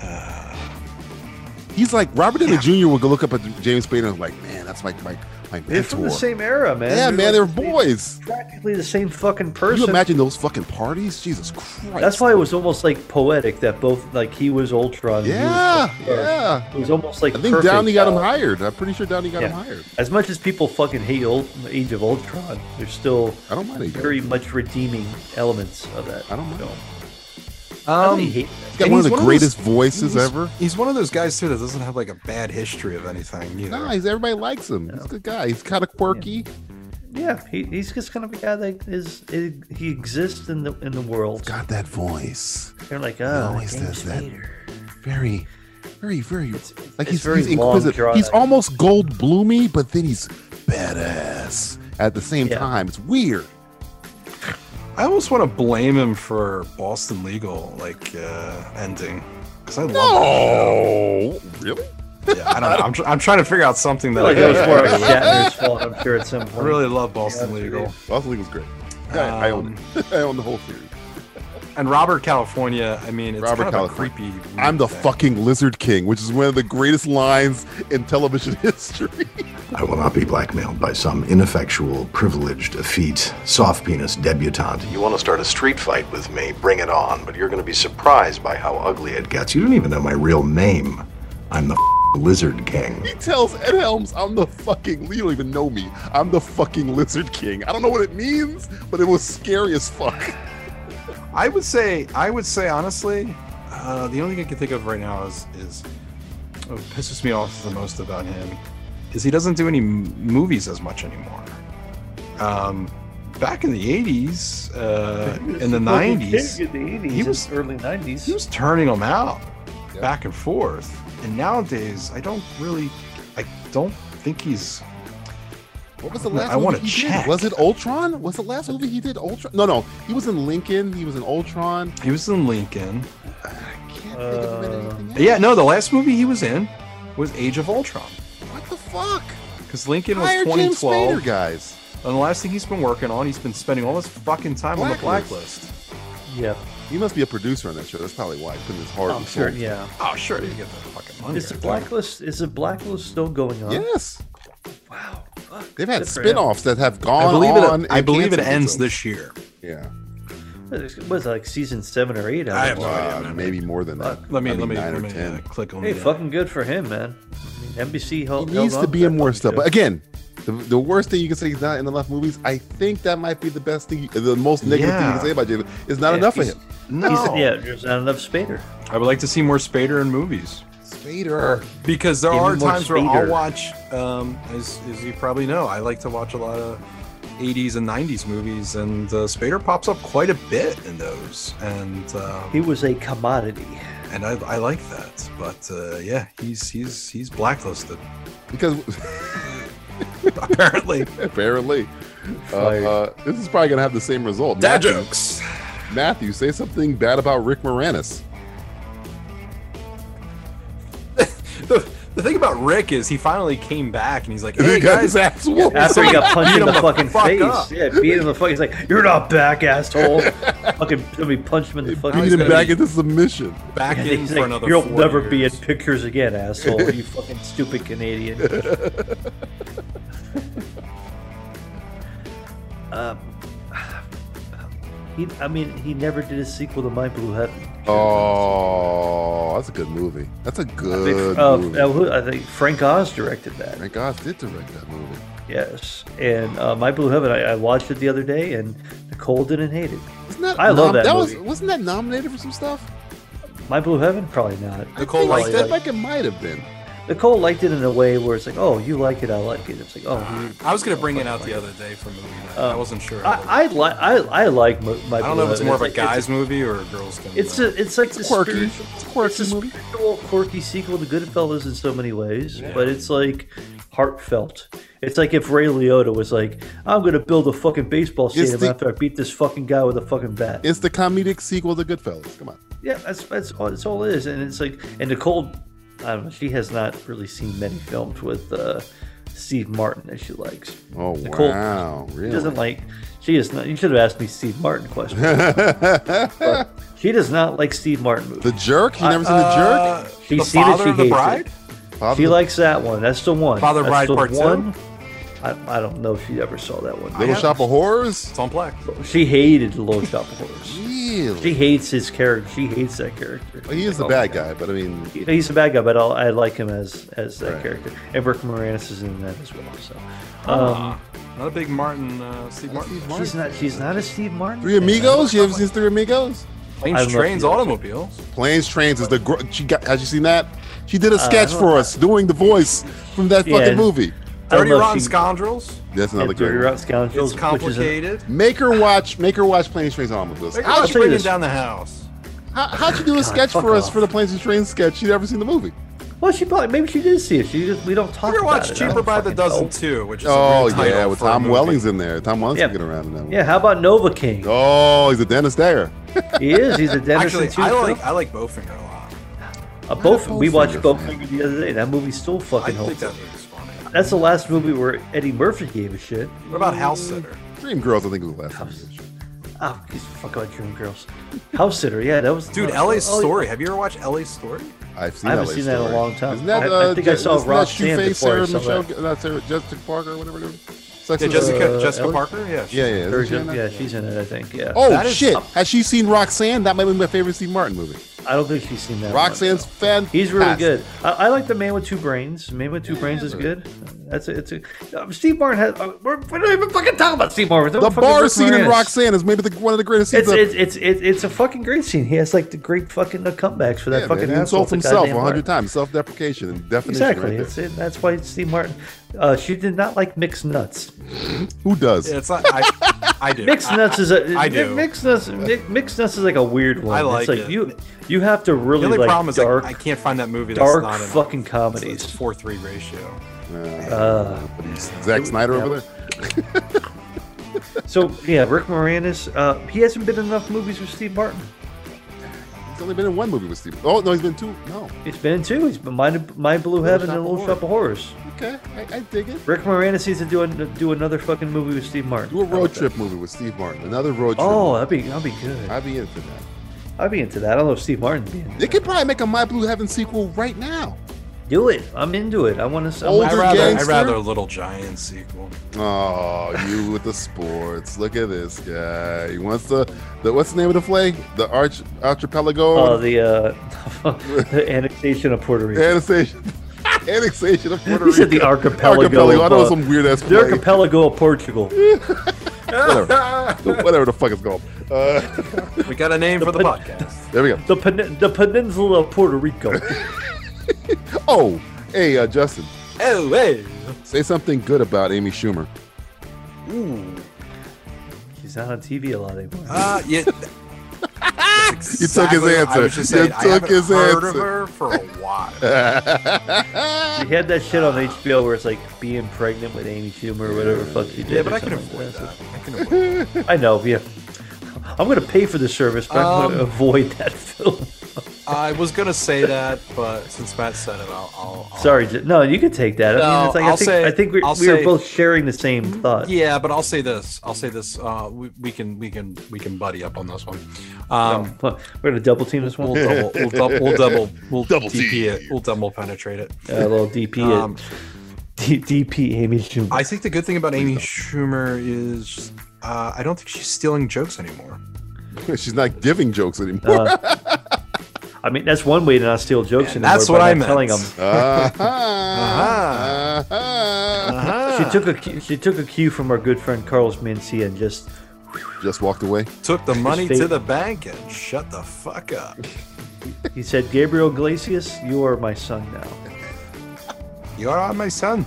[SPEAKER 3] uh,
[SPEAKER 5] He's like Robert Downey Jr. would go look up at James Spader and was like, man, that's my my, my mentor.
[SPEAKER 6] They're from the same era, man.
[SPEAKER 5] yeah, man,
[SPEAKER 6] like
[SPEAKER 5] they're boys.
[SPEAKER 6] practically the same fucking
[SPEAKER 5] Can you
[SPEAKER 6] person.
[SPEAKER 5] imagine those fucking parties? Jesus Christ.
[SPEAKER 6] That's why it was almost like poetic that both like he was Ultron. and he was
[SPEAKER 5] Yeah,
[SPEAKER 6] fucking Earth.
[SPEAKER 5] yeah.
[SPEAKER 6] It was almost like
[SPEAKER 5] I think
[SPEAKER 6] perfect,
[SPEAKER 5] Downey got him
[SPEAKER 6] uh,
[SPEAKER 5] hired. I'm pretty sure Downey got him
[SPEAKER 6] yeah.
[SPEAKER 5] hired.
[SPEAKER 6] As much as people fucking hate old, Age of Ultron, there's still
[SPEAKER 5] I don't mind it.
[SPEAKER 6] very much redeeming elements of that.
[SPEAKER 5] I don't mind.
[SPEAKER 6] film. I
[SPEAKER 3] um,
[SPEAKER 6] don't hate it.
[SPEAKER 5] He's got
[SPEAKER 3] And
[SPEAKER 5] one
[SPEAKER 3] he's
[SPEAKER 5] of the
[SPEAKER 3] one of
[SPEAKER 5] greatest
[SPEAKER 3] those-
[SPEAKER 5] voices
[SPEAKER 3] he's-
[SPEAKER 5] ever.
[SPEAKER 3] He's one of those guys too that doesn't have like a bad history of anything either.
[SPEAKER 5] Nah, he's, everybody likes him. He's a good guy. He's kind of quirky.
[SPEAKER 6] Yeah, he, he's just kind of a guy that is he exists in the in the world.
[SPEAKER 5] Got that voice.
[SPEAKER 6] They're like, oh,
[SPEAKER 5] always
[SPEAKER 6] James
[SPEAKER 5] does that.
[SPEAKER 6] Spader."
[SPEAKER 5] Very, very, very.
[SPEAKER 6] it's-
[SPEAKER 5] like
[SPEAKER 6] it's
[SPEAKER 5] he's,
[SPEAKER 6] very
[SPEAKER 5] he's
[SPEAKER 6] long,
[SPEAKER 5] inquisitive.
[SPEAKER 6] drawn
[SPEAKER 5] He's
[SPEAKER 6] out.
[SPEAKER 5] almost gold bloomy, but then he's badass. at the same time. It's weird.
[SPEAKER 3] I almost want to blame him for Boston Legal like uh, ending because I love.
[SPEAKER 5] No, really?
[SPEAKER 3] Yeah, I don't know. I'm, tr- I'm trying to figure out something that
[SPEAKER 6] I feel like it was more of Shatner's
[SPEAKER 3] fault. I'm sure at some point. I really love Boston Legal.
[SPEAKER 5] Boston Legal's great. I- I own
[SPEAKER 3] Um,
[SPEAKER 5] it. I own the whole series.
[SPEAKER 3] And Robert California. I mean, it's
[SPEAKER 5] Robert
[SPEAKER 3] kind of a
[SPEAKER 5] California.
[SPEAKER 3] creepy. weird
[SPEAKER 5] I'm the
[SPEAKER 3] thing.
[SPEAKER 5] fucking Lizard King, which is one of the greatest lines in television history.
[SPEAKER 12] I will not be blackmailed by some ineffectual, privileged, effete, soft penis debutante. You want to start a street fight with me? Bring it on, but you're going to be surprised by how ugly it gets. You don't even know my real name. I'm the Lizard King.
[SPEAKER 5] He tells Ed Helms, I'm the fucking, you don't even know me. I'm the fucking Lizard King. I don't know what it means, but it was scary as fuck.
[SPEAKER 3] I would say, I would say honestly, uh, the only thing I can think of right now is is what pisses me off the most about him is he doesn't do any m- movies as much anymore. Um, back in the '80s, uh, in the '90s,
[SPEAKER 6] he was early nineties. He
[SPEAKER 3] was turning them out back and forth, and nowadays I don't really, I don't think he's.
[SPEAKER 5] What was the
[SPEAKER 3] I don't know,
[SPEAKER 5] last
[SPEAKER 3] I
[SPEAKER 5] movie
[SPEAKER 3] wanna
[SPEAKER 5] he
[SPEAKER 3] check.
[SPEAKER 5] did? Was it Ultron? Was the last movie he did Ultron? No, no. He was in Lincoln. He was in Ultron.
[SPEAKER 3] He was in Lincoln.
[SPEAKER 5] Uh,
[SPEAKER 3] Yeah, no, the last movie he was in was Age of Ultron.
[SPEAKER 5] what the fuck?
[SPEAKER 3] Because Lincoln was
[SPEAKER 5] Hire James
[SPEAKER 3] 2012.
[SPEAKER 5] Spader, guys.
[SPEAKER 3] And the last thing he's been working on, he's been spending all his fucking time on the blacklist.
[SPEAKER 6] Yeah.
[SPEAKER 5] He must be a producer on that show. That's probably why. He's putting his heart
[SPEAKER 6] I'm
[SPEAKER 5] and
[SPEAKER 6] sure.
[SPEAKER 5] soul.
[SPEAKER 6] Yeah.
[SPEAKER 3] Oh, sure. You get the fucking money.
[SPEAKER 6] Is the blacklist? Is the blacklist still going on?
[SPEAKER 5] Yes.
[SPEAKER 6] Wow.
[SPEAKER 5] They've had
[SPEAKER 6] Good for him.
[SPEAKER 5] spin-offs that have gone
[SPEAKER 3] I believe it-
[SPEAKER 5] on.
[SPEAKER 3] I
[SPEAKER 5] and
[SPEAKER 3] believe it
[SPEAKER 5] canceled
[SPEAKER 3] ends
[SPEAKER 5] themselves.
[SPEAKER 3] this year.
[SPEAKER 5] Yeah.
[SPEAKER 6] What Was it like season seven or eight?
[SPEAKER 3] I have no idea,
[SPEAKER 5] Uh, maybe more than that.
[SPEAKER 3] Let me
[SPEAKER 5] I mean,
[SPEAKER 3] let me,
[SPEAKER 5] nine
[SPEAKER 3] let
[SPEAKER 5] or
[SPEAKER 3] me
[SPEAKER 5] ten.
[SPEAKER 3] uh, click on
[SPEAKER 6] Hey,
[SPEAKER 3] that.
[SPEAKER 6] fucking good for him, man. I mean, NBC held,
[SPEAKER 5] He needs
[SPEAKER 6] held
[SPEAKER 5] to
[SPEAKER 6] on
[SPEAKER 5] be
[SPEAKER 6] that
[SPEAKER 5] in more
[SPEAKER 6] fucking
[SPEAKER 5] stuff.
[SPEAKER 6] show.
[SPEAKER 5] But again, the, the worst thing you can say he's not in enough movies. I think that might be the best thing, the most negative thing you
[SPEAKER 3] Yeah.
[SPEAKER 5] can say about Jason. It's not
[SPEAKER 6] Yeah,
[SPEAKER 5] enough of
[SPEAKER 6] he's-
[SPEAKER 5] him.
[SPEAKER 3] No.
[SPEAKER 6] He's- yeah, there's not enough Spader.
[SPEAKER 3] I would like to see more Spader in movies
[SPEAKER 5] Spader.
[SPEAKER 3] because there
[SPEAKER 6] Give me
[SPEAKER 3] are
[SPEAKER 6] more
[SPEAKER 3] times where I'll
[SPEAKER 6] Spader.
[SPEAKER 3] watch, um, as, as you probably know, I like to watch a lot of 80s and 90s movies, and uh, Spader pops up quite a bit in those, and um,
[SPEAKER 6] He was a commodity.
[SPEAKER 3] and I, I like that. But uh, yeah, he's he's he's blacklisted
[SPEAKER 5] Because
[SPEAKER 3] apparently.
[SPEAKER 5] apparently, uh, uh, this is probably gonna have the same result.
[SPEAKER 3] Dad
[SPEAKER 5] Matthew-
[SPEAKER 3] jokes.
[SPEAKER 5] Matthew, say something bad about Rick Moranis.
[SPEAKER 3] the, the thing about Rick is he finally came back and he's like, "Hey
[SPEAKER 5] He got
[SPEAKER 3] guys,
[SPEAKER 5] his ass whooped.
[SPEAKER 6] After he got
[SPEAKER 3] Beat
[SPEAKER 6] punched in the
[SPEAKER 3] him the
[SPEAKER 6] fucking
[SPEAKER 3] fuck
[SPEAKER 6] face.
[SPEAKER 3] up.
[SPEAKER 6] Yeah, beat him in the fucking. He's like, "You're not back, asshole." fucking, somebody punched him in the fucking.
[SPEAKER 5] Beat him
[SPEAKER 6] face.
[SPEAKER 5] back into submission.
[SPEAKER 3] back
[SPEAKER 6] And
[SPEAKER 3] in
[SPEAKER 6] he's
[SPEAKER 3] for
[SPEAKER 6] like,
[SPEAKER 3] another."
[SPEAKER 6] You'll
[SPEAKER 3] four
[SPEAKER 6] never
[SPEAKER 3] years."
[SPEAKER 6] be in pictures again, asshole. You fucking stupid Canadian. um, he, I mean, he never did a sequel to My Blue Heaven.
[SPEAKER 5] Oh, that's a good movie. That's a
[SPEAKER 6] Big-
[SPEAKER 5] good
[SPEAKER 6] uh,
[SPEAKER 5] movie.
[SPEAKER 6] uh, who- I think Frank Oz directed that.
[SPEAKER 5] Thank God did direct that movie.
[SPEAKER 6] Yes, and uh, My Blue Heaven. I, I watched it the other day, and Nicole didn't hate it.
[SPEAKER 5] Isn't that
[SPEAKER 6] I love
[SPEAKER 5] nom-
[SPEAKER 6] that
[SPEAKER 5] was
[SPEAKER 6] movie.
[SPEAKER 5] wasn't that nominated for some stuff?
[SPEAKER 6] My Blue Heaven, probably not.
[SPEAKER 3] Nicole liked
[SPEAKER 5] I
[SPEAKER 3] it.
[SPEAKER 5] think it might have been.
[SPEAKER 6] Nicole liked it in a way where it's like, oh, you like it, I like it. It's like, oh, you-
[SPEAKER 3] I was gonna bring it out the other day for movie night.
[SPEAKER 6] Oh.
[SPEAKER 3] I wasn't sure. I,
[SPEAKER 6] I, I like I, I like my. my
[SPEAKER 3] I don't know if it's more of a
[SPEAKER 6] like, it's-
[SPEAKER 3] guys movie or a girls thing.
[SPEAKER 6] It's a, it's like the
[SPEAKER 5] quirky.
[SPEAKER 6] spiritual,
[SPEAKER 5] It's a quirky
[SPEAKER 6] it's a
[SPEAKER 5] movie.
[SPEAKER 6] spiritual, quirky sequel to Goodfellas in so many ways, but it's like heartfelt. It's like if Ray Liotta was like, "I'm gonna build a fucking baseball stadium
[SPEAKER 5] the-
[SPEAKER 6] after I beat this fucking guy with a fucking bat."
[SPEAKER 5] It's the comedic sequel to Goodfellas. Come on.
[SPEAKER 6] yeah, that's that's all, that's all it is, and it's like, and Nicole, I don't know, she has not really seen many films with uh, Steve Martin that she likes.
[SPEAKER 5] Oh
[SPEAKER 6] Nicole-
[SPEAKER 5] wow,
[SPEAKER 6] She
[SPEAKER 5] really?
[SPEAKER 6] doesn't like. She is not. You should have asked me Steve Martin questions. But she does not like Steve Martin movies.
[SPEAKER 5] the jerk? You never seen the
[SPEAKER 3] Uh,
[SPEAKER 5] jerk?
[SPEAKER 6] She's
[SPEAKER 3] the
[SPEAKER 6] seen it,
[SPEAKER 3] father
[SPEAKER 6] she
[SPEAKER 3] of the
[SPEAKER 6] hates it.
[SPEAKER 3] bride.
[SPEAKER 5] Father
[SPEAKER 6] She
[SPEAKER 5] the-
[SPEAKER 6] likes that one. That's the one.
[SPEAKER 3] Father
[SPEAKER 6] That's
[SPEAKER 3] Bride
[SPEAKER 6] the
[SPEAKER 3] Part Two?
[SPEAKER 6] one. I, I don't know if she ever saw that one.
[SPEAKER 5] Little Shop of Horrors.
[SPEAKER 3] It's on black.
[SPEAKER 6] She hated the Little Shop of Horrors. She
[SPEAKER 5] Really?
[SPEAKER 6] hates his character. She hates that character.
[SPEAKER 5] He is the bad guy, but I mean,
[SPEAKER 6] Oh, He's a bad guy, but I'll, I like him as as that character. And Rick Moranis is in that as well. So um,
[SPEAKER 3] Not a big Martin. Uh, Steve Martin.
[SPEAKER 5] Steve
[SPEAKER 6] she's
[SPEAKER 5] Martin.
[SPEAKER 6] not she's not a Steve Martin.
[SPEAKER 5] Three
[SPEAKER 6] fan.
[SPEAKER 5] Amigos. You ever seen Three Amigos?
[SPEAKER 6] I
[SPEAKER 3] Planes,
[SPEAKER 6] love
[SPEAKER 3] trains,
[SPEAKER 6] the-
[SPEAKER 3] automobiles.
[SPEAKER 5] Planes, Trains is the. Gr- she got. Has you seen that? She did a sketch
[SPEAKER 6] don't-
[SPEAKER 5] for us doing the voice from that
[SPEAKER 6] Uh, Yeah,
[SPEAKER 5] fucking
[SPEAKER 6] and-
[SPEAKER 5] movie.
[SPEAKER 6] I don't
[SPEAKER 3] Dirty
[SPEAKER 6] know if
[SPEAKER 3] Rotten
[SPEAKER 6] she-
[SPEAKER 3] Scoundrels.
[SPEAKER 5] That's
[SPEAKER 6] and
[SPEAKER 5] another
[SPEAKER 6] Dirty
[SPEAKER 5] great. one.
[SPEAKER 6] Rotten
[SPEAKER 3] It's
[SPEAKER 6] Scoundrels, which is a,
[SPEAKER 3] complicated.
[SPEAKER 5] Make her watch. Make her watch Planes, Trains, and Automobiles.
[SPEAKER 3] They're
[SPEAKER 5] How'd
[SPEAKER 6] I'll
[SPEAKER 3] just
[SPEAKER 5] you-
[SPEAKER 6] tell you
[SPEAKER 3] bringing
[SPEAKER 6] this.
[SPEAKER 3] down the house.
[SPEAKER 5] How, how'd you do a sketch
[SPEAKER 6] fuck
[SPEAKER 5] for us
[SPEAKER 6] off.
[SPEAKER 5] for the Planes and Trains sketch? You'd never seen the movie.
[SPEAKER 6] Well, she probably maybe she did see it. She just we don't talk.
[SPEAKER 3] Ever
[SPEAKER 6] about
[SPEAKER 3] watch
[SPEAKER 6] it. I
[SPEAKER 3] Cheaper
[SPEAKER 6] don't
[SPEAKER 3] by the
[SPEAKER 6] fucking
[SPEAKER 3] Dozen
[SPEAKER 6] know.
[SPEAKER 3] too, which is a
[SPEAKER 5] Oh
[SPEAKER 3] weird title
[SPEAKER 5] yeah, with
[SPEAKER 3] for a
[SPEAKER 5] Tom
[SPEAKER 3] movie.
[SPEAKER 5] Welling's in there. Tom Welling's
[SPEAKER 6] Yeah.
[SPEAKER 5] getting around in that one.
[SPEAKER 6] Yeah, how about Nova King?
[SPEAKER 5] Oh, he's a Dennis Dare.
[SPEAKER 6] He is. He's a Denison
[SPEAKER 3] Actually,
[SPEAKER 6] too.
[SPEAKER 3] I like I like Bowfinger a lot.
[SPEAKER 6] a both. We watched
[SPEAKER 5] Goldfinger
[SPEAKER 6] Bowfinger the other day. That movie still
[SPEAKER 3] I
[SPEAKER 6] fucking
[SPEAKER 3] think
[SPEAKER 6] holds.
[SPEAKER 3] that
[SPEAKER 6] up.
[SPEAKER 3] movie's funny.
[SPEAKER 6] That's the last movie where Eddie Murphy gave a shit.
[SPEAKER 3] What about House Sitter?
[SPEAKER 5] Dream Girls, I think was the last time.
[SPEAKER 6] Oh, geez, fuck about Dream Girls. House Sitter. Yeah, that was
[SPEAKER 3] Dude,
[SPEAKER 6] oh,
[SPEAKER 3] LA's
[SPEAKER 6] oh,
[SPEAKER 3] Story. Have you ever watched LA's Story?
[SPEAKER 5] I've seen,
[SPEAKER 6] I haven't
[SPEAKER 5] LA
[SPEAKER 6] seen that in a
[SPEAKER 5] Story.
[SPEAKER 6] long time.
[SPEAKER 5] Isn't that,
[SPEAKER 6] I- I
[SPEAKER 5] uh,
[SPEAKER 6] think I
[SPEAKER 5] Je-
[SPEAKER 6] saw
[SPEAKER 5] isn't
[SPEAKER 6] Rob
[SPEAKER 5] that
[SPEAKER 6] Sand
[SPEAKER 5] Shoeface,
[SPEAKER 6] before I
[SPEAKER 5] Sarah
[SPEAKER 6] saw
[SPEAKER 5] Michelle,
[SPEAKER 6] that.
[SPEAKER 5] not Sarah, Jessica Parker, whatever. her name is. Sex
[SPEAKER 3] Yeah,
[SPEAKER 5] is,
[SPEAKER 3] Jessica
[SPEAKER 5] uh,
[SPEAKER 3] Jessica
[SPEAKER 6] Ellie?
[SPEAKER 3] Parker. Yeah, she's-
[SPEAKER 5] yeah, yeah.
[SPEAKER 6] Very
[SPEAKER 5] isn't she in
[SPEAKER 6] good.
[SPEAKER 5] that?
[SPEAKER 6] Yeah, she's in it. I think. Yeah.
[SPEAKER 3] That
[SPEAKER 5] Oh
[SPEAKER 3] is-
[SPEAKER 5] shit! Has she seen Roxanne? That might be my favorite Steve Martin movie.
[SPEAKER 6] I don't think she's seen that. one.
[SPEAKER 5] Roxanne's fan.
[SPEAKER 6] He's really good. I, I like the Man with Two Brains. Man with Two Brains is good. That's a, it's a uh, Steve Martin has. Uh, we're, we're not even fucking talking about Steve Martin. Don't
[SPEAKER 5] The
[SPEAKER 6] fucking
[SPEAKER 5] bar
[SPEAKER 6] rip
[SPEAKER 5] scene
[SPEAKER 6] my
[SPEAKER 5] in
[SPEAKER 6] ass.
[SPEAKER 5] Roxanne is maybe the, one of the greatest scenes.
[SPEAKER 6] It's
[SPEAKER 5] of-
[SPEAKER 6] it's, it's it's it's a fucking great scene. He has like the great fucking uh, comebacks for that
[SPEAKER 5] yeah, man,
[SPEAKER 6] fucking
[SPEAKER 5] he
[SPEAKER 6] asshole.
[SPEAKER 5] insults
[SPEAKER 6] It's a
[SPEAKER 5] himself
[SPEAKER 6] goddamn
[SPEAKER 5] hundred
[SPEAKER 6] art.
[SPEAKER 5] times. Self-deprecation and definition.
[SPEAKER 6] Exactly.
[SPEAKER 5] Right
[SPEAKER 6] It's,
[SPEAKER 5] there.
[SPEAKER 6] it, that's why it's Steve Martin. Uh, she did not like mixed nuts.
[SPEAKER 5] Who does?
[SPEAKER 3] Yeah, it's not. I, I do.
[SPEAKER 6] Mixed
[SPEAKER 3] I-
[SPEAKER 6] nuts is a
[SPEAKER 3] I do.
[SPEAKER 6] mixed nuts mi- mixed nuts is like a weird one.
[SPEAKER 3] I like
[SPEAKER 6] it's like
[SPEAKER 3] it.
[SPEAKER 6] you you have to
[SPEAKER 3] The
[SPEAKER 6] really
[SPEAKER 3] only
[SPEAKER 6] like
[SPEAKER 3] problem is
[SPEAKER 6] dark
[SPEAKER 3] like, I can't find that movie. That's
[SPEAKER 6] dark
[SPEAKER 3] not in
[SPEAKER 6] fucking
[SPEAKER 3] It's
[SPEAKER 6] comedies.
[SPEAKER 3] four three ratio.
[SPEAKER 5] Zack Snyder over there.
[SPEAKER 6] So yeah, Rick Moranis. Uh, he hasn't been in enough movies with Steve Martin.
[SPEAKER 5] He's only been in one movie with Steve. Oh no, he's been two. No.
[SPEAKER 6] He's been in two. He's been Mind, Mind Blue Heaven and
[SPEAKER 5] Shop of
[SPEAKER 6] Little Shop of Horrors.
[SPEAKER 5] Okay, I, I dig it.
[SPEAKER 6] Rick Moranis needs to do an, do another fucking movie with Steve Martin.
[SPEAKER 5] Do a
[SPEAKER 6] How about
[SPEAKER 5] road
[SPEAKER 6] that?
[SPEAKER 5] trip movie with Steve Martin. Another road trip.
[SPEAKER 6] Oh, that'd be that'd be good.
[SPEAKER 5] I'd be in for that.
[SPEAKER 6] I'd be into that. I don't know if Steve Martin. would Be in
[SPEAKER 5] They
[SPEAKER 6] it.
[SPEAKER 5] could probably make a My Blue Heaven sequel right now.
[SPEAKER 6] Do it. I'm into it. I want to.
[SPEAKER 5] Older
[SPEAKER 3] I rather I
[SPEAKER 5] gangster?
[SPEAKER 3] rather a Little Giant sequel.
[SPEAKER 5] Oh, you with the sports. Look at this guy. He wants the, the what's the name of the play? The Arch Archipelago
[SPEAKER 6] Oh, the uh, the annexation of Puerto Rico.
[SPEAKER 5] Annexation Annexation of Puerto
[SPEAKER 6] You said the
[SPEAKER 5] Rico.
[SPEAKER 6] archipelago.
[SPEAKER 5] Archipelago. I
[SPEAKER 6] of,
[SPEAKER 5] know
[SPEAKER 6] uh,
[SPEAKER 5] some weird ass
[SPEAKER 6] The
[SPEAKER 5] play.
[SPEAKER 6] archipelago of Portugal.
[SPEAKER 5] Whatever. Whatever the fuck it's called. Uh,
[SPEAKER 3] We got a name for the podcast.
[SPEAKER 5] there we go.
[SPEAKER 6] The, pen- the peninsula of Puerto Rico.
[SPEAKER 5] Oh, hey uh, Justin,
[SPEAKER 3] Oh hey,
[SPEAKER 5] say something good about Amy Schumer.
[SPEAKER 6] She's not on TV a lot anymore.
[SPEAKER 3] uh, yeah.
[SPEAKER 5] You took his
[SPEAKER 3] I was
[SPEAKER 5] answer.
[SPEAKER 3] just
[SPEAKER 5] You
[SPEAKER 3] saying, I
[SPEAKER 5] took
[SPEAKER 3] haven't
[SPEAKER 5] his
[SPEAKER 3] heard of
[SPEAKER 5] answer.
[SPEAKER 3] her for a while.
[SPEAKER 6] She had that shit on HBO where it's like being pregnant with Amy Schumer or whatever the fuck she did.
[SPEAKER 3] Yeah, but
[SPEAKER 6] or
[SPEAKER 3] I can
[SPEAKER 6] something like
[SPEAKER 3] avoid that. I can avoid that.
[SPEAKER 6] that. I know, yeah. I'm gonna pay for the service, but I'm gonna
[SPEAKER 3] Um,
[SPEAKER 6] avoid that film.
[SPEAKER 3] I was gonna say that, but since Matt said it, I'll. I'll, I'll
[SPEAKER 6] Sorry, J- no, you can take that. I mean,
[SPEAKER 3] No,
[SPEAKER 6] it's like I
[SPEAKER 3] I'll
[SPEAKER 6] think
[SPEAKER 3] say-
[SPEAKER 6] I think we,
[SPEAKER 3] I'll
[SPEAKER 6] we are
[SPEAKER 3] say- Mm,
[SPEAKER 6] both sharing the same thought.
[SPEAKER 3] Yeah, but I'll say this. I'll say this. Uh, we, we can we can we can buddy up on this one. Um,
[SPEAKER 6] We're gonna double team this one.
[SPEAKER 3] we'll double we'll, dou- we'll double we'll
[SPEAKER 5] Double
[SPEAKER 3] DP
[SPEAKER 5] team.
[SPEAKER 3] it. We'll double penetrate it.
[SPEAKER 6] a little DP
[SPEAKER 3] Um,
[SPEAKER 6] it. D- DP Amy Schumer.
[SPEAKER 3] I think the good thing about Amy Schumer is uh, I don't think she's stealing jokes anymore.
[SPEAKER 5] She's not giving jokes anymore.
[SPEAKER 6] Uh, I mean, that's one way to not steal jokes
[SPEAKER 3] And
[SPEAKER 6] anymore.
[SPEAKER 3] that's
[SPEAKER 6] by
[SPEAKER 3] what
[SPEAKER 6] not
[SPEAKER 3] I meant.
[SPEAKER 6] Telling them.
[SPEAKER 5] Uh-huh.
[SPEAKER 3] Uh-huh.
[SPEAKER 5] Uh-huh.
[SPEAKER 6] She took a cue- she took a cue from our good friend Carlos Mencia and just
[SPEAKER 5] Just walked away.
[SPEAKER 3] Took the money
[SPEAKER 6] fake.
[SPEAKER 3] to the bank and shut the fuck up.
[SPEAKER 6] he said, "Gabriel Glacius, you are my son now."
[SPEAKER 3] You are my son.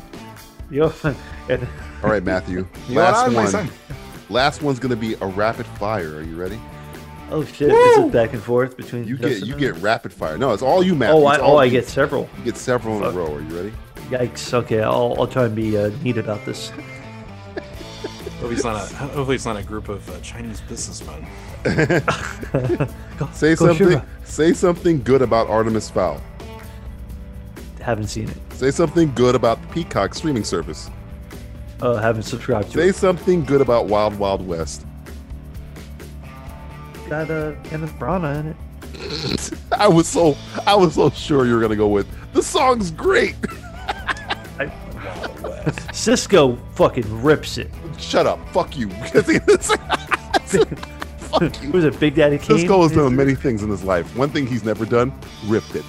[SPEAKER 6] You know, and
[SPEAKER 5] All right, Matthew.
[SPEAKER 3] You are
[SPEAKER 5] last
[SPEAKER 3] my
[SPEAKER 5] one.
[SPEAKER 3] son.
[SPEAKER 5] Last one's gonna be a rapid fire. Are you ready?
[SPEAKER 6] oh shit, is it back and forth between
[SPEAKER 5] You get
[SPEAKER 6] Justin
[SPEAKER 5] you
[SPEAKER 6] and-
[SPEAKER 5] get rapid fire. No, it's all you, Matthew.
[SPEAKER 6] Oh, I,
[SPEAKER 5] It's
[SPEAKER 6] oh,
[SPEAKER 5] all
[SPEAKER 6] I
[SPEAKER 5] you.
[SPEAKER 6] get several.
[SPEAKER 5] You get several in a row. Are you ready?
[SPEAKER 6] Yikes. Okay, I'll, I'll try and be uh, neat about this.
[SPEAKER 3] Hopefully it's not a hopefully it's not a group of uh, Chinese businessmen.
[SPEAKER 6] Go-
[SPEAKER 5] Say
[SPEAKER 6] go
[SPEAKER 5] something.
[SPEAKER 6] Shura.
[SPEAKER 5] Say something good about Artemis Fowl.
[SPEAKER 6] Haven't seen it.
[SPEAKER 5] Say something good about the Peacock streaming service.
[SPEAKER 6] Uh, haven't subscribed to
[SPEAKER 5] Say
[SPEAKER 6] it.
[SPEAKER 5] something good about Wild Wild West.
[SPEAKER 6] Got uh, Kenneth Branagh in it.
[SPEAKER 5] I was so I was so sure you were gonna go with the song's great.
[SPEAKER 6] Cisco fucking rips it.
[SPEAKER 5] Shut up. Fuck you. Fuck you.
[SPEAKER 6] Was it Big Daddy Kane?
[SPEAKER 5] Cisco has done many things in his life. One thing he's never done, ripped it.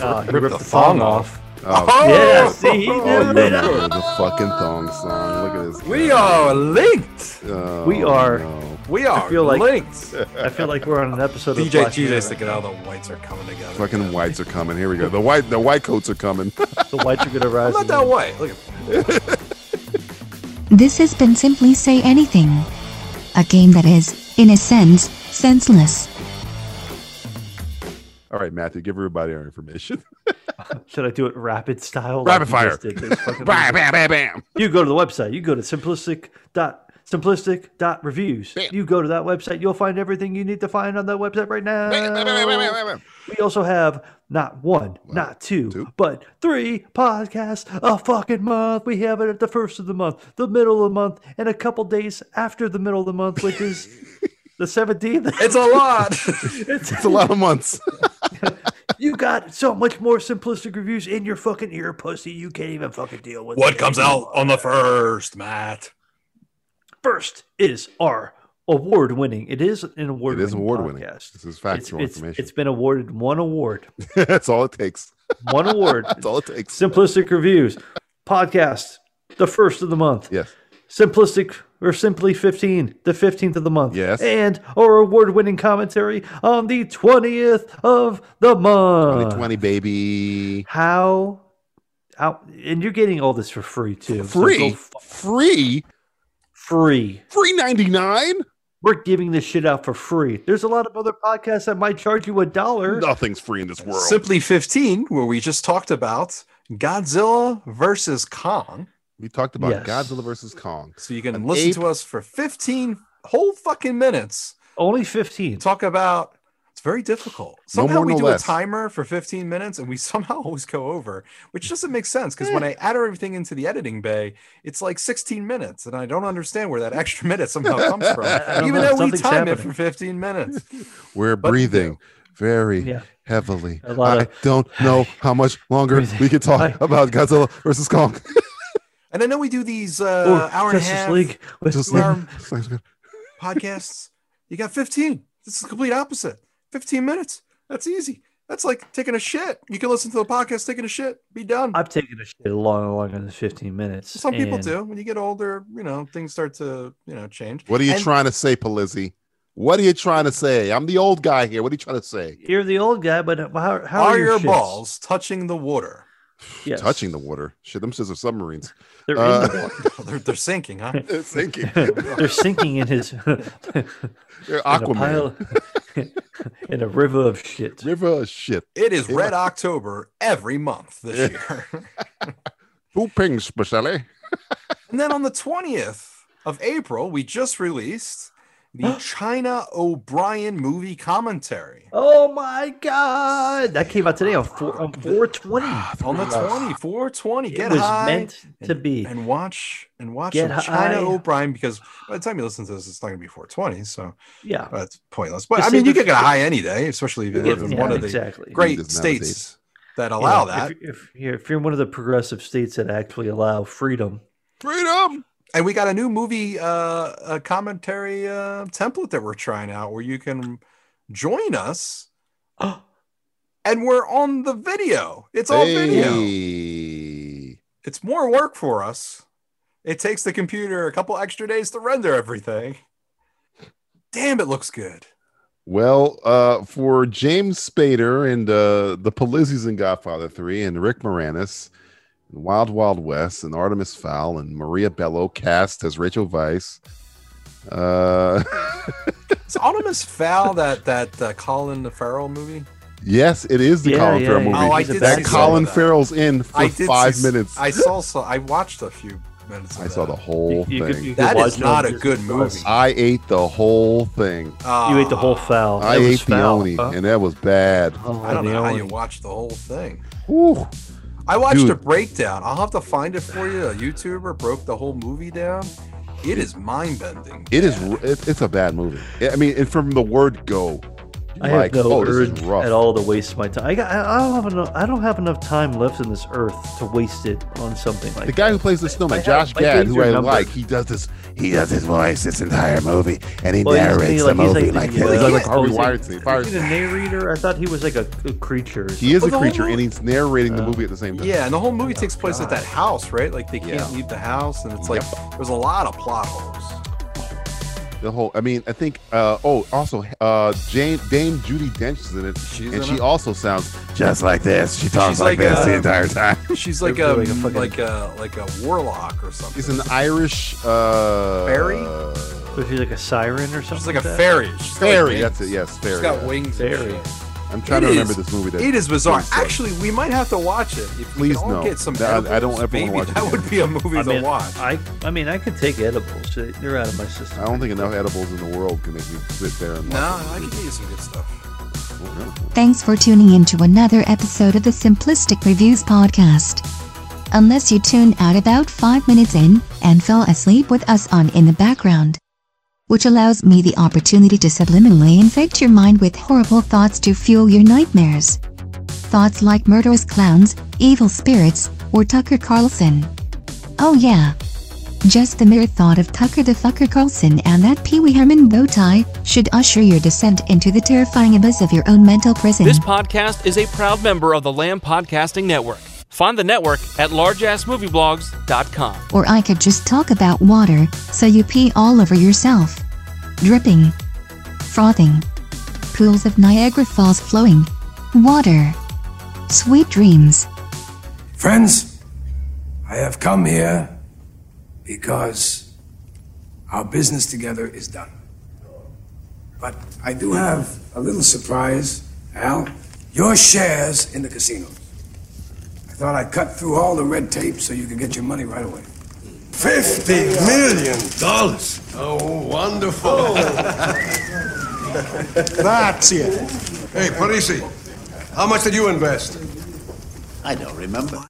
[SPEAKER 6] Ah, he
[SPEAKER 3] Rip
[SPEAKER 6] ripped
[SPEAKER 3] the
[SPEAKER 6] the thong
[SPEAKER 3] thong
[SPEAKER 6] off.
[SPEAKER 5] Oh,
[SPEAKER 6] Yeah, see, he knew
[SPEAKER 5] oh, you
[SPEAKER 6] it.
[SPEAKER 5] remember the fucking thong song. Look at this. guy.
[SPEAKER 3] We are linked.
[SPEAKER 5] Oh,
[SPEAKER 6] We are-
[SPEAKER 5] no.
[SPEAKER 3] We are
[SPEAKER 6] feel like-
[SPEAKER 3] linked.
[SPEAKER 6] I feel like we're on an episode of
[SPEAKER 3] DJ
[SPEAKER 6] Black Mirror.
[SPEAKER 3] TJ's thinking all the whites are coming together.
[SPEAKER 5] Fucking whites are coming. Here we go. The white, the white coats are coming.
[SPEAKER 6] The whites are gonna rise.
[SPEAKER 3] I'm not
[SPEAKER 6] again.
[SPEAKER 3] that white. Look at
[SPEAKER 4] This has been Simply Say Anything. A game that is, in a sense, senseless.
[SPEAKER 5] All right, Matthew, give everybody our information.
[SPEAKER 6] Should I do it rapid style?
[SPEAKER 5] Rapid
[SPEAKER 6] you
[SPEAKER 5] fire.
[SPEAKER 6] just did? It was fucking
[SPEAKER 5] Bam, bam, bam, bam.
[SPEAKER 6] You go to the website. You go to simplistic dot simplistic dot reviews. You go to that website. You'll find everything you need to find on that website right now. We also have not one, not two, but three podcasts a fucking month. We have it at the first of the month, the middle of the month, and a couple days after the middle of the month, which is the seventeenth.
[SPEAKER 3] It's a lot.
[SPEAKER 6] it's,
[SPEAKER 5] a lot of months.
[SPEAKER 6] you got so much more simplistic reviews in your fucking ear, pussy. You can't even fucking deal with
[SPEAKER 3] What
[SPEAKER 6] it.
[SPEAKER 3] comes out on the first, Matt?
[SPEAKER 6] First is our award winning. It is an award.
[SPEAKER 5] It is award winning.
[SPEAKER 6] Podcast.
[SPEAKER 5] This is factual
[SPEAKER 6] It's-
[SPEAKER 5] information.
[SPEAKER 6] it's been awarded one award.
[SPEAKER 5] That's all it takes.
[SPEAKER 6] One award. That's
[SPEAKER 5] all it takes.
[SPEAKER 6] Simplistic reviews podcast, the first of the month.
[SPEAKER 5] Yes.
[SPEAKER 6] Simplistic or simply 15, the 15th of the month.
[SPEAKER 5] Yes.
[SPEAKER 6] And our award winning commentary on the 20th of the month.
[SPEAKER 5] 2020, baby.
[SPEAKER 6] How, how, and you're getting all this for free too. so
[SPEAKER 5] Free?
[SPEAKER 6] go fu-
[SPEAKER 5] Free?
[SPEAKER 6] free.
[SPEAKER 5] Free 99?
[SPEAKER 6] We're giving this shit out for free. There's a lot of other podcasts that might charge you a dollar.
[SPEAKER 5] Nothing's free in this world.
[SPEAKER 3] Simply 15, where we just talked about Godzilla versus Kong.
[SPEAKER 5] We talked about
[SPEAKER 3] Yes.
[SPEAKER 5] Godzilla versus Kong.
[SPEAKER 3] So you can listen to us for 15 whole fucking minutes.
[SPEAKER 6] Only 15.
[SPEAKER 3] Talk about it's very difficult.
[SPEAKER 5] No
[SPEAKER 3] Somehow
[SPEAKER 5] more,
[SPEAKER 3] we
[SPEAKER 5] no
[SPEAKER 3] do
[SPEAKER 5] less.
[SPEAKER 3] a timer for 15 minutes and we somehow always go over, which doesn't make sense because
[SPEAKER 5] Eh.
[SPEAKER 3] when I add everything into the editing bay, it's like 16 minutes and I don't understand where that extra minute somehow comes from.
[SPEAKER 5] I don't
[SPEAKER 3] Even
[SPEAKER 5] know,
[SPEAKER 3] though we
[SPEAKER 5] something's
[SPEAKER 3] time it
[SPEAKER 5] happening.
[SPEAKER 3] for 15 minutes.
[SPEAKER 5] We're breathing very
[SPEAKER 3] Yeah.
[SPEAKER 5] heavily.
[SPEAKER 3] A lot
[SPEAKER 5] I
[SPEAKER 3] of-
[SPEAKER 5] don't know how much longer we can talk about Godzilla versus Kong.
[SPEAKER 3] And I know we do these uh,
[SPEAKER 6] Ooh,
[SPEAKER 3] hour and a
[SPEAKER 6] Justice
[SPEAKER 3] half
[SPEAKER 6] League was-
[SPEAKER 3] two
[SPEAKER 5] Just like-
[SPEAKER 3] hour
[SPEAKER 5] just like-
[SPEAKER 3] podcasts. You got 15. This is the complete opposite. 15 minutes. That's easy. That's like taking a shit. You can listen to the podcast taking a shit, be done.
[SPEAKER 6] I've taken a shit long, longer than 15 minutes.
[SPEAKER 3] Some people
[SPEAKER 6] and-
[SPEAKER 3] do. When you get older, you know, things start to, you know, change.
[SPEAKER 5] What are you
[SPEAKER 3] And
[SPEAKER 5] trying to say, Palizzi? What are you trying to say? I'm the old guy here. What are you trying to say?
[SPEAKER 6] You're the old guy, but uh, how, how
[SPEAKER 3] Are,
[SPEAKER 6] are,
[SPEAKER 3] your
[SPEAKER 6] shits?
[SPEAKER 3] balls touching the water?
[SPEAKER 6] Yes.
[SPEAKER 5] Touching the water. Shit, them scissors submarines.
[SPEAKER 6] They're in
[SPEAKER 5] Uh,
[SPEAKER 6] the
[SPEAKER 3] Oh, they're, they're sinking, huh?
[SPEAKER 5] They're sinking.
[SPEAKER 6] They're sinking in his.
[SPEAKER 5] They're
[SPEAKER 6] In a, pile- in a river of shit.
[SPEAKER 5] River of shit.
[SPEAKER 3] It is Red October every month this year.
[SPEAKER 5] Pooping specially.
[SPEAKER 3] And then on the 20th of April, we just released the China O'Brien movie commentary.
[SPEAKER 6] Oh my god! That came out today on four
[SPEAKER 5] Ah,
[SPEAKER 6] on four twenty.
[SPEAKER 3] On the 20, 420,
[SPEAKER 6] It
[SPEAKER 3] get
[SPEAKER 6] was
[SPEAKER 3] high
[SPEAKER 6] meant to be.
[SPEAKER 3] And watch and watch
[SPEAKER 6] Get
[SPEAKER 3] some China
[SPEAKER 6] high.
[SPEAKER 3] O'Brien because by the time you listen to this, it's not gonna be 420. So
[SPEAKER 6] Yeah.
[SPEAKER 3] that's pointless. But
[SPEAKER 6] Just
[SPEAKER 3] I mean
[SPEAKER 6] save
[SPEAKER 3] you
[SPEAKER 6] it
[SPEAKER 3] can get a
[SPEAKER 6] for-
[SPEAKER 3] high any day, especially if you
[SPEAKER 6] Yeah,
[SPEAKER 3] live in
[SPEAKER 6] yeah,
[SPEAKER 3] one of the
[SPEAKER 6] exactly.
[SPEAKER 3] great
[SPEAKER 6] Nowadays.
[SPEAKER 3] states that allow
[SPEAKER 6] Yeah,
[SPEAKER 3] that.
[SPEAKER 6] If, if, you're, if you're one of the progressive states that actually allow freedom,
[SPEAKER 5] Freedom.
[SPEAKER 3] And we got a new movie uh, uh commentary uh, template that we're trying out where you can join us. and we're on the video. It's all video.
[SPEAKER 5] Hey.
[SPEAKER 3] It's more work for us. It takes the computer a couple extra days to render everything. Damn, it looks good.
[SPEAKER 5] Well, uh, for James Spader and uh, the Palizzi's in Godfather 3 and Rick Moranis and Wild Wild West and Artemis Fowl and Maria Bello cast as Rachel Weiss. Uh,
[SPEAKER 3] It's Artemis Fowl that that uh, Colin Farrell movie.
[SPEAKER 5] yes, it is the
[SPEAKER 6] Yeah,
[SPEAKER 5] Colin
[SPEAKER 6] yeah,
[SPEAKER 5] Farrell
[SPEAKER 6] yeah.
[SPEAKER 5] movie.
[SPEAKER 3] Oh, I did
[SPEAKER 5] that
[SPEAKER 3] see some
[SPEAKER 5] Colin
[SPEAKER 3] of that.
[SPEAKER 5] Farrell's in for
[SPEAKER 3] did
[SPEAKER 5] five
[SPEAKER 3] see-
[SPEAKER 5] minutes.
[SPEAKER 3] I saw. So I watched a few minutes. Of
[SPEAKER 5] I saw
[SPEAKER 3] that.
[SPEAKER 5] the whole
[SPEAKER 6] you could-
[SPEAKER 5] thing.
[SPEAKER 6] you could
[SPEAKER 3] That
[SPEAKER 6] watch
[SPEAKER 3] is
[SPEAKER 6] it
[SPEAKER 3] not
[SPEAKER 6] on
[SPEAKER 3] a good
[SPEAKER 6] Disney+.
[SPEAKER 3] movie.
[SPEAKER 5] I ate the whole thing.
[SPEAKER 3] Um,
[SPEAKER 6] you ate the whole foul.
[SPEAKER 5] I
[SPEAKER 6] It was
[SPEAKER 5] ate the
[SPEAKER 6] foul,
[SPEAKER 5] oni,
[SPEAKER 6] huh?
[SPEAKER 5] and that was bad.
[SPEAKER 3] I don't
[SPEAKER 6] the
[SPEAKER 3] know how
[SPEAKER 6] Oni.
[SPEAKER 3] you watched the whole thing.
[SPEAKER 5] Whew.
[SPEAKER 3] I watched a
[SPEAKER 5] Dude.
[SPEAKER 3] breakdown. I'll have to find it for you. A YouTuber broke the whole movie down. It is mind bending.
[SPEAKER 5] It is. r- It, it's a bad movie. I mean, and from the word go,
[SPEAKER 6] I
[SPEAKER 5] like,
[SPEAKER 6] have no
[SPEAKER 5] oh, this
[SPEAKER 6] urge
[SPEAKER 5] is rough.
[SPEAKER 6] at all to waste my time. I, got, I, I don't have enough. I don't have enough time left in this earth to waste it on something like
[SPEAKER 5] The guy who plays the snowman, Josh
[SPEAKER 6] my days
[SPEAKER 5] Gad, who
[SPEAKER 6] are
[SPEAKER 5] I
[SPEAKER 6] numbered.
[SPEAKER 5] like, he does this. He does his voice this entire movie, and he
[SPEAKER 6] Well, he's-
[SPEAKER 5] narrates
[SPEAKER 6] he,
[SPEAKER 5] the
[SPEAKER 6] like- he's
[SPEAKER 5] movie
[SPEAKER 6] like
[SPEAKER 5] like
[SPEAKER 6] the,
[SPEAKER 5] this.
[SPEAKER 6] uh,
[SPEAKER 5] He's like Harvey
[SPEAKER 6] oh,
[SPEAKER 5] Weinstein.
[SPEAKER 6] that. Is he the narrator? I thought he was like a, a creature. or
[SPEAKER 5] He is
[SPEAKER 3] Well,
[SPEAKER 5] a
[SPEAKER 3] the
[SPEAKER 5] creature,
[SPEAKER 3] whole-
[SPEAKER 5] and he's narrating the movie at the same time.
[SPEAKER 3] Yeah, and the whole movie takes place at that house, right? Like they can't
[SPEAKER 5] Oh, Yeah.
[SPEAKER 3] leave the house, and it's like there's a lot of plot holes.
[SPEAKER 5] The whole. I mean, I think. Uh, oh, also, uh, Jane, Dame Judy Dench is in it, and
[SPEAKER 3] in
[SPEAKER 5] she
[SPEAKER 3] it?
[SPEAKER 5] also sounds just like this. She talks
[SPEAKER 3] She's
[SPEAKER 5] like,
[SPEAKER 3] like,
[SPEAKER 5] this the
[SPEAKER 3] uh,
[SPEAKER 5] entire time.
[SPEAKER 3] She's like
[SPEAKER 6] They're
[SPEAKER 3] a
[SPEAKER 6] doing a fucking-
[SPEAKER 3] like a like a warlock or something.
[SPEAKER 5] He's an Irish uh,
[SPEAKER 3] Fairy?
[SPEAKER 6] So she's like a siren or something.
[SPEAKER 3] She's like a
[SPEAKER 6] that?
[SPEAKER 3] fairy. She's got,
[SPEAKER 5] Fairy,
[SPEAKER 3] wings.
[SPEAKER 5] that's it. Yes, fairy.
[SPEAKER 3] She's got
[SPEAKER 5] yeah.
[SPEAKER 3] wings. and
[SPEAKER 6] Fairy.
[SPEAKER 3] shit.
[SPEAKER 5] I'm trying to
[SPEAKER 3] It
[SPEAKER 5] remember
[SPEAKER 3] is-
[SPEAKER 5] this movie. That
[SPEAKER 3] It is bizarre.
[SPEAKER 5] James said.
[SPEAKER 3] Actually, we might have to watch it. If we
[SPEAKER 5] Please
[SPEAKER 3] can all
[SPEAKER 5] no.
[SPEAKER 3] get some
[SPEAKER 5] That- I- I don't
[SPEAKER 3] edibles,
[SPEAKER 5] ever wanna
[SPEAKER 3] maybe
[SPEAKER 5] watch it
[SPEAKER 3] That
[SPEAKER 5] again.
[SPEAKER 3] would be a movie
[SPEAKER 6] I
[SPEAKER 3] to
[SPEAKER 6] mean,
[SPEAKER 3] watch.
[SPEAKER 6] I, I mean, I could take edibles. They're out of my system.
[SPEAKER 5] I don't think enough edibles in the world can make you sit there and.
[SPEAKER 3] No, I can get you some good stuff.
[SPEAKER 4] Thanks for tuning in to another episode of the Simplistic Reviews podcast. Unless you tuned out about 5 minutes in and fell asleep with us on in the background, which allows me the opportunity to subliminally infect your mind with horrible thoughts to fuel your nightmares. Thoughts like murderous clowns, evil spirits, or Tucker Carlson. Oh yeah. Just the mere thought of Tucker the Fucker Carlson and that Pee Wee Herman bow tie should usher your descent into the terrifying abyss of your own mental prison.
[SPEAKER 13] This podcast is a proud member of the Lamb Podcasting Network. Find the network at largeassmovieblogs.com.
[SPEAKER 4] or I could just talk about water, so you pee all over yourself. Dripping. Frothing. Pools of Niagara Falls flowing. Water. Sweet dreams.
[SPEAKER 14] Friends, I have come here because our business together is done. But I do have a little surprise, Al. Your shares in the casino. I thought I'd cut through all the red tape so you could get your money right away.
[SPEAKER 15] Fifty million dollars. Oh, wonderful. Oh. That's it. Hey, Parisi, how much did you invest? I don't remember.